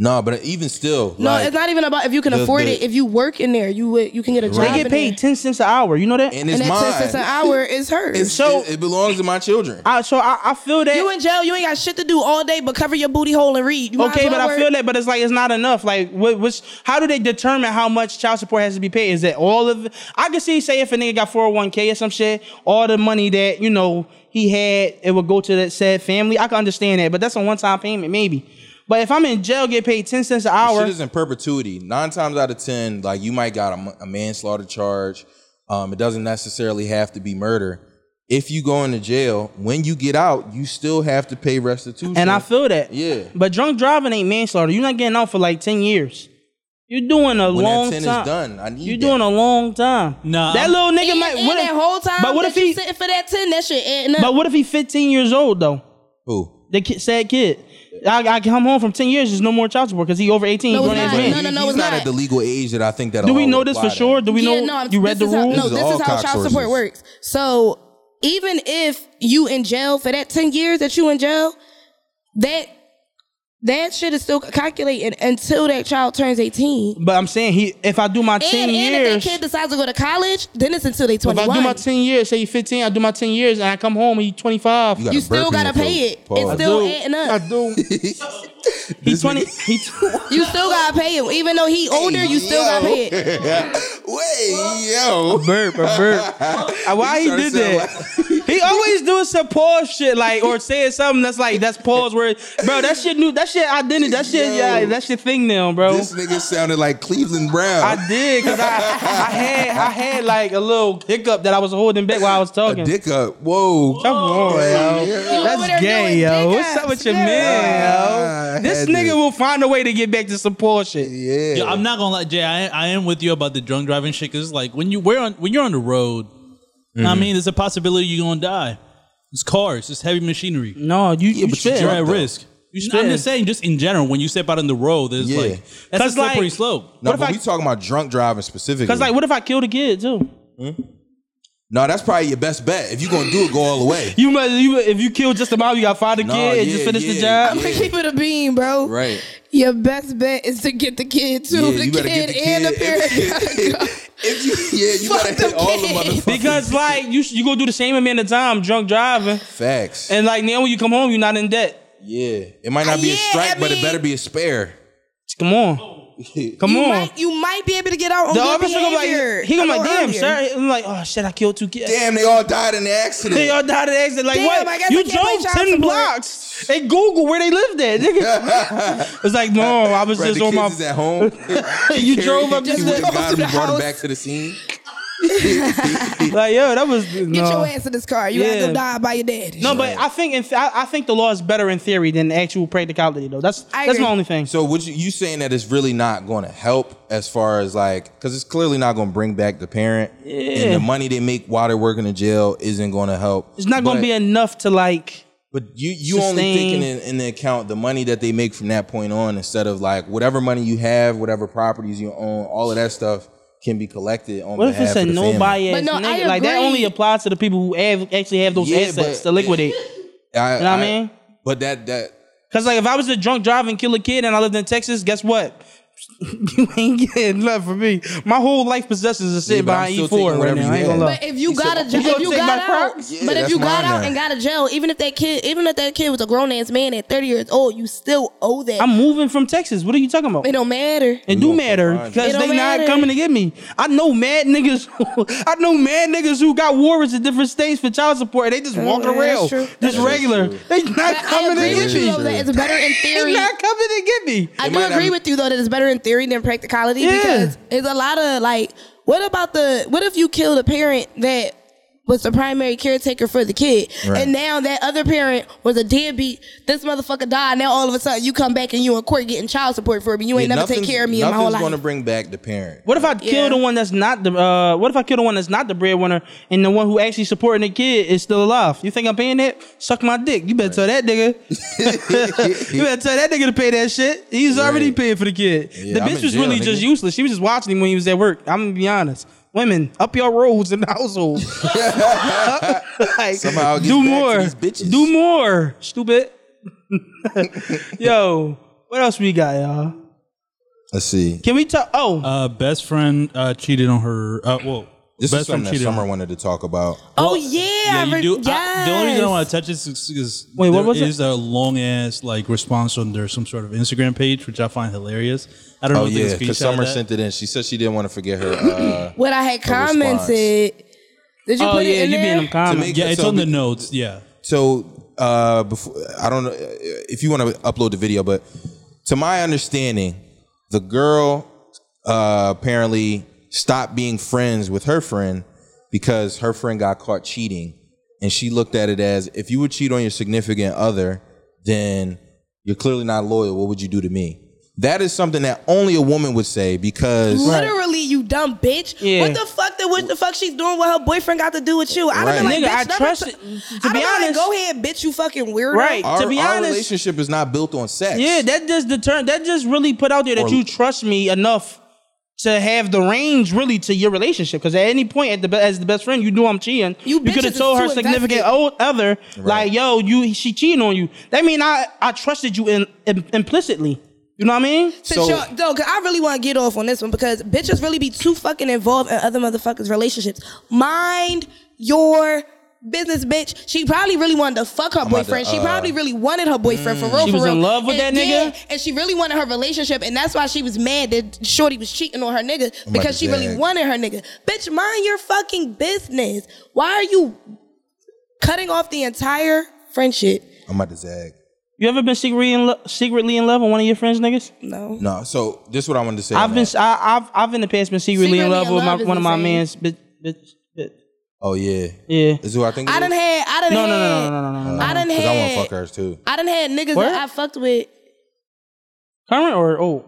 Speaker 2: no, but even still,
Speaker 4: No,
Speaker 2: like,
Speaker 4: it's not even about if you can
Speaker 2: the-
Speaker 4: afford
Speaker 2: the-
Speaker 4: it. If you work in there, you would you can get a job.
Speaker 3: They get
Speaker 4: in
Speaker 3: paid
Speaker 4: there.
Speaker 3: ten cents an hour. You know that?
Speaker 2: and it's
Speaker 4: and that
Speaker 2: mine.
Speaker 4: ten cents an hour is hers.
Speaker 2: It's-
Speaker 3: So-
Speaker 2: it, it belongs to my children.
Speaker 3: I, so I, I feel that.
Speaker 4: you in jail, you ain't got shit to do all day but cover your booty hole and read. You might
Speaker 3: okay,
Speaker 4: as
Speaker 3: but
Speaker 4: well
Speaker 3: I feel
Speaker 4: work.
Speaker 3: that. But it's like it's not enough. Like, what, what's how do they determine how much child support has to be paid? Is that all of? I can see say if a nigga got four hundred one k or some shit, all the money that you know he had, it would go to that said family. I can understand that, but that's a one time payment maybe. But if I'm in jail, get paid ten cents an hour.
Speaker 2: Shit is in perpetuity. Nine times out of ten, like you might got a, m- a manslaughter charge. Um, it doesn't necessarily have to be murder. If you go into jail, when you get out, you still have to pay restitution.
Speaker 3: And I feel that.
Speaker 2: Yeah.
Speaker 3: But drunk driving ain't manslaughter. You're not getting out for like ten years. You're doing a
Speaker 2: when
Speaker 3: long
Speaker 2: that ten
Speaker 3: time.
Speaker 2: is done, I need
Speaker 3: You're
Speaker 2: that.
Speaker 3: doing a long time.
Speaker 5: Nah,
Speaker 3: that
Speaker 5: I'm-
Speaker 3: little nigga
Speaker 4: And,
Speaker 3: might.
Speaker 4: and
Speaker 3: what if-
Speaker 4: that whole time,
Speaker 3: But what if
Speaker 4: that you
Speaker 3: he?
Speaker 4: sitting for that ten? That shit adding up.
Speaker 3: But what if he 15 years old though?
Speaker 2: Who?
Speaker 3: The kid, sad kid. I, I come home from 10 years. There's no more child support because he over 18.
Speaker 4: No,
Speaker 3: he grown
Speaker 4: it's
Speaker 3: ass
Speaker 4: not.
Speaker 2: But
Speaker 3: man.
Speaker 4: No, no, no,
Speaker 2: he's
Speaker 4: it's
Speaker 2: not,
Speaker 4: not.
Speaker 2: at the legal age that I think that.
Speaker 3: Do
Speaker 2: a
Speaker 3: we
Speaker 2: law
Speaker 3: know
Speaker 2: would
Speaker 3: this for
Speaker 2: apply to.
Speaker 3: sure? Do we know?
Speaker 4: yeah, no, I'm-
Speaker 3: you read the
Speaker 4: this is
Speaker 3: rules?
Speaker 4: How, no,
Speaker 2: These are
Speaker 4: this
Speaker 2: all
Speaker 4: is how
Speaker 2: cop
Speaker 4: child support
Speaker 2: sources.
Speaker 4: works. So even if you in jail for that ten years that you in jail, that that shit is still calculating until that child turns eighteen.
Speaker 3: But I'm saying he. If I do my 10
Speaker 4: And, and if
Speaker 3: years,
Speaker 4: that kid decides to go to college, then it's until they
Speaker 3: if
Speaker 4: twenty
Speaker 3: I do my
Speaker 4: one.
Speaker 3: 10 years, say he 15, I do my 10 years, and I come home, he 25.
Speaker 2: You got
Speaker 4: You
Speaker 2: a
Speaker 4: still
Speaker 2: burp in
Speaker 4: gotta
Speaker 2: your
Speaker 4: pay
Speaker 2: throat.
Speaker 4: it. It's
Speaker 2: Pause.
Speaker 4: still adding
Speaker 3: I
Speaker 4: up.
Speaker 3: do. He's 20. He
Speaker 4: You still gotta pay it, even though he older. You still gotta pay it.
Speaker 2: Wait, yo.
Speaker 3: burp, a burp. Uh, Why he,
Speaker 2: started
Speaker 3: did
Speaker 2: saying
Speaker 3: that? he always doing some pause shit, like or saying something that's like that's pause word, bro. That shit new. That shit identity. That shit
Speaker 2: Yo.
Speaker 3: yeah. That shit thing now, bro.
Speaker 2: This nigga sounded like Cleveland Brown.
Speaker 3: I did because I, I had I had like a little hiccup that I was holding back while I was
Speaker 2: a
Speaker 3: talking.
Speaker 2: dick up. Whoa.
Speaker 3: Come on, yo.
Speaker 4: over there
Speaker 3: That's gay,
Speaker 4: doing
Speaker 3: yo.
Speaker 4: dick
Speaker 3: What's up
Speaker 4: ups,
Speaker 3: with your
Speaker 4: yeah.
Speaker 3: man,
Speaker 2: Ah,
Speaker 3: yo? This
Speaker 2: had to-
Speaker 3: nigga will find a way to get back to some pause shit.
Speaker 2: Yeah.
Speaker 5: Yo, I'm not gonna lie, Jay. I, I am with you about the drunk driving shit. Cause like when you we're on when you're on the road, I mean, there's a possibility you're gonna die. It's cars, it's heavy machinery.
Speaker 3: No, you, you
Speaker 2: but you
Speaker 3: spit.
Speaker 5: You're
Speaker 2: drunk.
Speaker 5: at
Speaker 2: though.
Speaker 5: risk. I'm
Speaker 3: spitting.
Speaker 5: just saying, just in general, when you step out on the road, there's
Speaker 2: Yeah.
Speaker 5: like that's a
Speaker 3: 'Cause, like-
Speaker 5: slippery slope.
Speaker 2: No,
Speaker 3: What if
Speaker 2: but
Speaker 3: I-
Speaker 2: we talking about drunk driving specifically.
Speaker 3: Cause like, what if I kill the kid too?
Speaker 2: no, that's probably your best bet. If you gonna do it, go all the way.
Speaker 3: You must you, if you kill just a mom, you got to fire the
Speaker 2: No,
Speaker 3: kid and
Speaker 2: yeah,
Speaker 3: just finish the
Speaker 2: yeah,
Speaker 3: job.
Speaker 4: I'm gonna keep it a beam, bro.
Speaker 2: Right.
Speaker 4: Your best bet is to get the kid too.
Speaker 2: yeah,
Speaker 4: the,
Speaker 2: you
Speaker 4: kid
Speaker 2: better get the kid
Speaker 4: and the parent. gotta go.
Speaker 2: If, if you, yeah, you
Speaker 4: Fuck
Speaker 2: better hit
Speaker 4: them
Speaker 2: all the
Speaker 4: kids.
Speaker 2: motherfuckers.
Speaker 3: Because like you you go do the same amount of time drunk driving,
Speaker 2: facts.
Speaker 3: and like now when you come home, you're not in debt.
Speaker 2: yeah, it might not be a
Speaker 4: Yeah,
Speaker 2: strike,
Speaker 4: I
Speaker 2: but it
Speaker 4: mean-
Speaker 2: better be a spare.
Speaker 3: Come on, come
Speaker 4: you
Speaker 3: on.
Speaker 4: might you might be able to get out on
Speaker 2: Oh,
Speaker 3: the
Speaker 4: good
Speaker 3: officer gonna be
Speaker 4: behavior.
Speaker 3: like, he gonna be
Speaker 4: A
Speaker 3: like,
Speaker 4: little
Speaker 3: damn,
Speaker 4: earlier.
Speaker 3: sir. I'm like, oh shit, I killed two kids.
Speaker 2: Damn, they all died in the accident.
Speaker 3: They all died of accident. Like
Speaker 4: Damn, I
Speaker 3: what?
Speaker 4: guess I
Speaker 3: You
Speaker 4: can't pay
Speaker 3: drove
Speaker 4: child
Speaker 3: ten
Speaker 4: support.
Speaker 3: blocks. They Google where they lived at. nigga. it's like no, I was
Speaker 2: Right,
Speaker 3: just
Speaker 2: the
Speaker 3: on
Speaker 2: kids
Speaker 3: my.
Speaker 2: is at home.
Speaker 3: You drove up
Speaker 2: He
Speaker 3: just
Speaker 4: Just
Speaker 2: went and
Speaker 4: drove
Speaker 2: got him,
Speaker 4: to the
Speaker 2: brought him
Speaker 4: house.
Speaker 2: back to the scene.
Speaker 3: like yo, that was
Speaker 4: Get
Speaker 3: no.
Speaker 4: your ass in this car. You gotta
Speaker 3: Yeah.
Speaker 4: go die by your daddy.
Speaker 3: No, but I think in th- I, I think the law is better in theory than actual practicality though. That's
Speaker 4: I
Speaker 3: that's my
Speaker 4: agree.
Speaker 3: only thing.
Speaker 2: So, would you, you saying that it's really not going to help as far as like, because it's clearly not going to bring back the parent, and the money they make while they're working in jail isn't going to help.
Speaker 3: It's not gonna
Speaker 2: But-
Speaker 3: be enough to like.
Speaker 2: But you you only
Speaker 3: sustain-
Speaker 2: taking in, in the account the money that they make from that point on instead of like whatever money you have, whatever properties you own, all of that stuff can be collected on
Speaker 3: What if
Speaker 2: behalf
Speaker 3: it's a
Speaker 2: of the family.
Speaker 3: nobody ass
Speaker 4: But no, I
Speaker 3: nigga? Like that
Speaker 4: agree.
Speaker 3: only applies to the people who have, actually have those
Speaker 2: Yeah,
Speaker 3: assets
Speaker 2: but-
Speaker 3: to liquidate.
Speaker 2: I,
Speaker 3: know what I mean?
Speaker 2: But that that
Speaker 3: Cause like if I was a drunk driving killer kid and I lived in Texas, guess what? you ain't getting love for me. My whole life possessions are
Speaker 2: Yeah,
Speaker 3: sitting
Speaker 2: but I'm
Speaker 3: behind
Speaker 2: still
Speaker 3: E4
Speaker 2: taking
Speaker 3: right
Speaker 2: whatever
Speaker 3: now. I
Speaker 2: you
Speaker 3: ain't gonna
Speaker 2: had.
Speaker 3: lie.
Speaker 4: But if you got a
Speaker 3: "Oh, You
Speaker 4: jail, if
Speaker 3: gonna
Speaker 4: you
Speaker 3: take my
Speaker 4: got out,
Speaker 3: props?
Speaker 2: Yeah,
Speaker 4: but if
Speaker 2: that's
Speaker 4: you got
Speaker 2: mine
Speaker 4: out
Speaker 2: now.
Speaker 4: and got a jail, even if that kid, even if that kid was a grown ass man at 30 years old, you still owe that.
Speaker 3: I'm moving from Texas. What are you talking about?
Speaker 4: it don't matter.
Speaker 3: It do
Speaker 2: gonna
Speaker 3: matter
Speaker 2: find
Speaker 3: because
Speaker 4: It don't
Speaker 3: they not
Speaker 4: matter.
Speaker 3: coming to get me. I know mad niggas. I know mad niggas who got warrants in different states for child support. and They just walk
Speaker 4: that's
Speaker 3: around,
Speaker 4: true.
Speaker 3: just regular. They not
Speaker 4: But I
Speaker 3: coming to
Speaker 4: agree with
Speaker 3: get
Speaker 4: you
Speaker 3: me.
Speaker 4: though that it's better in
Speaker 3: They
Speaker 4: theory.
Speaker 3: not coming to get me.
Speaker 4: I
Speaker 2: It
Speaker 4: do
Speaker 2: might not
Speaker 4: agree
Speaker 2: be-
Speaker 4: with you though that it's better in theory than practicality
Speaker 3: Yeah.
Speaker 4: because it's a lot of like, what about the what if you kill the parent that was the primary caretaker for the kid.
Speaker 2: Right.
Speaker 4: And now that other parent was a deadbeat. This motherfucker died. Now all of a sudden you come back and you in court getting child support for me. You ain't
Speaker 2: Yeah,
Speaker 4: never take
Speaker 2: nothing's-
Speaker 4: care of me in my whole
Speaker 2: Nothing's
Speaker 4: life.
Speaker 2: gonna bring back the parent.
Speaker 3: What if I kill
Speaker 4: Yeah.
Speaker 3: the one that's not the? Uh, what if I kill the one that's not the breadwinner and the one who actually supporting the kid is still alive? You think I'm paying that? Suck my dick. You better tell that nigga. you better tell that nigga to pay that shit. He's already
Speaker 2: Right.
Speaker 3: paying for the kid.
Speaker 2: Yeah,
Speaker 3: the
Speaker 2: I'm
Speaker 3: bitch
Speaker 2: in
Speaker 3: was
Speaker 2: jail,
Speaker 3: really
Speaker 2: nigga.
Speaker 3: just useless. She was just watching him when he was at work. I'm gonna be honest. Women, up your roles in the household. like,
Speaker 2: Somehow it gets back
Speaker 3: do
Speaker 2: to
Speaker 3: more.
Speaker 2: these bitches.
Speaker 3: Do more. Stupid. Yo, what else we got, y'all?
Speaker 2: Let's see.
Speaker 3: Can we talk? Oh,
Speaker 5: Uh, best friend uh, cheated on her. Uh, well,
Speaker 2: This
Speaker 5: best
Speaker 2: is something that
Speaker 5: cheated on her.
Speaker 2: Summer wanted to talk about.
Speaker 4: oh yeah,
Speaker 5: you
Speaker 4: re-
Speaker 5: do. I, the only reason I
Speaker 4: yes.
Speaker 5: want to touch this is, is
Speaker 3: Wait, what
Speaker 5: there
Speaker 3: was it?
Speaker 5: is a long ass like response on their some sort of Instagram page, which I find hilarious. I don't
Speaker 2: Oh
Speaker 5: know. if
Speaker 2: yeah,
Speaker 5: they
Speaker 2: because
Speaker 5: screenshotted
Speaker 2: Summer
Speaker 5: that.
Speaker 2: sent it in. She said she didn't want to forget her. Uh,
Speaker 4: what I had
Speaker 2: response.
Speaker 4: commented. Did you
Speaker 3: oh
Speaker 4: put
Speaker 3: yeah,
Speaker 4: it in
Speaker 3: you
Speaker 4: there?
Speaker 3: being them comments.
Speaker 2: make-
Speaker 5: Yeah, it's
Speaker 2: So
Speaker 5: on
Speaker 2: we-
Speaker 5: the notes. Yeah,
Speaker 2: so uh, before I don't know uh, if you want to upload the video, but to my understanding, the girl uh, apparently stopped being friends with her friend because her friend got caught cheating, and she looked at it as if you would cheat on your significant other, then you're clearly not loyal. What would you do to me? That is something that only a woman would say because
Speaker 4: Literally, you dumb bitch.
Speaker 3: Yeah.
Speaker 4: What the fuck? That what the fuck she's doing? What her boyfriend got to do with you? I
Speaker 2: Right.
Speaker 4: don't like,
Speaker 3: Nigga,
Speaker 4: bitch,
Speaker 3: I
Speaker 4: never
Speaker 3: trust
Speaker 4: t-
Speaker 3: it.
Speaker 4: I
Speaker 3: To
Speaker 4: don't
Speaker 3: be
Speaker 4: know, like,
Speaker 3: honest-
Speaker 4: go ahead, bitch. You fucking weirdo.
Speaker 3: Right.
Speaker 2: our,
Speaker 3: to be
Speaker 2: our
Speaker 3: honest-
Speaker 2: relationship is not built on sex.
Speaker 3: Yeah, that just deter that just really put out there that
Speaker 2: Or-
Speaker 3: you trust me enough to have the range really to your relationship. Because at any point, at the be- as the best friend, you knew I'm cheating.
Speaker 4: You bitches
Speaker 3: could have
Speaker 4: is
Speaker 3: told
Speaker 4: too
Speaker 3: her significant o-
Speaker 4: invested.
Speaker 3: other like, "Yo, you she cheating on you." That mean I I trusted you in, im- implicitly. You know what I mean?
Speaker 4: Since
Speaker 2: So-
Speaker 4: y'all, though, 'cause I really want to get off on this one because bitches really be too fucking involved in other motherfuckers' relationships. Mind your business, bitch. She probably really wanted to fuck her
Speaker 2: about to,
Speaker 4: boyfriend. she
Speaker 2: uh,
Speaker 4: probably really wanted her boyfriend for real.
Speaker 3: She
Speaker 4: for
Speaker 3: was
Speaker 4: real.
Speaker 3: in love with
Speaker 4: And
Speaker 3: that nigga?
Speaker 4: yeah, and she really wanted her relationship, and that's why she was mad that Shorty was cheating on her nigga
Speaker 2: about
Speaker 4: because
Speaker 2: to
Speaker 4: she really
Speaker 2: zag.
Speaker 4: wanted her nigga. Bitch, mind your fucking business. Why are you cutting off the entire friendship?
Speaker 2: I'm about to zag.
Speaker 3: You ever been secretly in lo- secretly in love with one of your friends, niggas?
Speaker 4: No.
Speaker 2: No, so this is what I wanted to say.
Speaker 3: I've
Speaker 2: on
Speaker 3: been
Speaker 2: that.
Speaker 3: I, I've I've in the past been secretly,
Speaker 4: Secretly
Speaker 3: in love
Speaker 4: in
Speaker 3: with
Speaker 4: love
Speaker 3: my,
Speaker 4: is
Speaker 3: one of
Speaker 4: the
Speaker 3: my
Speaker 4: same.
Speaker 3: man's bitch, bitch, bitch.
Speaker 2: Oh yeah,
Speaker 3: Yeah.
Speaker 2: Is who I think. it
Speaker 4: I done
Speaker 2: is? Uh-huh.
Speaker 4: had. I done
Speaker 3: No,
Speaker 4: had.
Speaker 3: no, no, no, no, no, no, no.
Speaker 4: I done
Speaker 2: 'Cause I want
Speaker 4: had.
Speaker 2: to fuck hers too.
Speaker 4: I done had niggas
Speaker 3: What?
Speaker 4: that I fucked with.
Speaker 3: Current or old?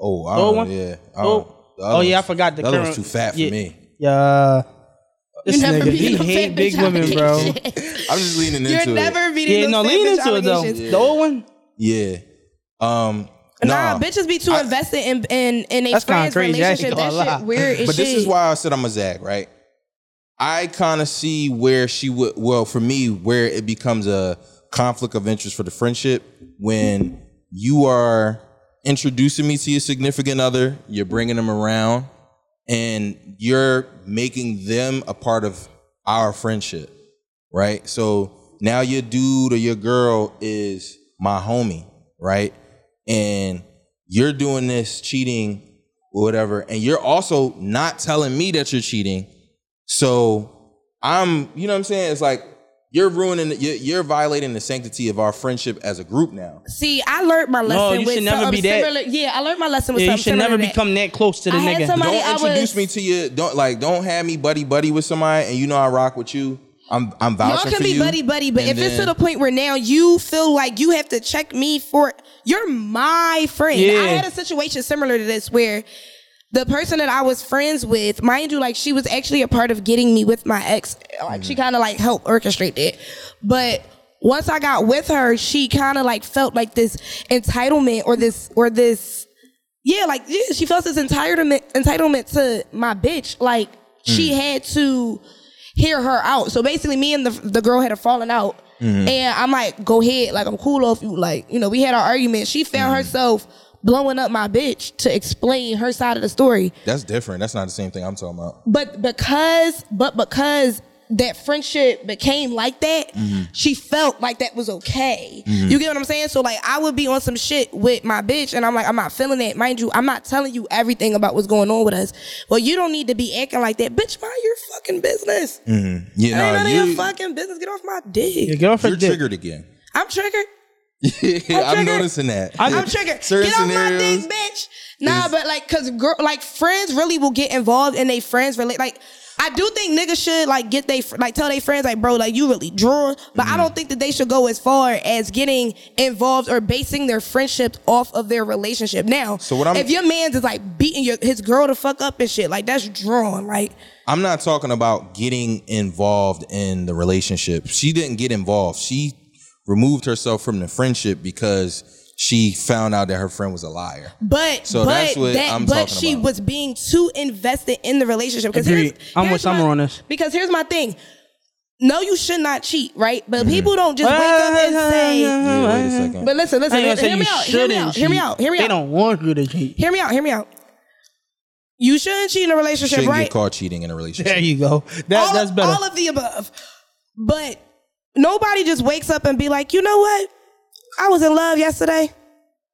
Speaker 2: Oh, I
Speaker 3: The old
Speaker 2: don't,
Speaker 3: one?
Speaker 2: yeah. I
Speaker 3: Oh.
Speaker 2: don't- the other
Speaker 3: Oh, yeah,
Speaker 2: one's-
Speaker 3: I forgot the
Speaker 2: The other
Speaker 3: current-
Speaker 2: one's too fat for
Speaker 3: yeah.
Speaker 2: me.
Speaker 3: Yeah. This
Speaker 4: You'll never
Speaker 3: nigga,
Speaker 4: be
Speaker 3: he
Speaker 4: the
Speaker 3: hate
Speaker 4: fat
Speaker 3: big
Speaker 4: bitch
Speaker 3: women, bro.
Speaker 4: allegations.
Speaker 2: I'm just leaning into
Speaker 4: You're
Speaker 2: it.
Speaker 4: never beating
Speaker 3: Yeah, no,
Speaker 4: those fat
Speaker 3: lean
Speaker 4: bitch
Speaker 3: into it though.
Speaker 4: allegations.
Speaker 3: The old one.
Speaker 2: yeah. Um. Nah,
Speaker 4: Nah, bitches be too invested in in in a
Speaker 3: That's kinda
Speaker 4: friend's
Speaker 3: crazy. I ain't
Speaker 4: relationship.
Speaker 3: gonna
Speaker 4: That
Speaker 3: lie.
Speaker 4: shit weird as
Speaker 2: But
Speaker 4: shit.
Speaker 2: this is why I said I'm a zag, right? I kind of see where she would. Well, for me, where it becomes a conflict of interest for the friendship when you are introducing me to your significant other, you're bringing them around, and you're making them a part of our friendship, right? So now your dude or your girl is my homie, right? And you're doing this cheating or whatever, and you're also not telling me that you're cheating. So I'm, you know what I'm saying? It's like you're ruining, you're, you're violating the sanctity of our friendship as a group now.
Speaker 4: See, I learned my lesson.
Speaker 3: you
Speaker 4: with
Speaker 3: should never
Speaker 4: something
Speaker 3: be that.
Speaker 4: Similar. Yeah, I learned my lesson with
Speaker 3: Yeah, you
Speaker 4: something
Speaker 3: should never
Speaker 4: similar to that.
Speaker 3: become that close to the
Speaker 4: I had
Speaker 3: nigga.
Speaker 4: somebody-
Speaker 2: Don't
Speaker 4: I
Speaker 2: introduce
Speaker 4: was-
Speaker 2: me to you. Don't like. Don't have me buddy buddy with somebody, and you know I rock with you. I'm I'm
Speaker 4: Y'all
Speaker 2: vouching
Speaker 4: can
Speaker 2: for
Speaker 4: be
Speaker 2: you.
Speaker 4: buddy buddy, but
Speaker 2: And
Speaker 4: if it's to
Speaker 2: then-
Speaker 4: the point where now you feel like you have to check me for you're my friend.
Speaker 3: Yeah.
Speaker 4: I had a situation similar to this where the person that I was friends with, mind you, like she was actually a part of getting me with my ex. Like
Speaker 2: Mm-hmm.
Speaker 4: she kind of like helped orchestrate it. But once I got with her, she kind of like felt like this entitlement or this or this yeah, like yeah, she felt this entitlement entitlement to my bitch. Like
Speaker 2: Mm.
Speaker 4: she had to hear her out. So basically, me and the the girl had a falling out, and I'm like, go ahead, like I'm cool off you. Like you know, we had our argument. She found herself blowing up my bitch to explain her side of the story,
Speaker 2: That's different. That's not the same thing I'm talking about.
Speaker 4: but because but because that friendship became like that, she felt like that was okay. You get what I'm saying? So like I would be on some shit with my bitch and I'm like, I'm not feeling that. Mind you, I'm not telling you everything about what's going on with us. Well, you don't need to be acting like that. Bitch, mind your fucking business.
Speaker 2: You
Speaker 4: Ain't
Speaker 2: know,
Speaker 4: none of your
Speaker 2: you,
Speaker 4: fucking business. Get off my dick.
Speaker 3: Your girlfriend
Speaker 2: you're
Speaker 3: dick.
Speaker 2: triggered again.
Speaker 4: I'm triggered.
Speaker 2: I'm
Speaker 4: triggered.
Speaker 2: noticing that.
Speaker 4: I'm triggered.
Speaker 2: Certain
Speaker 4: get off my
Speaker 2: scenarios-
Speaker 4: dick, bitch. Nah, but like, cause girl, like friends really will get involved in they friends relate. Like, I do think niggas should like get they like tell their friends like, bro, like you really drawing, but
Speaker 2: Mm-hmm.
Speaker 4: I don't think that they should go as far as getting involved or basing their friendships off of their relationship. Now,
Speaker 2: So what I'm-
Speaker 4: if your man's is like beating your his girl to fuck up and shit, like that's drawing. Like
Speaker 2: I'm not talking about getting involved in the relationship. She didn't get involved. She removed herself from the friendship because she found out that her friend was a liar.
Speaker 4: But
Speaker 2: So
Speaker 4: but
Speaker 2: that's what
Speaker 4: that,
Speaker 2: I'm
Speaker 4: but
Speaker 2: talking
Speaker 4: she
Speaker 2: about.
Speaker 4: was being too invested in the relationship. Because
Speaker 3: Agreed.
Speaker 4: here's,
Speaker 3: I'm
Speaker 4: here's
Speaker 3: with Summer
Speaker 4: my-
Speaker 3: on this.
Speaker 4: Because here's my thing. No, you should not cheat, right?
Speaker 3: Mm-hmm.
Speaker 4: But people don't just wake up and say.
Speaker 2: Yeah, wait a second.
Speaker 4: But listen, listen,
Speaker 3: I ain't gonna
Speaker 4: hear,
Speaker 3: say
Speaker 4: me
Speaker 3: you
Speaker 4: out, hear
Speaker 3: shouldn't
Speaker 4: me out, hear me
Speaker 3: cheat.
Speaker 4: out, hear me
Speaker 3: They
Speaker 4: out,
Speaker 3: don't want you to cheat.
Speaker 4: hear me out, hear me out. You shouldn't cheat in a relationship,
Speaker 2: Shouldn't
Speaker 4: right?
Speaker 2: get caught cheating in a relationship.
Speaker 3: There you go. That,
Speaker 4: all
Speaker 3: that's
Speaker 4: of,
Speaker 3: better.
Speaker 4: All of the above. But nobody just wakes up and be like, you know what? I was in love yesterday,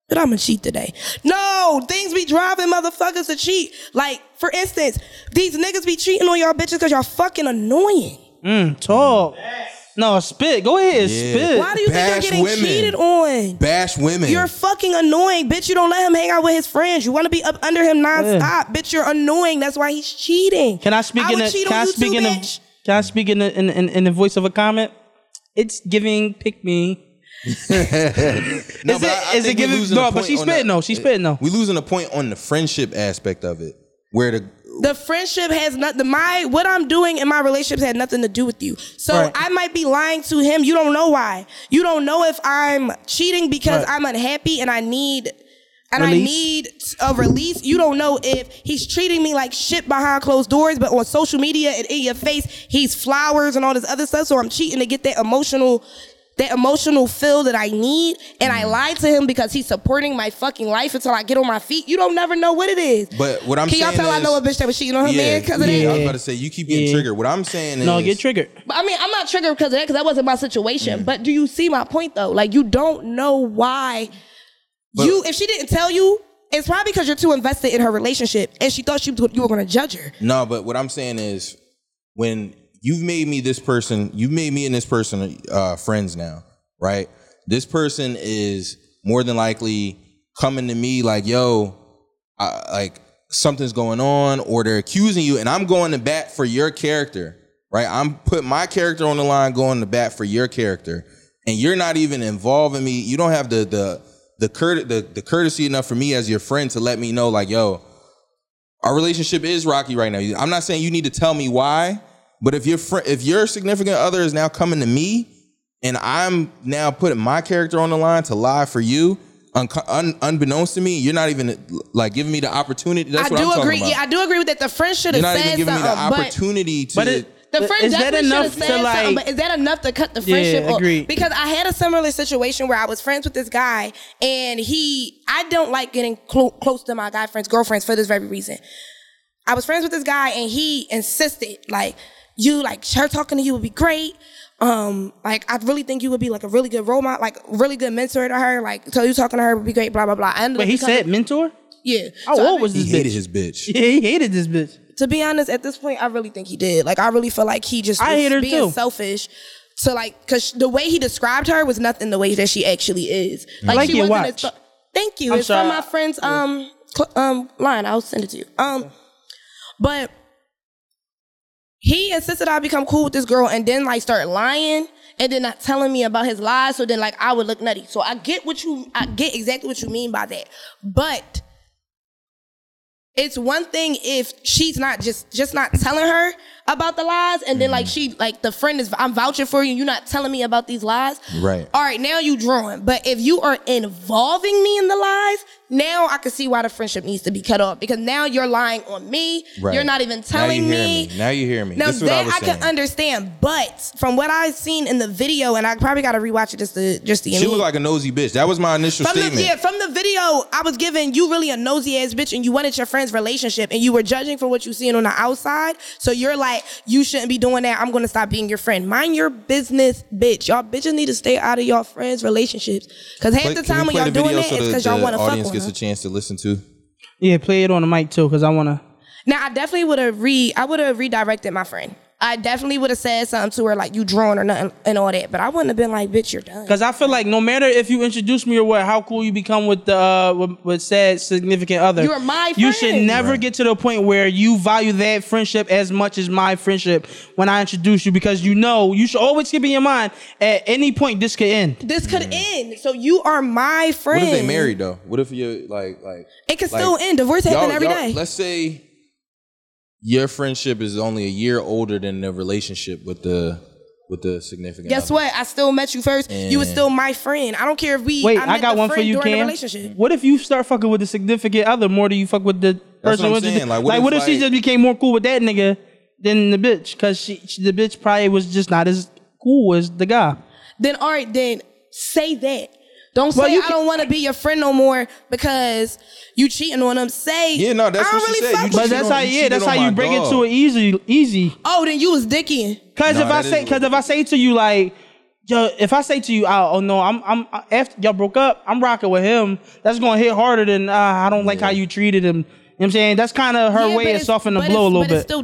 Speaker 4: but I'm gonna cheat today. No, things be driving motherfuckers to cheat. Like, for instance, these niggas be cheating on y'all bitches because y'all fucking annoying.
Speaker 3: Talk. No, spit. Go ahead,
Speaker 2: Yeah.
Speaker 3: spit.
Speaker 4: Why do you think you're
Speaker 2: Bash
Speaker 4: getting
Speaker 2: women.
Speaker 4: cheated on?
Speaker 2: Bash women.
Speaker 4: You're fucking annoying, bitch. You don't let him hang out with his friends. You want to be up under him nonstop, bitch. You're annoying. That's why he's cheating.
Speaker 3: Can I speak in
Speaker 4: would
Speaker 3: the?
Speaker 4: cheat
Speaker 3: Can
Speaker 4: on
Speaker 3: I
Speaker 4: you
Speaker 3: speak
Speaker 4: too,
Speaker 3: in the?
Speaker 4: bitch.
Speaker 3: Can I speak in the in, in, in the voice of a comment? It's giving pick me.
Speaker 2: No,
Speaker 3: Is
Speaker 2: but
Speaker 3: it-
Speaker 2: I- I
Speaker 3: is it
Speaker 2: think we're
Speaker 3: giving-
Speaker 2: losing a
Speaker 3: no, but
Speaker 2: point
Speaker 3: she's
Speaker 2: on the-
Speaker 3: spitting though. She's spitting though.
Speaker 2: We losing a point on the friendship aspect of it, where the
Speaker 4: the friendship has not the my what I'm doing in my relationships had nothing to do with you. So
Speaker 3: Right.
Speaker 4: I might be lying to him. You don't know why. You don't know if I'm cheating because
Speaker 3: Right.
Speaker 4: I'm unhappy and I need and I
Speaker 3: Release.
Speaker 4: need a release. You don't know if he's treating me like shit behind closed doors, but on social media and in your face, he's flowers and all this other stuff. So I'm cheating to get that emotional that emotional feel that I need and
Speaker 3: Mm.
Speaker 4: I lied to him because he's supporting my fucking life until I get on my feet. You don't never know what it is.
Speaker 2: But what I'm
Speaker 4: Can y'all
Speaker 2: saying
Speaker 4: tell I
Speaker 2: is-
Speaker 4: know a bitch that was cheating on her
Speaker 2: yeah,
Speaker 4: man because of
Speaker 2: yeah, I
Speaker 4: that?
Speaker 2: was about to say you keep getting
Speaker 3: Yeah.
Speaker 2: triggered. What I'm saying
Speaker 3: No,
Speaker 2: is
Speaker 3: get triggered.
Speaker 4: But I mean, I'm not triggered because of that because that wasn't my situation. But do you see my point though? Like you don't know why you if she didn't tell you, it's probably because you're too invested in her relationship and she thought she you were gonna judge her.
Speaker 2: No, but what I'm saying is when you've made me this person, you've made me and this person uh, friends now, right? This person is more than likely coming to me like, yo, I, like something's going on, or they're accusing you, and I'm going to bat for your character, right? I'm putting my character on the line, going to bat for your character, and you're not even involving me. You don't have the the the, cur- the the courtesy enough for me as your friend to let me know, like, yo, our relationship is rocky right now. I'm not saying you need to tell me why, but if your friend, if your significant other is now coming to me, and I'm now putting my character on the line to lie for you, un- un- unbeknownst to me, you're not even like giving me the opportunity. That's
Speaker 4: I
Speaker 2: what I'm
Speaker 4: do
Speaker 2: talking
Speaker 4: agree.
Speaker 2: about.
Speaker 4: Yeah, I do agree with that. The friend should
Speaker 2: you're
Speaker 4: have
Speaker 2: not
Speaker 4: said
Speaker 2: even giving me the
Speaker 4: something, but
Speaker 2: opportunity to.
Speaker 3: But it-
Speaker 4: The friend
Speaker 3: Is that
Speaker 4: definitely
Speaker 3: enough
Speaker 4: should have said
Speaker 3: to, like-
Speaker 4: something, but is that enough to cut the friendship off?
Speaker 3: agreed.
Speaker 4: Because I had a similar situation where I was friends with this guy, and he, I don't like getting clo- close to my guy friends, girlfriends for this very reason. I was friends with this guy, and he insisted, like, you, like, her talking to you would be great. Um, like, I really think you would be like a really good role model, like, really good mentor to her. Like, so you talking to her would be great, blah, blah, blah. I ended
Speaker 3: But
Speaker 4: up
Speaker 3: he
Speaker 4: becoming-
Speaker 3: said Oh, mentor.
Speaker 4: yeah.
Speaker 3: How
Speaker 4: So I
Speaker 3: old was
Speaker 2: he
Speaker 3: this
Speaker 2: hated
Speaker 3: bitch?
Speaker 2: his bitch.
Speaker 3: Yeah, he hated this bitch.
Speaker 4: to be honest, at this point, I really think he did. Like, I really feel like he just
Speaker 3: I
Speaker 4: was
Speaker 3: hate her,
Speaker 4: being
Speaker 3: too.
Speaker 4: selfish. So, like, because the way he described her was nothing the way that she actually is. Like,
Speaker 3: like
Speaker 4: she
Speaker 3: your
Speaker 4: wasn't as
Speaker 3: watch.
Speaker 4: fu- Thank you.
Speaker 3: I'm
Speaker 4: it's
Speaker 3: sorry.
Speaker 4: from my friend's um cl- um line. I'll send it to you. Um, but he insisted I become cool with this girl, and then like start lying, and then not telling me about his lies. So then like I would look nutty. So I get what you, I get exactly what you mean by that, but it's one thing if she's not just just not telling her about the lies and then
Speaker 2: Mm.
Speaker 4: like she like the friend is i'm vouching for you you're not telling me about these lies
Speaker 2: Right.
Speaker 4: all right now you drawing but if you are involving me in the lies now i can see why the friendship needs to be cut off because now you're lying on me
Speaker 2: Right.
Speaker 4: you're not even
Speaker 2: Now you
Speaker 4: telling
Speaker 2: hear
Speaker 4: me
Speaker 2: Now you hear me.
Speaker 4: now
Speaker 2: this is what I
Speaker 4: that
Speaker 2: was
Speaker 4: I,
Speaker 2: saying.
Speaker 4: can understand, but from what I've seen in the video, and I probably got to rewatch it just to just to.
Speaker 2: she was like a nosy bitch. That was my initial
Speaker 4: From the,
Speaker 2: statement.
Speaker 4: yeah, from the video, I was given you really a nosy ass bitch, and you wanted your friend's relationship, and you were judging for what you seen on the outside. So you're like, you shouldn't be doing that. I'm gonna stop being your friend. Mind your business, bitch. Y'all bitches need to stay out of y'all friends' relationships, because half
Speaker 2: Play-
Speaker 4: the
Speaker 2: can we
Speaker 4: time when
Speaker 2: play
Speaker 4: y'all
Speaker 2: the
Speaker 4: doing
Speaker 2: video
Speaker 4: that,
Speaker 2: so
Speaker 4: it's
Speaker 2: the-
Speaker 4: because y'all
Speaker 2: the
Speaker 4: want to fuck
Speaker 2: audience
Speaker 4: with
Speaker 2: gets
Speaker 4: her.
Speaker 2: a chance to listen to.
Speaker 3: Yeah, play it on the mic too, cause I wanna.
Speaker 4: Now I definitely would have re, I would have redirected my friend. I definitely would have said something to her like you drawn or nothing and all that, but I wouldn't have been like, bitch, you're done.
Speaker 3: Cause I feel like no matter if you introduce me or what, how cool you become with the uh, with, with said significant other,
Speaker 4: You're my
Speaker 3: You should
Speaker 4: friend.
Speaker 3: never get to the point where you value that friendship as much as my friendship when I introduce you, because you know you should always keep in your mind at any point this could end.
Speaker 4: This could end. So you are my
Speaker 2: What
Speaker 4: friend.
Speaker 2: if they married though? What if you like like
Speaker 4: It can
Speaker 2: like,
Speaker 4: still end. Divorce happen
Speaker 2: y'all-
Speaker 4: every
Speaker 2: y'all-
Speaker 4: day.
Speaker 2: Let's say your friendship is only a year older than the relationship with the with the significant.
Speaker 4: Guess
Speaker 2: other.
Speaker 4: what? I still met you first. You were
Speaker 2: Yeah.
Speaker 4: still my friend. I don't care if we.
Speaker 3: Wait,
Speaker 4: I,
Speaker 3: I,
Speaker 4: met
Speaker 3: got
Speaker 4: the
Speaker 3: one for
Speaker 4: friend
Speaker 3: you,
Speaker 4: during the
Speaker 3: Cam.
Speaker 4: relationship.
Speaker 3: What if you start fucking with the significant other more than you fuck with the
Speaker 2: That's
Speaker 3: person?
Speaker 2: what I'm
Speaker 3: with the-
Speaker 2: saying. Like, what if,
Speaker 3: what if she
Speaker 2: like-
Speaker 3: just became more cool with that nigga than the bitch? Because she, she the bitch probably was just not as cool as the guy.
Speaker 4: Then all right, then say that. Don't
Speaker 3: Well,
Speaker 4: say
Speaker 3: you
Speaker 4: I
Speaker 3: can-
Speaker 4: don't want to be your friend no more because you cheating on them. Say
Speaker 2: Yeah, no, that's
Speaker 4: I don't
Speaker 2: what she
Speaker 4: really
Speaker 2: said.
Speaker 4: fuck
Speaker 2: You
Speaker 4: with
Speaker 2: just-
Speaker 3: But that's
Speaker 2: on-
Speaker 3: how
Speaker 2: you
Speaker 3: yeah,
Speaker 2: cheated
Speaker 3: that's
Speaker 2: on
Speaker 3: how you
Speaker 2: my
Speaker 3: break it
Speaker 2: dog.
Speaker 3: to it easy, easy.
Speaker 4: Oh, then you was dickying.
Speaker 3: Cause
Speaker 2: Nah,
Speaker 3: if I
Speaker 2: that
Speaker 3: say,
Speaker 2: is-
Speaker 3: cause if I say to you like, yo, if I say to you, oh, oh no, I'm, I'm after y'all broke up, I'm rocking with him. That's gonna hit harder than uh, I don't like how you treated him. You know what I'm saying that's kind of her
Speaker 4: Yeah, but
Speaker 3: way of
Speaker 4: it's-
Speaker 3: softening the
Speaker 4: but
Speaker 3: blow a
Speaker 4: it's-
Speaker 3: little
Speaker 4: but
Speaker 3: bit.
Speaker 4: It's still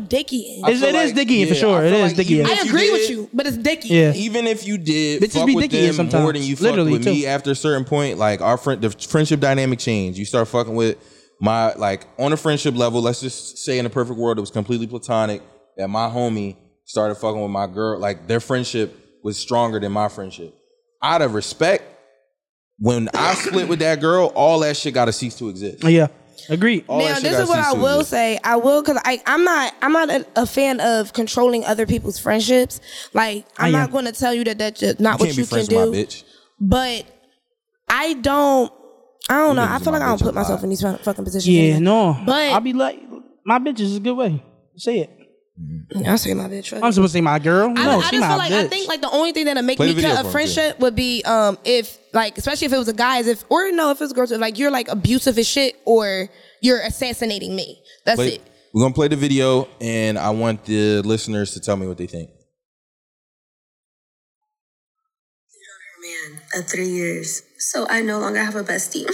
Speaker 4: dickying.
Speaker 3: It's-
Speaker 2: feel
Speaker 3: it is dicky, for sure.
Speaker 2: I
Speaker 3: It
Speaker 2: feel
Speaker 3: is dicky.
Speaker 2: even
Speaker 4: I
Speaker 2: if you
Speaker 4: agree with
Speaker 2: did-
Speaker 4: you, but it's dicky.
Speaker 3: yeah,
Speaker 2: Even if you did
Speaker 3: Bitches
Speaker 2: fuck
Speaker 3: be
Speaker 2: with
Speaker 3: dicky
Speaker 2: them
Speaker 3: sometimes,
Speaker 2: more than you fucked
Speaker 3: literally,
Speaker 2: with me
Speaker 3: too.
Speaker 2: after a certain point, like our friend, the friendship dynamic changed. You start fucking with my like on a friendship level. Let's just say in a perfect world, it was completely platonic. That my homie started fucking with my girl. Like their friendship was stronger than my friendship. Out of respect, when I split with that girl, all that shit got to cease to exist.
Speaker 3: yeah, agree.
Speaker 2: All that
Speaker 4: Now
Speaker 2: shit
Speaker 4: this
Speaker 2: gotta
Speaker 4: is what
Speaker 2: cease
Speaker 4: I
Speaker 2: to
Speaker 4: will
Speaker 2: exist.
Speaker 4: say. I will because I I'm not I'm not a, a fan of controlling other people's friendships. Like
Speaker 3: I
Speaker 4: I'm
Speaker 3: am.
Speaker 4: not going to tell you that that's just
Speaker 2: You
Speaker 4: not what
Speaker 2: can't
Speaker 4: you
Speaker 2: be
Speaker 4: can
Speaker 2: friends with
Speaker 4: do.
Speaker 2: my bitch.
Speaker 4: But I don't. I don't know.
Speaker 2: niggas
Speaker 4: I
Speaker 2: in
Speaker 4: feel
Speaker 2: my
Speaker 4: like I don't
Speaker 2: bitch
Speaker 4: put
Speaker 2: a lot.
Speaker 4: myself in these fu- fucking positions.
Speaker 3: Yeah,
Speaker 4: anyway.
Speaker 3: no,
Speaker 4: But-
Speaker 3: I'll be like, my bitch is a good way. Say it.
Speaker 4: I say my bitch. fuck
Speaker 3: I'm
Speaker 4: it.
Speaker 3: supposed to say my girl.
Speaker 4: I,
Speaker 3: No, she
Speaker 4: I just feel
Speaker 3: my
Speaker 4: like
Speaker 3: bitch.
Speaker 4: I think like the only thing that'll make
Speaker 2: Play the
Speaker 4: me
Speaker 2: video
Speaker 4: cut
Speaker 2: for
Speaker 4: a
Speaker 2: 'em,
Speaker 4: friendship would be um if like especially if it was a guy, as if or no if it's a girl too, like you're like abusive as shit or you're assassinating me. That's
Speaker 2: Play-
Speaker 4: it.
Speaker 2: We're gonna play the video, and I want the listeners to tell me what they think.
Speaker 6: man, at three years. So I no longer have a bestie.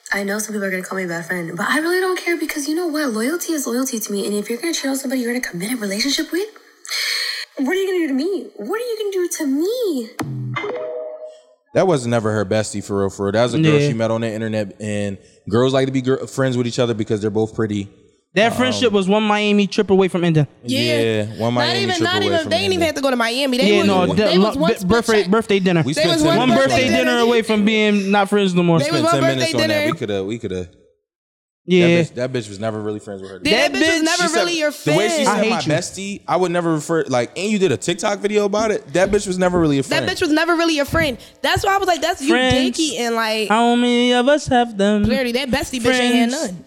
Speaker 6: I know some people are gonna call me bad friend, but I really don't care because you know what? Loyalty is loyalty to me. And if you're gonna cheat on somebody you're in a committed relationship with, what are you gonna do to me? What are you gonna do to me?
Speaker 2: That was never her bestie for real. For real, that was a girl
Speaker 3: Yeah.
Speaker 2: she met on the internet, and girls like to be gir- friends with each other because they're both pretty.
Speaker 3: that
Speaker 2: Oh.
Speaker 3: friendship was one Miami trip away from ending.
Speaker 2: Yeah, one
Speaker 4: not
Speaker 2: Miami
Speaker 4: even
Speaker 2: trip
Speaker 4: not
Speaker 2: away
Speaker 4: even
Speaker 2: from
Speaker 4: they didn't even
Speaker 2: ending.
Speaker 4: have to go to Miami. They
Speaker 3: Yeah,
Speaker 4: was,
Speaker 3: no,
Speaker 4: they
Speaker 3: that
Speaker 4: was
Speaker 3: lo-
Speaker 4: one
Speaker 3: bi- birthday
Speaker 4: birthday.
Speaker 3: birthday dinner.
Speaker 2: We
Speaker 4: They
Speaker 2: spent
Speaker 4: was
Speaker 2: 10
Speaker 4: one
Speaker 3: one
Speaker 2: minutes
Speaker 3: birthday
Speaker 2: on that.
Speaker 3: dinner away from being not friends no more.
Speaker 4: They
Speaker 2: We
Speaker 4: was
Speaker 2: spent
Speaker 4: one
Speaker 2: ten minutes
Speaker 4: birthday
Speaker 2: on that.
Speaker 4: dinner.
Speaker 2: We could have. We could have.
Speaker 3: Yeah,
Speaker 2: That, bitch, that bitch was never really friends with her.
Speaker 4: That,
Speaker 3: That
Speaker 4: bitch was
Speaker 3: bitch-
Speaker 4: never
Speaker 2: She said-
Speaker 4: really your
Speaker 2: The way she said
Speaker 4: friend.
Speaker 3: I hate
Speaker 2: my
Speaker 3: you.
Speaker 2: bestie, I would never refer like. And you did a TikTok video about it. That bitch was never really a friend.
Speaker 4: That bitch was never really your friend. That's why I was like, that's you
Speaker 3: Friends.
Speaker 4: dicky and like
Speaker 3: how many of us have them?
Speaker 4: clearly that bestie bitch ain't had
Speaker 3: Friends.
Speaker 4: none.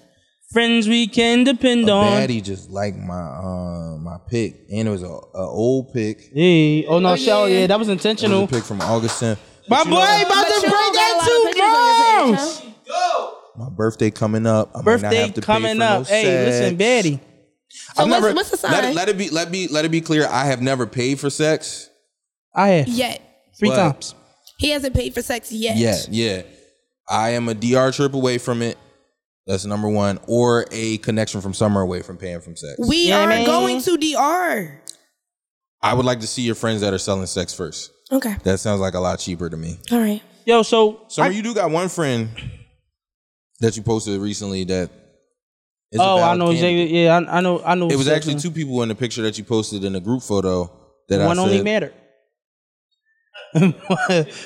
Speaker 3: friends we can depend
Speaker 2: a
Speaker 3: on.
Speaker 2: baddie just liked my uh, my pick, and it was a, a old pick.
Speaker 3: Hey, oh no,
Speaker 4: Oh,
Speaker 3: Shell,
Speaker 4: yeah.
Speaker 3: yeah, that was
Speaker 2: It was
Speaker 3: intentional.
Speaker 2: a pick from August 10th.
Speaker 3: My
Speaker 2: But
Speaker 3: boy
Speaker 2: you know,
Speaker 3: about
Speaker 4: But
Speaker 3: to
Speaker 4: you
Speaker 3: break
Speaker 4: don't got a lot of pictures
Speaker 3: that
Speaker 4: on
Speaker 3: too,
Speaker 4: your
Speaker 3: bro.
Speaker 4: page, huh?
Speaker 2: my birthday coming up. I might not
Speaker 3: Birthday
Speaker 2: have to pay
Speaker 3: coming
Speaker 2: for no
Speaker 3: up. Hey,
Speaker 2: sex.
Speaker 3: listen, Betty.
Speaker 4: So
Speaker 2: I've
Speaker 4: what's,
Speaker 2: never-
Speaker 4: what's the sign?
Speaker 2: Let it, let it be. Let be. Let it be clear. I have never paid for sex.
Speaker 3: I had
Speaker 4: yet.
Speaker 3: three
Speaker 2: What?
Speaker 3: times.
Speaker 4: He hasn't paid for sex yet.
Speaker 2: Yeah, yeah. I am a dr trip away from it. That's number one, or a connection from somewhere away from paying from sex.
Speaker 4: We
Speaker 3: Yeah,
Speaker 4: are
Speaker 3: man.
Speaker 4: going to DR.
Speaker 2: I would like to see your friends that are selling sex first.
Speaker 4: Okay.
Speaker 2: That sounds like a lot cheaper to me.
Speaker 4: All right.
Speaker 3: Yo, so
Speaker 2: Summer, you do got one friend that you posted recently that. Is a
Speaker 3: oh, I
Speaker 2: valid
Speaker 3: know
Speaker 2: candidate.
Speaker 3: exactly. Yeah, I, I know. I know.
Speaker 2: It was
Speaker 3: exactly
Speaker 2: actually two people in the picture that you posted in a group photo that I
Speaker 3: One
Speaker 2: said,
Speaker 3: only mattered.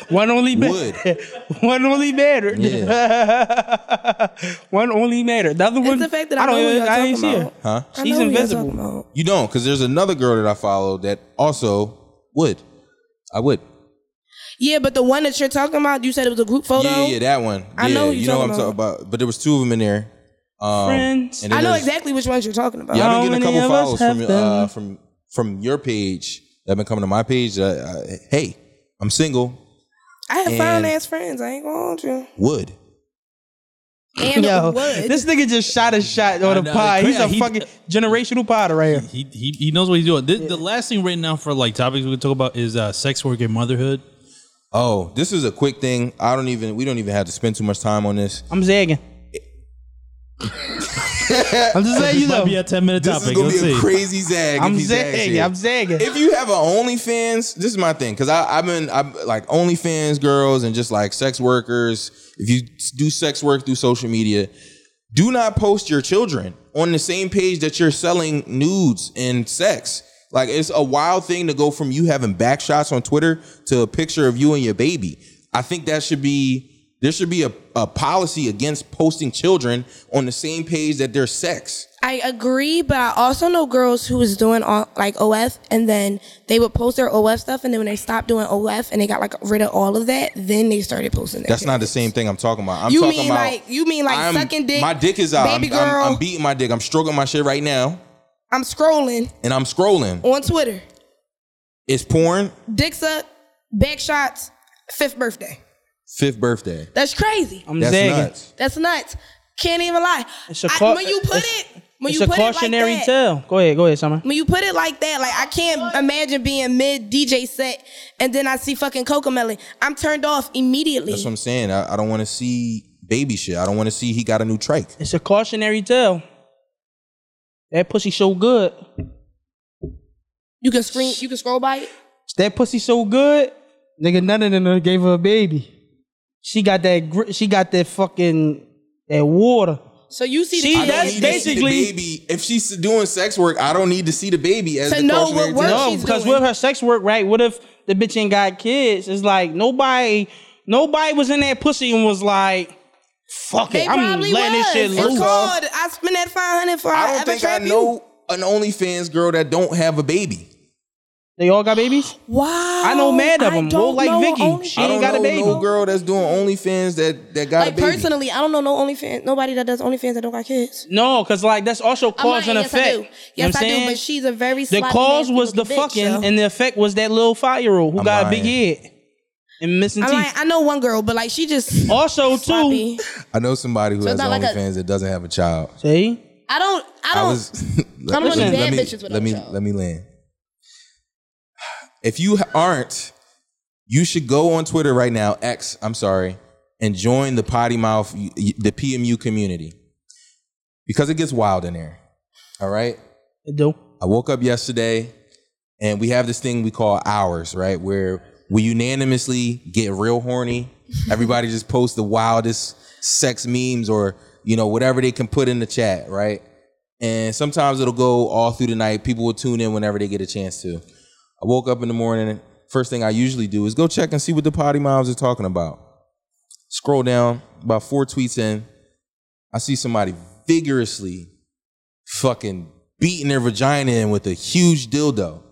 Speaker 3: one only mattered. one only mattered. one only mattered. The other one,
Speaker 4: It's the fact that I, know who
Speaker 3: even-
Speaker 4: you're
Speaker 3: ain't
Speaker 4: talking
Speaker 3: see her.
Speaker 4: about.
Speaker 2: Huh?
Speaker 4: I
Speaker 3: She's
Speaker 4: know who y'all
Speaker 3: invisible.
Speaker 4: talking about.
Speaker 2: You don't, because there's another girl that I follow that also would. I would.
Speaker 4: Yeah, but the one that you're talking about, you said it was a group photo.
Speaker 2: yeah, yeah, that one.
Speaker 4: I
Speaker 2: yeah,
Speaker 4: know who
Speaker 2: you
Speaker 4: you're
Speaker 2: know what I'm
Speaker 4: talking
Speaker 2: talking about. But there was two of them in there. Um,
Speaker 3: Friends.
Speaker 2: and then
Speaker 4: I know
Speaker 2: there's-
Speaker 4: exactly which ones you're talking about.
Speaker 2: Yeah,
Speaker 3: How
Speaker 2: I've been getting a
Speaker 3: many
Speaker 2: couple
Speaker 3: of us
Speaker 2: follows from
Speaker 3: have
Speaker 2: uh,
Speaker 3: them?
Speaker 2: from from your page that have been coming to my page. That I, I, hey, I'm single.
Speaker 4: I have
Speaker 2: And-
Speaker 4: fine ass friends. I ain't gonna hold you.
Speaker 2: Would.
Speaker 4: And
Speaker 3: Yo,
Speaker 4: would.
Speaker 3: this nigga just shot a shot on
Speaker 5: I
Speaker 3: a
Speaker 5: know,
Speaker 3: pod. He's a
Speaker 5: he-
Speaker 3: fucking generational pod right here.
Speaker 5: He, he, he knows what he's doing. This, The last thing right now for like topics we can talk about is uh, sex work and motherhood.
Speaker 2: Oh, this is a quick thing. I don't even. We don't even have to spend too much time on this.
Speaker 3: I'm zagging. I'm just letting you
Speaker 5: Might
Speaker 3: know.
Speaker 5: be a ten minute
Speaker 2: This
Speaker 5: topic.
Speaker 2: is gonna
Speaker 5: Let's
Speaker 2: be a
Speaker 5: see.
Speaker 2: crazy zag.
Speaker 3: I'm
Speaker 2: if he zags
Speaker 3: zagging.
Speaker 2: here.
Speaker 3: I'm zagging.
Speaker 2: If you have a OnlyFans, this is my thing because I've been I, like OnlyFans girls and just like sex workers. If you do sex work through social media, do not post your children on the same page that you're selling nudes and sex. Like it's a wild thing to go from you having back shots on Twitter to a picture of you and your baby. I think that should be there should be a, a policy against posting children on the same page that their sex.
Speaker 4: I agree, but I also know girls who was doing all like OF, and then they would post their OF stuff, and then when they stopped doing OF and they got like rid of all of that, then they started posting. That
Speaker 2: That's
Speaker 4: shit.
Speaker 2: not the same thing I'm talking about. I'm
Speaker 4: You
Speaker 2: talking
Speaker 4: mean
Speaker 2: about
Speaker 4: like- you mean like
Speaker 2: I'm-
Speaker 4: sucking dick,
Speaker 2: My dick is out.
Speaker 4: baby
Speaker 2: I'm, I'm-
Speaker 4: girl?
Speaker 2: I'm beating my dick. I'm stroking my shit right now,
Speaker 4: I'm scrolling
Speaker 2: and I'm scrolling.
Speaker 4: on Twitter.
Speaker 2: It's porn.
Speaker 4: Dick suck, back shots, fifth birthday.
Speaker 2: Fifth birthday.
Speaker 4: That's crazy.
Speaker 3: I'm
Speaker 2: That's
Speaker 3: zagging.
Speaker 2: nuts.
Speaker 4: That's nuts. Can't even lie.
Speaker 3: It's a
Speaker 4: I-
Speaker 3: cau-
Speaker 4: when you put
Speaker 3: it's-
Speaker 4: it, when
Speaker 3: it's
Speaker 4: you
Speaker 3: a
Speaker 4: put
Speaker 3: cautionary
Speaker 4: it like that,
Speaker 3: tale. Go ahead, go ahead, Summer.
Speaker 4: When you put it like that, like I can't imagine being mid DJ set and then I see fucking Coca Melon. I'm turned off immediately.
Speaker 2: That's what I'm saying. I, I don't want to see baby shit. I don't want to see he got a new trike.
Speaker 3: It's a cautionary tale. That pussy so good.
Speaker 4: You can screen, you can scroll by it.
Speaker 3: That pussy so good. Nigga, none of them gave her a baby. She got that. Gr- she got that fucking that water.
Speaker 4: So you see,
Speaker 3: See,
Speaker 4: the,
Speaker 2: I don't
Speaker 3: that's
Speaker 2: need to see the
Speaker 3: basically-
Speaker 2: baby. If she's doing sex work, I don't need to see the baby as
Speaker 4: To
Speaker 2: the
Speaker 4: know
Speaker 2: cautionary
Speaker 4: what works.
Speaker 2: tale.
Speaker 4: What
Speaker 3: No,
Speaker 4: she's
Speaker 3: because
Speaker 4: doing.
Speaker 3: with her sex work, right? What if the bitch ain't got kids? It's like nobody, nobody was in that pussy and was like, "Fuck
Speaker 4: they
Speaker 3: it, I'm
Speaker 4: probably
Speaker 3: letting
Speaker 4: was.
Speaker 3: this shit
Speaker 4: it's
Speaker 3: loose."
Speaker 4: called. I spent that five hundred for.
Speaker 2: I don't
Speaker 4: ever
Speaker 2: think I
Speaker 4: trap you.
Speaker 2: know an OnlyFans girl that don't have a baby.
Speaker 3: They all got babies.
Speaker 4: Wow.
Speaker 3: I know mad of 'em.
Speaker 4: I
Speaker 3: Well,
Speaker 4: don't
Speaker 3: like
Speaker 4: know
Speaker 3: Vicky,
Speaker 4: Only-
Speaker 3: she
Speaker 2: I
Speaker 3: ain't
Speaker 2: don't
Speaker 3: got a
Speaker 2: know
Speaker 3: baby.
Speaker 2: no girl that's doing OnlyFans that that got
Speaker 4: like
Speaker 2: a baby.
Speaker 4: personally, I don't know no OnlyFans. Nobody that does OnlyFans that don't got kids.
Speaker 3: No, because like that's also
Speaker 4: I'm
Speaker 3: cause and
Speaker 4: lying.
Speaker 3: effect.
Speaker 4: Yes, I do.
Speaker 3: You know
Speaker 4: Yes,
Speaker 3: what I'm
Speaker 4: I do.
Speaker 3: saying?
Speaker 4: But she's a very
Speaker 3: The
Speaker 4: sloppy,
Speaker 3: cause
Speaker 4: nasty
Speaker 3: was the
Speaker 4: looking bitch,
Speaker 3: fucking,
Speaker 4: so.
Speaker 3: and the effect was that little five year old who
Speaker 2: I'm
Speaker 3: got a
Speaker 2: lying.
Speaker 3: big head and missing
Speaker 4: I'm like,
Speaker 3: teeth.
Speaker 4: I know one girl, but like she just
Speaker 3: also, too,
Speaker 4: sloppy.
Speaker 2: I know somebody who
Speaker 4: So
Speaker 2: has
Speaker 4: it's not like a-
Speaker 2: OnlyFans that doesn't have a child.
Speaker 3: see,
Speaker 4: I don't. I
Speaker 2: I
Speaker 4: don't.
Speaker 2: was.
Speaker 4: I'm one of
Speaker 3: Listen,
Speaker 4: the bad
Speaker 2: let me,
Speaker 4: bitches with
Speaker 2: let me let me land. If you aren't, you should go on Twitter right now. X, I'm sorry, and join the potty mouth, the PMU community, because it gets wild in there. All right.
Speaker 3: it do.
Speaker 2: I woke up yesterday and we have this thing we call hours, right? Where we unanimously get real horny. Everybody just posts the wildest sex memes or, you know, whatever they can put in the chat, right? And sometimes it'll go all through the night. People will tune in whenever they get a chance to. I woke up in the morning and first thing I usually do is go check and see what the potty moms are talking about. Scroll down, about four tweets in, I see somebody vigorously fucking beating their vagina in with a huge dildo.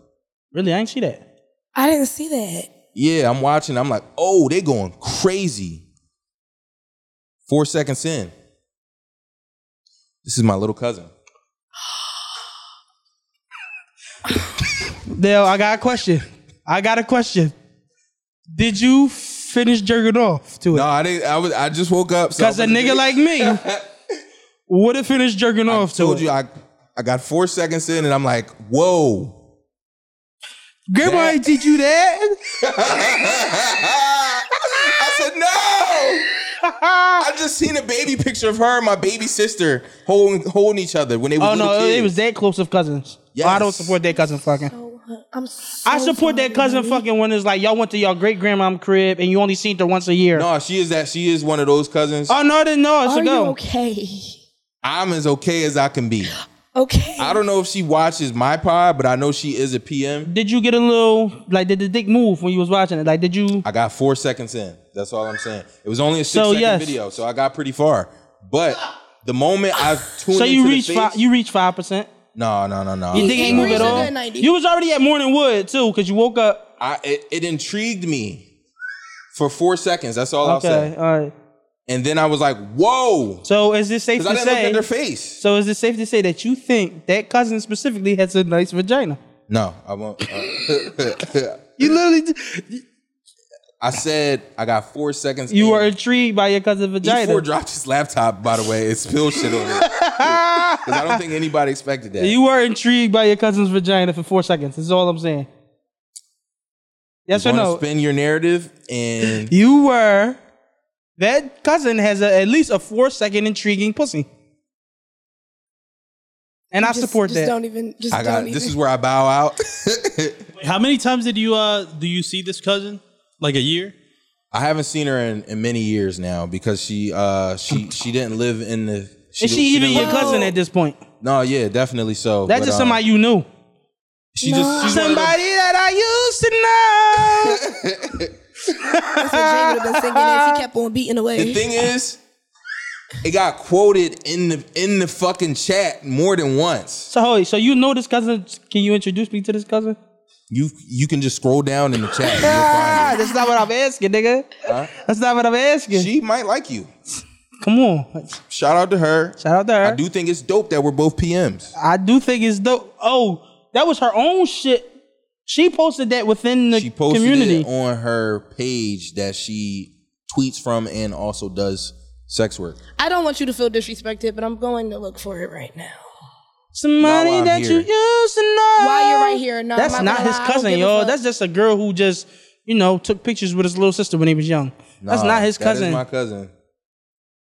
Speaker 3: Really, I ain't see that.
Speaker 4: I didn't see that.
Speaker 2: Yeah, I'm watching. I'm like, oh, they going crazy. Four seconds in. This is my little cousin.
Speaker 3: Dale, I got a question. I got a question. Did you finish jerking off to it?
Speaker 2: No, I didn't. I was. I just woke up. so I
Speaker 3: Because a
Speaker 2: wasn't-
Speaker 3: nigga like me would have finished jerking
Speaker 2: I
Speaker 3: off to
Speaker 2: told
Speaker 3: it.
Speaker 2: you, I I got four seconds in, and I'm like, whoa.
Speaker 3: Grandma ain't teach you that.
Speaker 2: I said no. I just seen a baby picture of her and my baby sister holding holding each other when they were
Speaker 3: Oh no,
Speaker 2: kids.
Speaker 3: it was that close of cousins. Oh,
Speaker 2: Yes.
Speaker 3: I don't support that cousin fucking.
Speaker 4: I'm. So
Speaker 3: I support that cousin fucking when it's like y'all went to your great grandmom crib and you only seen her once a year.
Speaker 2: No, she is that. She is one of those cousins.
Speaker 3: Oh no, then no, it's
Speaker 4: Are
Speaker 3: a
Speaker 4: you
Speaker 3: go.
Speaker 4: okay?
Speaker 2: I'm as okay as I can be.
Speaker 4: Okay.
Speaker 2: I don't know if she watches my pod, but I know she is a PM.
Speaker 3: Did you get a little like did the dick move when you was watching it? Like did you
Speaker 2: I got four seconds in. That's all I'm saying. It was only a six
Speaker 3: So,
Speaker 2: second
Speaker 3: yes.
Speaker 2: video, so I got pretty far. But the moment I tuned
Speaker 3: So you
Speaker 2: into
Speaker 3: reached
Speaker 2: the Uh, face,
Speaker 3: five you reached five percent.
Speaker 2: no, no, no, no.
Speaker 3: Your dick ain't
Speaker 4: you
Speaker 3: move at
Speaker 4: reached a
Speaker 3: all.
Speaker 4: good 90.
Speaker 3: You was already at Morning Wood too, cause you woke up.
Speaker 2: I, it, it intrigued me for four seconds. That's all Oh, I'll
Speaker 3: Okay,
Speaker 2: say.
Speaker 3: all right.
Speaker 2: And then I was like, "Whoa!"
Speaker 3: So is this safe
Speaker 2: Because I
Speaker 3: to
Speaker 2: didn't look at
Speaker 3: say?
Speaker 2: their face.
Speaker 3: So is it safe to say that you think that cousin specifically has a nice vagina?
Speaker 2: No, I won't. uh,
Speaker 3: You literally,
Speaker 2: I said I got four seconds.
Speaker 3: you
Speaker 2: in.
Speaker 3: were intrigued by your cousin's vagina.
Speaker 2: E4 E dropped his laptop, by the way. It spilled shit on it. Because I don't think anybody expected that.
Speaker 3: You were intrigued by your cousin's vagina for four seconds. That's all I'm saying. Yes or
Speaker 2: wanna
Speaker 3: no?
Speaker 2: spin your narrative and
Speaker 3: You were. That cousin has a, at least a four second intriguing pussy. and I
Speaker 4: Just-
Speaker 3: support
Speaker 4: just
Speaker 3: that.
Speaker 4: Don't even. Just
Speaker 2: I got
Speaker 4: don't
Speaker 2: this
Speaker 4: even.
Speaker 2: is where I bow out.
Speaker 5: How many times did you uh do you see this cousin? Like a year?
Speaker 2: I haven't seen her in, in many years now because she uh she she didn't live in the she,
Speaker 3: Is she even
Speaker 2: didn't
Speaker 3: your
Speaker 2: live-
Speaker 3: cousin at this point?
Speaker 2: No, yeah, definitely so.
Speaker 3: That's
Speaker 2: but,
Speaker 3: just
Speaker 2: um,
Speaker 3: somebody uh, you knew.
Speaker 2: She just she's one of
Speaker 3: Somebody that I used to know.
Speaker 4: That's what Jay would have been singing if he kept on beating away.
Speaker 2: The thing is, it got quoted in the in the fucking chat more than once.
Speaker 3: So hold, so you know this cousin? Can you introduce me to this cousin?
Speaker 2: You you can just scroll down in the chat. and
Speaker 3: Ah,
Speaker 2: You'll find
Speaker 3: that's not what I'm asking, nigga. That's not what I'm asking.
Speaker 2: it. She might like you.
Speaker 3: Come on,
Speaker 2: Shout out to her.
Speaker 3: shout out to her.
Speaker 2: I do think it's dope that we're both PMs.
Speaker 3: think it's dope. Oh, that was her own shit. She posted that within the
Speaker 2: She posted
Speaker 3: community.
Speaker 2: it on her page that she tweets from and also does sex work.
Speaker 4: I don't want you to feel disrespected, but I'm going to look for it right now.
Speaker 3: Somebody
Speaker 2: While I'm
Speaker 3: that you
Speaker 2: here.
Speaker 3: used to know.
Speaker 4: While you're right here, no, I'm
Speaker 3: that's
Speaker 4: not
Speaker 3: not
Speaker 4: gonna
Speaker 3: his
Speaker 4: lie, I don't
Speaker 3: cousin,
Speaker 4: give a
Speaker 3: y'all.
Speaker 4: fuck.
Speaker 3: That's just a girl who just you know took pictures with his little sister when he was young. that's
Speaker 2: Nah,
Speaker 3: not his
Speaker 2: that is
Speaker 3: cousin.
Speaker 2: my cousin.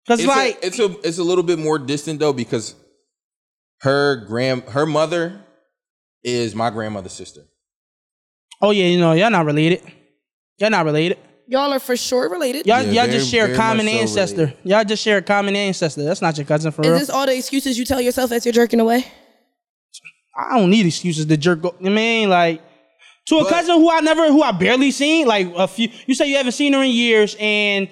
Speaker 3: Cause
Speaker 2: It's
Speaker 3: like
Speaker 2: a, it's a it's a little bit more distant though because her grand her mother is my grandmother's sister.
Speaker 3: Oh yeah, you know, y'all not related. Y'all not related.
Speaker 4: Y'all are for sure related.
Speaker 3: Y'all,
Speaker 2: Yeah,
Speaker 3: y'all just
Speaker 2: very-
Speaker 3: share a
Speaker 2: very
Speaker 3: common
Speaker 2: much so
Speaker 3: ancestor.
Speaker 2: related.
Speaker 3: Y'all just share a common ancestor. That's not your cousin for real.
Speaker 4: Is this all the excuses you tell yourself as you're jerking away?
Speaker 3: I don't need excuses to jerk. Go- I mean, like to a
Speaker 2: But-
Speaker 3: cousin who I never, who I barely seen. Like a few. You say you haven't seen her in years, and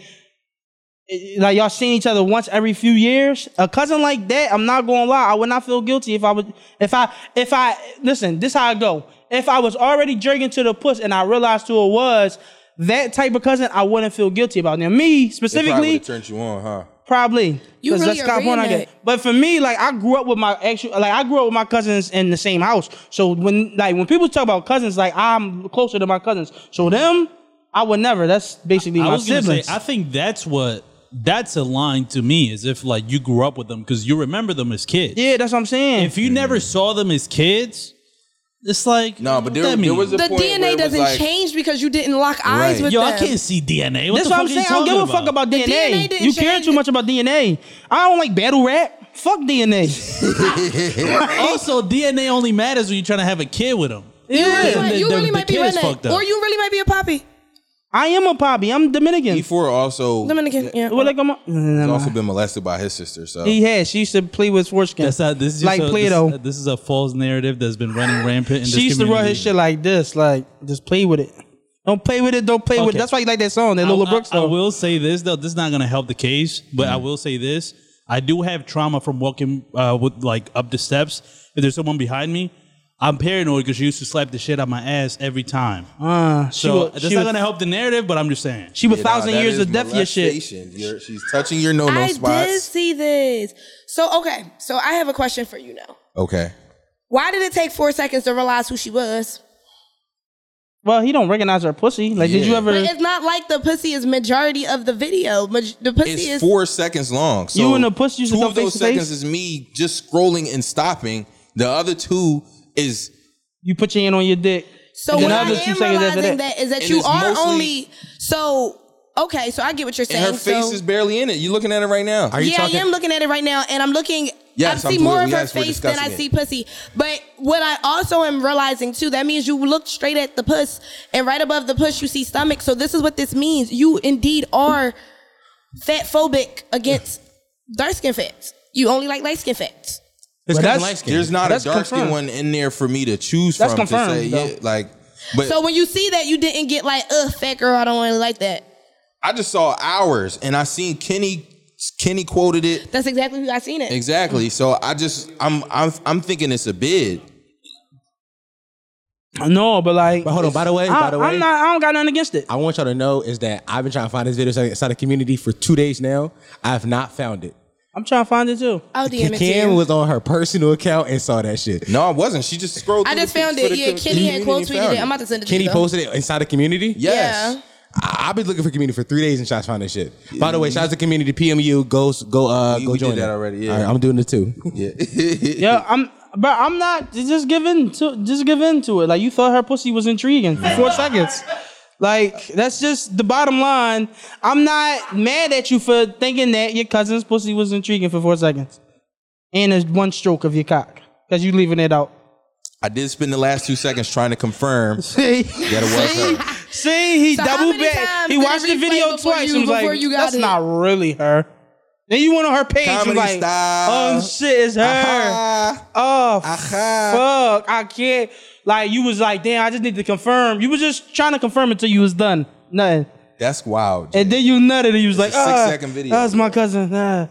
Speaker 3: eh, like y'all seen each other once every few years. A cousin like that, I'm not gonna lie, I would not feel guilty if I would, if I, if I listen. This how I go. If I was already jerking to the puss and I realized who it was. That type of cousin, I wouldn't feel guilty about. Now, me
Speaker 2: It probably
Speaker 3: specifically,
Speaker 2: would've turned you on, huh?
Speaker 3: Probably.
Speaker 4: You
Speaker 3: 'Cause
Speaker 4: really are
Speaker 3: California, I
Speaker 4: reading
Speaker 3: guess.
Speaker 4: that.
Speaker 3: But for me, like I grew up with my actual, like I grew up with my cousins in the same house. So when like when people talk about cousins, like I'm closer to my cousins. So them, I would never. That's basically
Speaker 5: I
Speaker 3: my
Speaker 5: was gonna
Speaker 3: siblings.
Speaker 5: say I think that's what that's a line to me is if like you grew up with them because you remember them as kids.
Speaker 3: yeah, that's what I'm saying.
Speaker 5: If you never saw them as kids, it's like
Speaker 2: No, Mm. but
Speaker 5: what
Speaker 2: there-
Speaker 5: that
Speaker 2: there
Speaker 5: mean?
Speaker 2: was a-
Speaker 4: The
Speaker 2: point where it
Speaker 4: DNA
Speaker 2: was
Speaker 4: doesn't
Speaker 2: like-
Speaker 4: change because you didn't lock eyes
Speaker 2: Right.
Speaker 4: with
Speaker 5: yo.
Speaker 4: them.
Speaker 5: I can't see DNA. What
Speaker 3: that's what
Speaker 5: the fuck
Speaker 3: I'm
Speaker 5: are you
Speaker 3: saying. I don't give
Speaker 5: talking
Speaker 3: a fuck about DNA.
Speaker 4: DNA didn't
Speaker 3: you care
Speaker 4: change
Speaker 3: too
Speaker 4: it.
Speaker 3: much about DNA. I don't like battle rap. Fuck DNA.
Speaker 5: Also, DNA only matters when you're trying to have a kid with them.
Speaker 4: You
Speaker 5: And
Speaker 4: might-
Speaker 5: the-
Speaker 4: you
Speaker 5: the-
Speaker 4: really
Speaker 5: the
Speaker 4: might be
Speaker 5: kid is
Speaker 4: redneck,
Speaker 5: fucked up.
Speaker 4: or you really might be a poppy.
Speaker 3: I am a poppy. I'm Dominican.
Speaker 2: E4 also
Speaker 4: Dominican. Yeah.
Speaker 3: Well, like, I'm a-
Speaker 2: has also been molested by his sister. So
Speaker 3: he had. She used to play with foreskin.
Speaker 5: That's not this is
Speaker 3: like
Speaker 5: just a,
Speaker 3: Play-Doh.
Speaker 5: This, this is a false narrative that's been running rampant. In
Speaker 3: she
Speaker 5: this
Speaker 3: used to run
Speaker 5: community.
Speaker 3: his shit like this, like just play with it. Don't play with it. Don't play with it.
Speaker 5: Okay.
Speaker 3: That's why you like that song, that Lola
Speaker 5: I-
Speaker 3: Brooks Mm.
Speaker 5: I, I
Speaker 3: song.
Speaker 5: will say this though. This is not going to help the case, but I will say this. I do have trauma from walking uh, with like up the steps. If there's someone behind me, I'm paranoid because she used to slap the shit out my ass every time.
Speaker 3: Uh, she
Speaker 5: so
Speaker 3: was,
Speaker 5: that's
Speaker 3: she
Speaker 5: not
Speaker 3: was,
Speaker 5: going to help the narrative, but I'm just saying.
Speaker 3: she was
Speaker 2: Yeah, nah,
Speaker 3: thousand
Speaker 2: that
Speaker 3: years
Speaker 2: is
Speaker 3: of death. Your shit.
Speaker 2: molestation. You're- she's touching your no no
Speaker 4: I did
Speaker 2: spots.
Speaker 4: see this. So okay, so I have a question for you now.
Speaker 2: Okay.
Speaker 4: Why did it take four seconds to realize who she was?
Speaker 3: Well, he don't recognize her pussy. Like, did you
Speaker 2: Yeah.
Speaker 3: ever?
Speaker 4: But it's not like the pussy is majority of the video. Maj- The pussy
Speaker 2: It's
Speaker 4: is
Speaker 2: four seconds long. So
Speaker 3: You and the pussy used to
Speaker 2: two
Speaker 3: go
Speaker 2: of those
Speaker 3: face to face?
Speaker 2: seconds is me just scrolling and stopping. The other two is
Speaker 3: You put your hand on your dick.
Speaker 4: So
Speaker 3: And
Speaker 4: what
Speaker 3: then
Speaker 4: I
Speaker 3: the other two
Speaker 4: am
Speaker 3: seconds after
Speaker 4: realizing
Speaker 3: that-
Speaker 4: that is that
Speaker 2: And
Speaker 4: you
Speaker 2: it's
Speaker 4: are
Speaker 2: mostly-
Speaker 4: only so okay. So I get what you're saying.
Speaker 2: and her face
Speaker 4: so,
Speaker 2: is barely in it. You looking at it right now.
Speaker 4: yeah, I am looking at it right now, and I'm looking.
Speaker 2: Yes,
Speaker 4: I see
Speaker 2: I'm
Speaker 4: more
Speaker 2: doing-
Speaker 4: of her
Speaker 2: yes, we're
Speaker 4: face than I
Speaker 2: discussing it.
Speaker 4: see pussy. But what I also am realizing too, that means you look straight at the puss, and right above the puss you see stomach. So this is what this means. You indeed are fat phobic against dark skin fats. You only like light skin fats.
Speaker 5: It's
Speaker 3: Well,
Speaker 5: kinda
Speaker 3: that's-
Speaker 5: light-skinned.
Speaker 2: There's not a
Speaker 3: That's
Speaker 2: dark skin
Speaker 3: confirmed.
Speaker 2: one in there for me to choose
Speaker 3: That's
Speaker 2: from to
Speaker 3: confirmed,
Speaker 2: say
Speaker 3: though.
Speaker 2: yeah, like. But
Speaker 4: So when you see that, you didn't get like, ugh, fat girl, I don't really like that.
Speaker 2: I just saw hours, and I seen Kenny. Kenny quoted it.
Speaker 4: That's exactly who I seen it.
Speaker 2: Exactly. So I just I'm I'm I'm thinking it's a bid.
Speaker 3: No, but like,
Speaker 7: But hold on, by the way,
Speaker 3: I,
Speaker 7: by the way,
Speaker 3: I'm not. I don't got nothing against it.
Speaker 7: I want y'all to know is that I've been trying to find this video inside- inside the community for two days now. I have not found it.
Speaker 3: I'm trying to find it too.
Speaker 4: I'll DM it to
Speaker 7: Kim
Speaker 4: you.
Speaker 7: was on her personal account and saw that shit.
Speaker 2: No, I wasn't. She just scrolled.
Speaker 4: I
Speaker 2: through
Speaker 4: just
Speaker 2: the pic-
Speaker 4: found
Speaker 2: for
Speaker 4: it.
Speaker 2: the
Speaker 4: Yeah,
Speaker 2: co-
Speaker 4: Kenny had
Speaker 2: community
Speaker 4: quote
Speaker 2: and
Speaker 4: tweeted
Speaker 2: found
Speaker 4: it. I'm about to send it to
Speaker 7: Kenny
Speaker 4: you. though.
Speaker 7: posted it inside the community.
Speaker 2: Yes.
Speaker 4: Yeah.
Speaker 7: I- I've been looking for community for three days and shots found this shit. By the way, shout out to community PMU. Go s- go uh
Speaker 2: We-
Speaker 7: go
Speaker 2: we
Speaker 7: join
Speaker 2: did that
Speaker 7: it.
Speaker 2: already, yeah.
Speaker 7: All right, I'm doing it too.
Speaker 3: Yeah, I'm. But I'm not. Just give in to. Just give in to it. Like you thought her pussy was intriguing for four seconds. Like that's just the bottom line. I'm not mad at you for thinking that your cousin's pussy was intriguing for four seconds, and it's one stroke of your cock. Because you leaving it out.
Speaker 2: I did spend the last two seconds trying to confirm that
Speaker 3: See?
Speaker 2: it was her.
Speaker 3: See, he
Speaker 4: So how
Speaker 3: double
Speaker 4: many
Speaker 3: back.
Speaker 4: times
Speaker 3: He
Speaker 4: did it
Speaker 3: watched the
Speaker 4: replay
Speaker 3: video
Speaker 4: before
Speaker 3: twice
Speaker 4: you-
Speaker 3: and was
Speaker 4: before
Speaker 3: like,
Speaker 4: you got
Speaker 3: that's
Speaker 4: it?"
Speaker 3: not really her. Then you went on her page and
Speaker 2: Comedy
Speaker 3: was like,
Speaker 2: style.
Speaker 3: oh shit, it's her.
Speaker 2: Aha.
Speaker 3: Oh,
Speaker 2: Aha.
Speaker 3: fuck. I can't. Like, you was like, damn, I just need to confirm. You was just trying to confirm until you was done. Nothing.
Speaker 2: That's wild.
Speaker 3: And then you nutted and you was like,
Speaker 2: a
Speaker 3: ah,
Speaker 2: six-second video.
Speaker 3: That's my cousin. ah."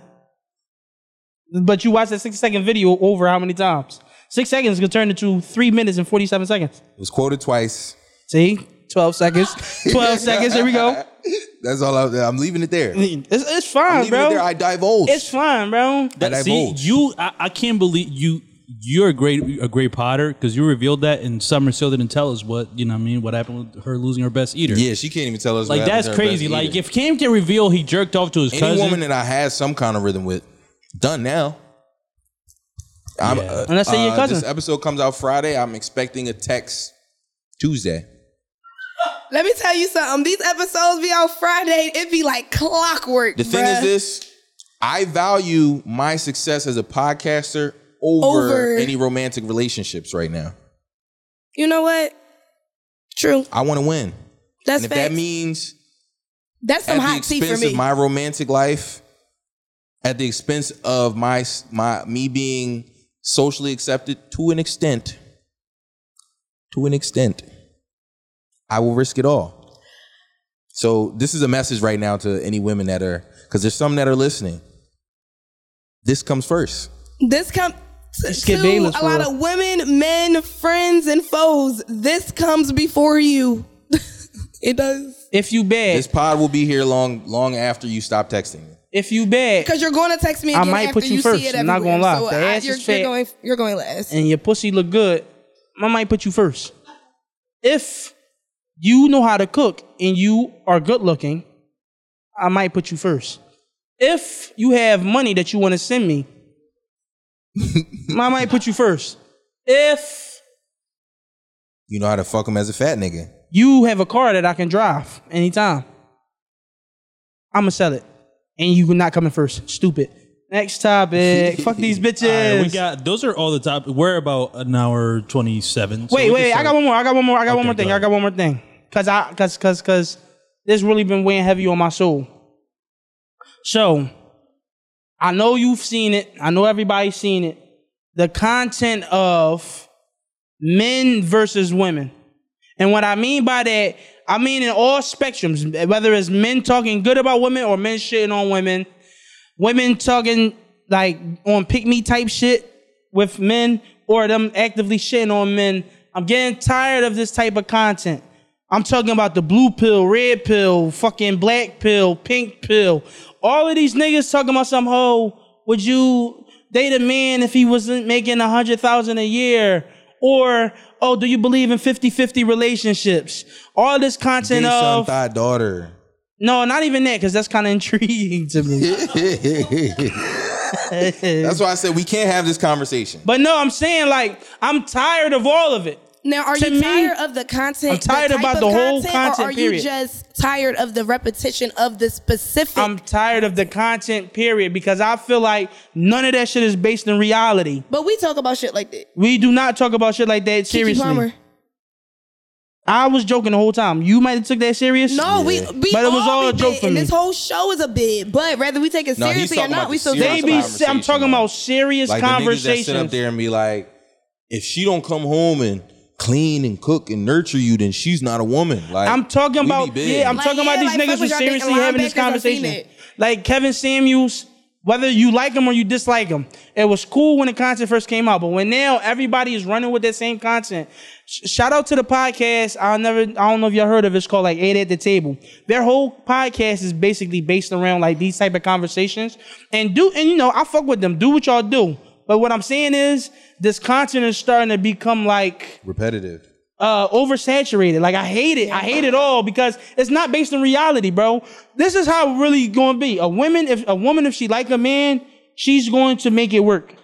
Speaker 3: But you watched that six second video over how many times? Six seconds could turn into three minutes and 47 seconds.
Speaker 2: It was quoted twice.
Speaker 3: See? 12 seconds. 12 seconds. Here we go.
Speaker 2: That's all I, I'm leaving it there.
Speaker 3: It's, it's
Speaker 2: I'm
Speaker 3: fine,
Speaker 2: leaving it there. I
Speaker 3: bro.
Speaker 2: divulge.
Speaker 3: It's fine, bro.
Speaker 2: I
Speaker 5: That- see,
Speaker 2: divulge.
Speaker 5: you, I, I can't believe you. You're a great, a great Potter because you revealed that, and Summer still didn't tell us what you know. what I mean, what happened with her losing her best eater?
Speaker 2: yeah, she can't even tell us.
Speaker 5: like
Speaker 2: what happened
Speaker 5: that's
Speaker 2: to her
Speaker 5: crazy.
Speaker 2: best
Speaker 5: Like
Speaker 2: either.
Speaker 5: if Cam can reveal he jerked off to his
Speaker 2: any
Speaker 5: cousin,
Speaker 2: woman that I had some kind of rhythm with, done now. I'm,
Speaker 5: Yeah.
Speaker 2: uh,
Speaker 3: And that's your
Speaker 2: uh,
Speaker 3: cousin.
Speaker 2: This episode comes out Friday. I'm expecting a text Tuesday.
Speaker 4: Let me tell you something. These episodes be on Friday. It be like clockwork.
Speaker 2: The thing
Speaker 4: bruh.
Speaker 2: is this: I value my success as a podcaster over,
Speaker 4: Over.
Speaker 2: any romantic relationships right now.
Speaker 4: you know what? True.
Speaker 2: I want to win,
Speaker 4: That's
Speaker 2: and if
Speaker 4: fact.
Speaker 2: that means
Speaker 4: That's some
Speaker 2: at the
Speaker 4: hot tea for
Speaker 2: expense
Speaker 4: me.
Speaker 2: of my romantic life, at the expense of my my me being socially accepted to an extent, to an extent, I will risk it all. So this is a message right now to any women that are because there's some that are listening. This comes first.
Speaker 4: this come to
Speaker 3: Skip Bayless
Speaker 4: a
Speaker 3: for
Speaker 4: lot
Speaker 3: real.
Speaker 4: of women, men, friends, and foes. This comes before you. it does
Speaker 3: If you bad,
Speaker 2: This pod will be here long long after you stop texting me.
Speaker 3: if you bad,
Speaker 4: because you're going to text me.
Speaker 3: I
Speaker 4: Again
Speaker 3: might
Speaker 4: after
Speaker 3: put you
Speaker 4: see
Speaker 3: first.
Speaker 4: it
Speaker 3: I'm not
Speaker 4: everywhere.
Speaker 3: gonna lie.
Speaker 4: So
Speaker 3: The
Speaker 4: I-
Speaker 3: ass
Speaker 4: you're,
Speaker 3: is
Speaker 4: you're
Speaker 3: fat.
Speaker 4: going. You're going last.
Speaker 3: and your pussy look good, I might put you first. If you know how to cook and you are good looking, I might put you first. If you have money that you want to send me, I might put you first. If
Speaker 2: You know how to fuck them as a fat nigga.
Speaker 3: you have a car that I can drive anytime, I'ma sell it. And you not coming first. Stupid. Next topic. Fuck these bitches.
Speaker 5: All right, we got those are all the top. We're about an hour twenty seven.
Speaker 3: wait, wait, I got one more. I got one more. I got one
Speaker 5: Okay,
Speaker 3: more thing.
Speaker 5: go
Speaker 3: I
Speaker 5: ahead.
Speaker 3: got one more thing. Cause I, cause, cause, cause, this really been weighing heavy on my soul. So, I know you've seen it. I know everybody's seen it. The content of men versus women, and what I mean by that, I mean in all spectrums, whether it's men talking good about women or men shitting on women, women talking like on pick me type shit with men or them actively shitting on men. I'm getting tired of this type of content. I'm talking about the blue pill, red pill, fucking black pill, pink pill. All of these niggas talking about some hoe. Would you date a man if he wasn't making a hundred thousand a year? Or oh, do you believe in 50-50 relationships? All this content
Speaker 2: Big son,
Speaker 3: of
Speaker 2: thigh daughter.
Speaker 3: no, not even that because that's kind of intriguing to me.
Speaker 2: That's why I said we can't have this conversation.
Speaker 3: But no, I'm saying like I'm tired of all of it.
Speaker 4: Now, are
Speaker 3: To
Speaker 4: you
Speaker 3: me,
Speaker 4: tired of the content?
Speaker 3: I'm tired
Speaker 4: the type
Speaker 3: about
Speaker 4: of
Speaker 3: the whole
Speaker 4: Or
Speaker 3: content,
Speaker 4: are you
Speaker 3: period.
Speaker 4: just tired of the repetition of the specific?
Speaker 3: I'm tired of the content period because I feel like none of that shit is based in reality.
Speaker 4: but we talk about shit like that.
Speaker 3: We do not talk about shit like that
Speaker 4: Kiki Palmer.
Speaker 3: seriously. I was joking the whole time. You might have took that serious.
Speaker 4: No, we, we
Speaker 3: But it was all
Speaker 4: be
Speaker 3: a joke
Speaker 4: bit,
Speaker 3: for
Speaker 4: and
Speaker 3: me.
Speaker 4: this whole show is a bit. But whether we take it
Speaker 2: No, he's
Speaker 4: seriously or
Speaker 2: talking
Speaker 4: not,
Speaker 2: about
Speaker 4: we
Speaker 2: the
Speaker 4: still
Speaker 3: They
Speaker 2: serious
Speaker 3: be.
Speaker 2: conversation,
Speaker 3: I'm talking
Speaker 2: though.
Speaker 3: about serious
Speaker 2: like the niggas that
Speaker 3: conversations.
Speaker 2: sit up there and be like, if she don't come home and clean and cook and nurture you, then she's not a woman. Like
Speaker 3: I'm talking
Speaker 2: we be
Speaker 3: about
Speaker 2: big.
Speaker 3: yeah, I'm
Speaker 4: Like,
Speaker 3: talking about
Speaker 4: yeah,
Speaker 3: these
Speaker 4: like, fuck
Speaker 3: niggas who
Speaker 4: with y'all thinking
Speaker 3: seriously having this
Speaker 4: linebackers, I've seen
Speaker 3: conversation.
Speaker 4: it.
Speaker 3: Like Kevin Samuels, whether you like him or you dislike him, it was cool when the content first came out, but when now everybody is running with that same content. Sh- shout out to the podcast. I'll never I don't know if y'all heard of it. It's called like Eight at the Table. Their whole podcast is basically based around like these type of conversations. And do and you know, I fuck with them. Do what y'all do. But what I'm saying is this content is starting to become like
Speaker 2: repetitive.
Speaker 3: uh, oversaturated. Like I hate it. I hate it all because it's not based on reality, bro. This is how it really going to be. A woman, if a woman, if she like a man, she's going to make it work.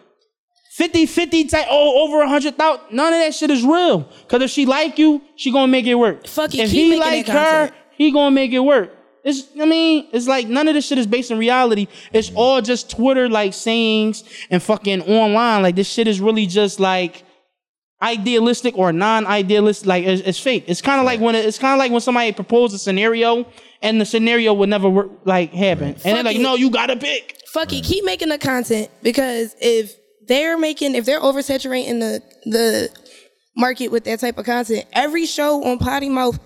Speaker 3: 50, 50 type, oh, over a hundred thousand. None of that shit is real. Cause if she like you, she gonna make it work.
Speaker 4: Fuck it,
Speaker 3: If
Speaker 4: keep
Speaker 3: he
Speaker 4: making
Speaker 3: like
Speaker 4: that content.
Speaker 3: her, he gonna make it work. It's, I mean, it's like none of this shit is based in reality. It's all just Twitter like sayings and fucking online. Like this shit is really just like idealistic or non-idealistic. Like it's, it's fake. It's kind of like when it- it's kind of like when somebody proposed a scenario and the scenario would never work, like happen. And they're
Speaker 4: Fuck
Speaker 3: like,
Speaker 4: it.
Speaker 3: no, you gotta pick.
Speaker 4: Fuck it, keep making the content because if they're making, if they're oversaturating the the market with that type of content, every show on Potty Mouth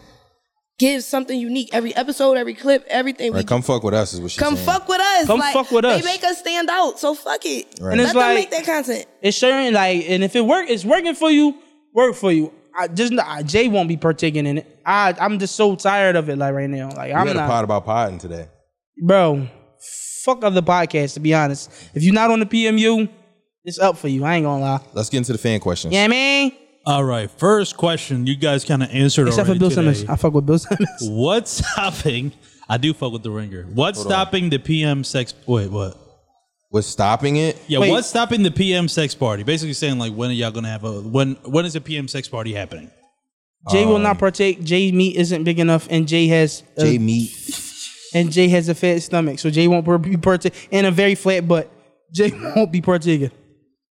Speaker 4: gives something unique. Every episode, every clip, everything.
Speaker 2: Right,
Speaker 4: we
Speaker 2: come fuck with us is what she's
Speaker 4: come
Speaker 2: saying.
Speaker 4: fuck with us.
Speaker 3: Come fuck with us.
Speaker 4: They make us stand out, so fuck it.
Speaker 2: Right. And
Speaker 3: it's
Speaker 4: Let them
Speaker 3: like-
Speaker 4: make that content.
Speaker 3: It's certain like, and if it work, it's working for you. Work for you. I just I, Jay won't be partaking in it. I I'm just so tired of it. Like right now, like
Speaker 2: We
Speaker 3: I'm
Speaker 2: had
Speaker 3: not.
Speaker 2: a pod about podding today.
Speaker 3: bro, fuck other podcasts, to be honest. If you're not on the PMU, it's up for you. I ain't gonna lie.
Speaker 2: Let's get into the fan questions.
Speaker 3: Yeah, man.
Speaker 5: All right, first question. You guys kind of answered
Speaker 3: Except for
Speaker 5: already
Speaker 3: Bill
Speaker 5: today.
Speaker 3: Simmons. I fuck with Bill Simmons.
Speaker 5: What's stopping? I do fuck with the ringer. What's stopping the PM sex? Wait, what?
Speaker 2: What's stopping it?
Speaker 5: Yeah,
Speaker 3: Wait.
Speaker 5: what's stopping the PM sex party? Basically saying like, when are y'all gonna have a when? When is the PM sex party happening?
Speaker 3: Jay will not partake. Jay meat isn't big enough, and Jay has a,
Speaker 2: Jay Meat.
Speaker 3: and Jay has a fat stomach, so Jay won't be partake and a very flat butt. Jay won't be partaking.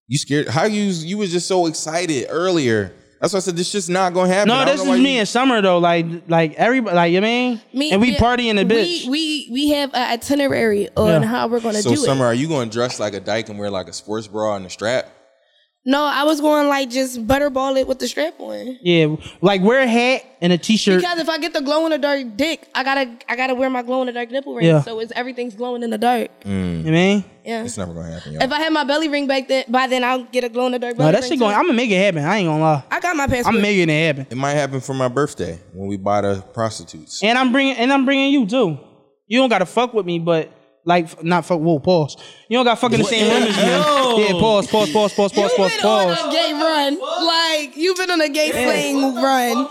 Speaker 2: You scared? How you? You was just so excited earlier. That's why I said this shit's not gonna happen. I
Speaker 3: No,
Speaker 2: don't
Speaker 3: this
Speaker 2: know
Speaker 3: is
Speaker 2: why
Speaker 3: me
Speaker 2: you-
Speaker 3: and Summer though. Like, like everybody, like you mean?
Speaker 4: Me-
Speaker 3: and we
Speaker 4: yeah,
Speaker 3: partying a bitch.
Speaker 4: We we, we have an itinerary on
Speaker 3: Yeah.
Speaker 4: how we're gonna
Speaker 2: So
Speaker 4: do
Speaker 2: summer,
Speaker 4: it.
Speaker 2: are you gonna dress like a dyke and wear like a sports bra and a strap?
Speaker 4: No, I was going like just butterball it with the strap on.
Speaker 3: yeah, like wear a hat and a t-shirt.
Speaker 4: Because if I get the glow in the dark dick, I gotta I gotta wear my glow in the dark nipple ring.
Speaker 3: Yeah.
Speaker 4: So it's everything's glowing in the dark.
Speaker 3: You mean?
Speaker 4: Yeah.
Speaker 2: Mm, It's never gonna happen,
Speaker 4: If
Speaker 2: y'all.
Speaker 4: I had my belly ring back then, by then I'll get a glow in the dark.
Speaker 3: No, that shit going. I'm gonna make it happen. I ain't gonna lie.
Speaker 4: I got my passport.
Speaker 3: I'm making it happen.
Speaker 2: It might happen for my birthday when we buy the prostitutes.
Speaker 3: And I'm bringing and I'm bringing you too. You don't gotta fuck with me, but like f- not fuck. Whoa, pause. You don't gotta fuck in the same room as me. Yeah, pause, pause, pause, pause, pause,
Speaker 4: You've
Speaker 3: pause,
Speaker 4: been on a
Speaker 3: pause.
Speaker 4: gay run, like you've been on a gay sling run.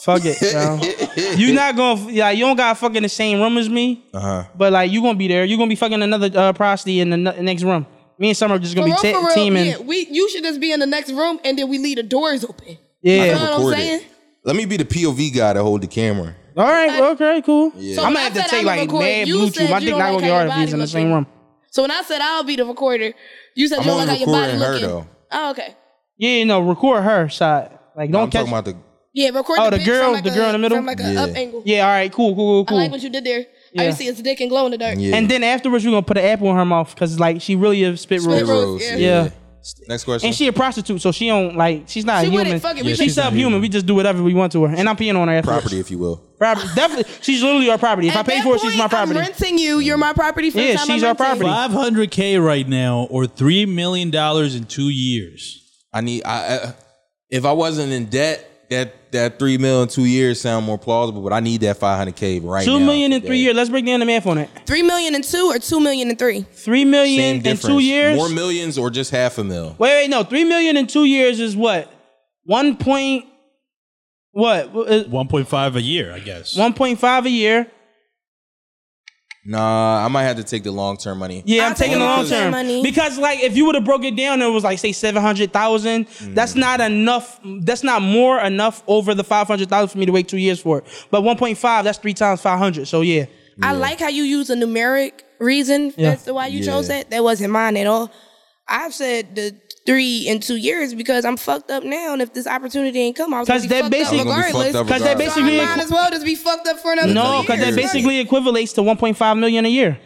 Speaker 3: Fuck it, bro. you not gonna f- like you don't gotta fuck in the same room as me. Uh-huh. But like you gonna be there. You gonna be fucking another uh, prostitute in the ne- next room. Me and Summer are just
Speaker 4: For
Speaker 3: gonna
Speaker 4: real,
Speaker 3: be
Speaker 4: for
Speaker 3: te-
Speaker 4: real,
Speaker 3: teaming.
Speaker 4: yeah, we you should just be in the next room and then we leave the doors open.
Speaker 3: Yeah.
Speaker 4: you know what I'm
Speaker 2: Record it.
Speaker 4: saying?
Speaker 2: Let me be the POV guy to hold the camera.
Speaker 3: All right. well, Okay. Cool.
Speaker 4: So
Speaker 3: I'm
Speaker 4: when
Speaker 3: gonna
Speaker 4: I
Speaker 3: have to
Speaker 4: said I
Speaker 3: take
Speaker 4: would
Speaker 3: like
Speaker 4: record,
Speaker 3: mad
Speaker 4: you
Speaker 3: blue chew.
Speaker 4: said
Speaker 3: My
Speaker 4: you
Speaker 3: dick
Speaker 4: don't
Speaker 3: not
Speaker 4: like
Speaker 3: gonna get
Speaker 4: how
Speaker 3: hard
Speaker 4: your
Speaker 3: if he's
Speaker 4: body
Speaker 3: in the
Speaker 4: look
Speaker 3: same
Speaker 4: like-
Speaker 3: room.
Speaker 4: So when I said I'll be the recorder, you said you
Speaker 2: I'm
Speaker 4: don't like
Speaker 2: only
Speaker 4: how your body
Speaker 2: recording her
Speaker 4: looking.
Speaker 2: though.
Speaker 4: Oh, okay.
Speaker 3: Yeah. No. Record her shot. Like don't
Speaker 2: I'm
Speaker 3: catch.
Speaker 2: talking about the.
Speaker 4: Yeah, record.
Speaker 3: Oh, the
Speaker 4: bitch
Speaker 3: girl-
Speaker 4: from like
Speaker 3: the
Speaker 4: a-
Speaker 3: girl in the middle?
Speaker 4: from like a
Speaker 2: Yeah.
Speaker 4: up angle.
Speaker 3: yeah. All right. Cool. Cool. Cool.
Speaker 4: I
Speaker 3: Cool.
Speaker 4: like what you did there. I
Speaker 3: Yeah.
Speaker 4: used to see his dick and glow in the dark.
Speaker 2: Yeah.
Speaker 3: And then afterwards, we're gonna put an apple in her mouth because like she really a spit
Speaker 4: Spit
Speaker 3: roll.
Speaker 4: roll.
Speaker 2: Rose,
Speaker 4: yeah.
Speaker 3: Yeah.
Speaker 2: Next question.
Speaker 3: And she a prostitute, so she don't like she's not
Speaker 4: She
Speaker 3: a human.
Speaker 4: wouldn't. Fuck it, we Yeah,
Speaker 5: can-
Speaker 3: she's
Speaker 5: she's not
Speaker 3: subhuman.
Speaker 5: human.
Speaker 3: We just do whatever we want to her, and I'm peeing on her. After.
Speaker 2: property, if you will.
Speaker 3: Property. Definitely, she's literally our property. If I
Speaker 4: At
Speaker 3: pay
Speaker 4: that
Speaker 3: for it, she's my
Speaker 4: point,
Speaker 3: property.
Speaker 4: I'm renting you. You're my property. For the
Speaker 3: Yeah,
Speaker 4: time I'm
Speaker 3: she's our
Speaker 4: renting.
Speaker 3: property.
Speaker 5: Five hundred k right now, or three million dollars in two years.
Speaker 2: I need. I, I if I wasn't in debt, that that three mil in two years sound more plausible. But I need that five hundred k right now.
Speaker 3: Two million in
Speaker 2: today.
Speaker 3: three years. Let's break down the math on it.
Speaker 4: Three million and two, or two million and three.
Speaker 3: Three
Speaker 2: Same
Speaker 3: million in
Speaker 2: difference.
Speaker 3: two years.
Speaker 2: More millions or just half a mil.
Speaker 3: wait, wait, no. Three million in two years is what? One point. What? Uh,
Speaker 5: One point five a year, I guess.
Speaker 3: One point five a year.
Speaker 2: Nah, I might have to take the long term money.
Speaker 3: Yeah, I'm
Speaker 4: I'll
Speaker 3: taking
Speaker 4: take
Speaker 3: the long
Speaker 4: all that
Speaker 3: term
Speaker 4: money.
Speaker 3: because, like, if you would have broke it down, and it was like say seven hundred thousand.
Speaker 2: Mm.
Speaker 3: That's not enough. That's not more enough over the five hundred thousand for me to wait two years for it. But one point five, that's three times five hundred. So yeah,
Speaker 4: I like how you use a numeric reason
Speaker 3: Yeah.
Speaker 4: as to why you
Speaker 2: Yeah.
Speaker 4: chose that. That wasn't mine at all. I've said the three and two years because I'm fucked up now, and if this opportunity ain't come, I was
Speaker 3: 'Cause
Speaker 4: gonna be
Speaker 3: that
Speaker 4: fucked
Speaker 3: basically-
Speaker 4: up
Speaker 3: I'm
Speaker 2: gonna be fucked
Speaker 4: regardless.
Speaker 2: up
Speaker 3: because that
Speaker 2: regardless.
Speaker 4: So I
Speaker 3: basically
Speaker 4: might as well just be fucked up for another.
Speaker 3: no,
Speaker 4: two
Speaker 3: because that
Speaker 4: years.
Speaker 3: basically equivalates to one point five million a year.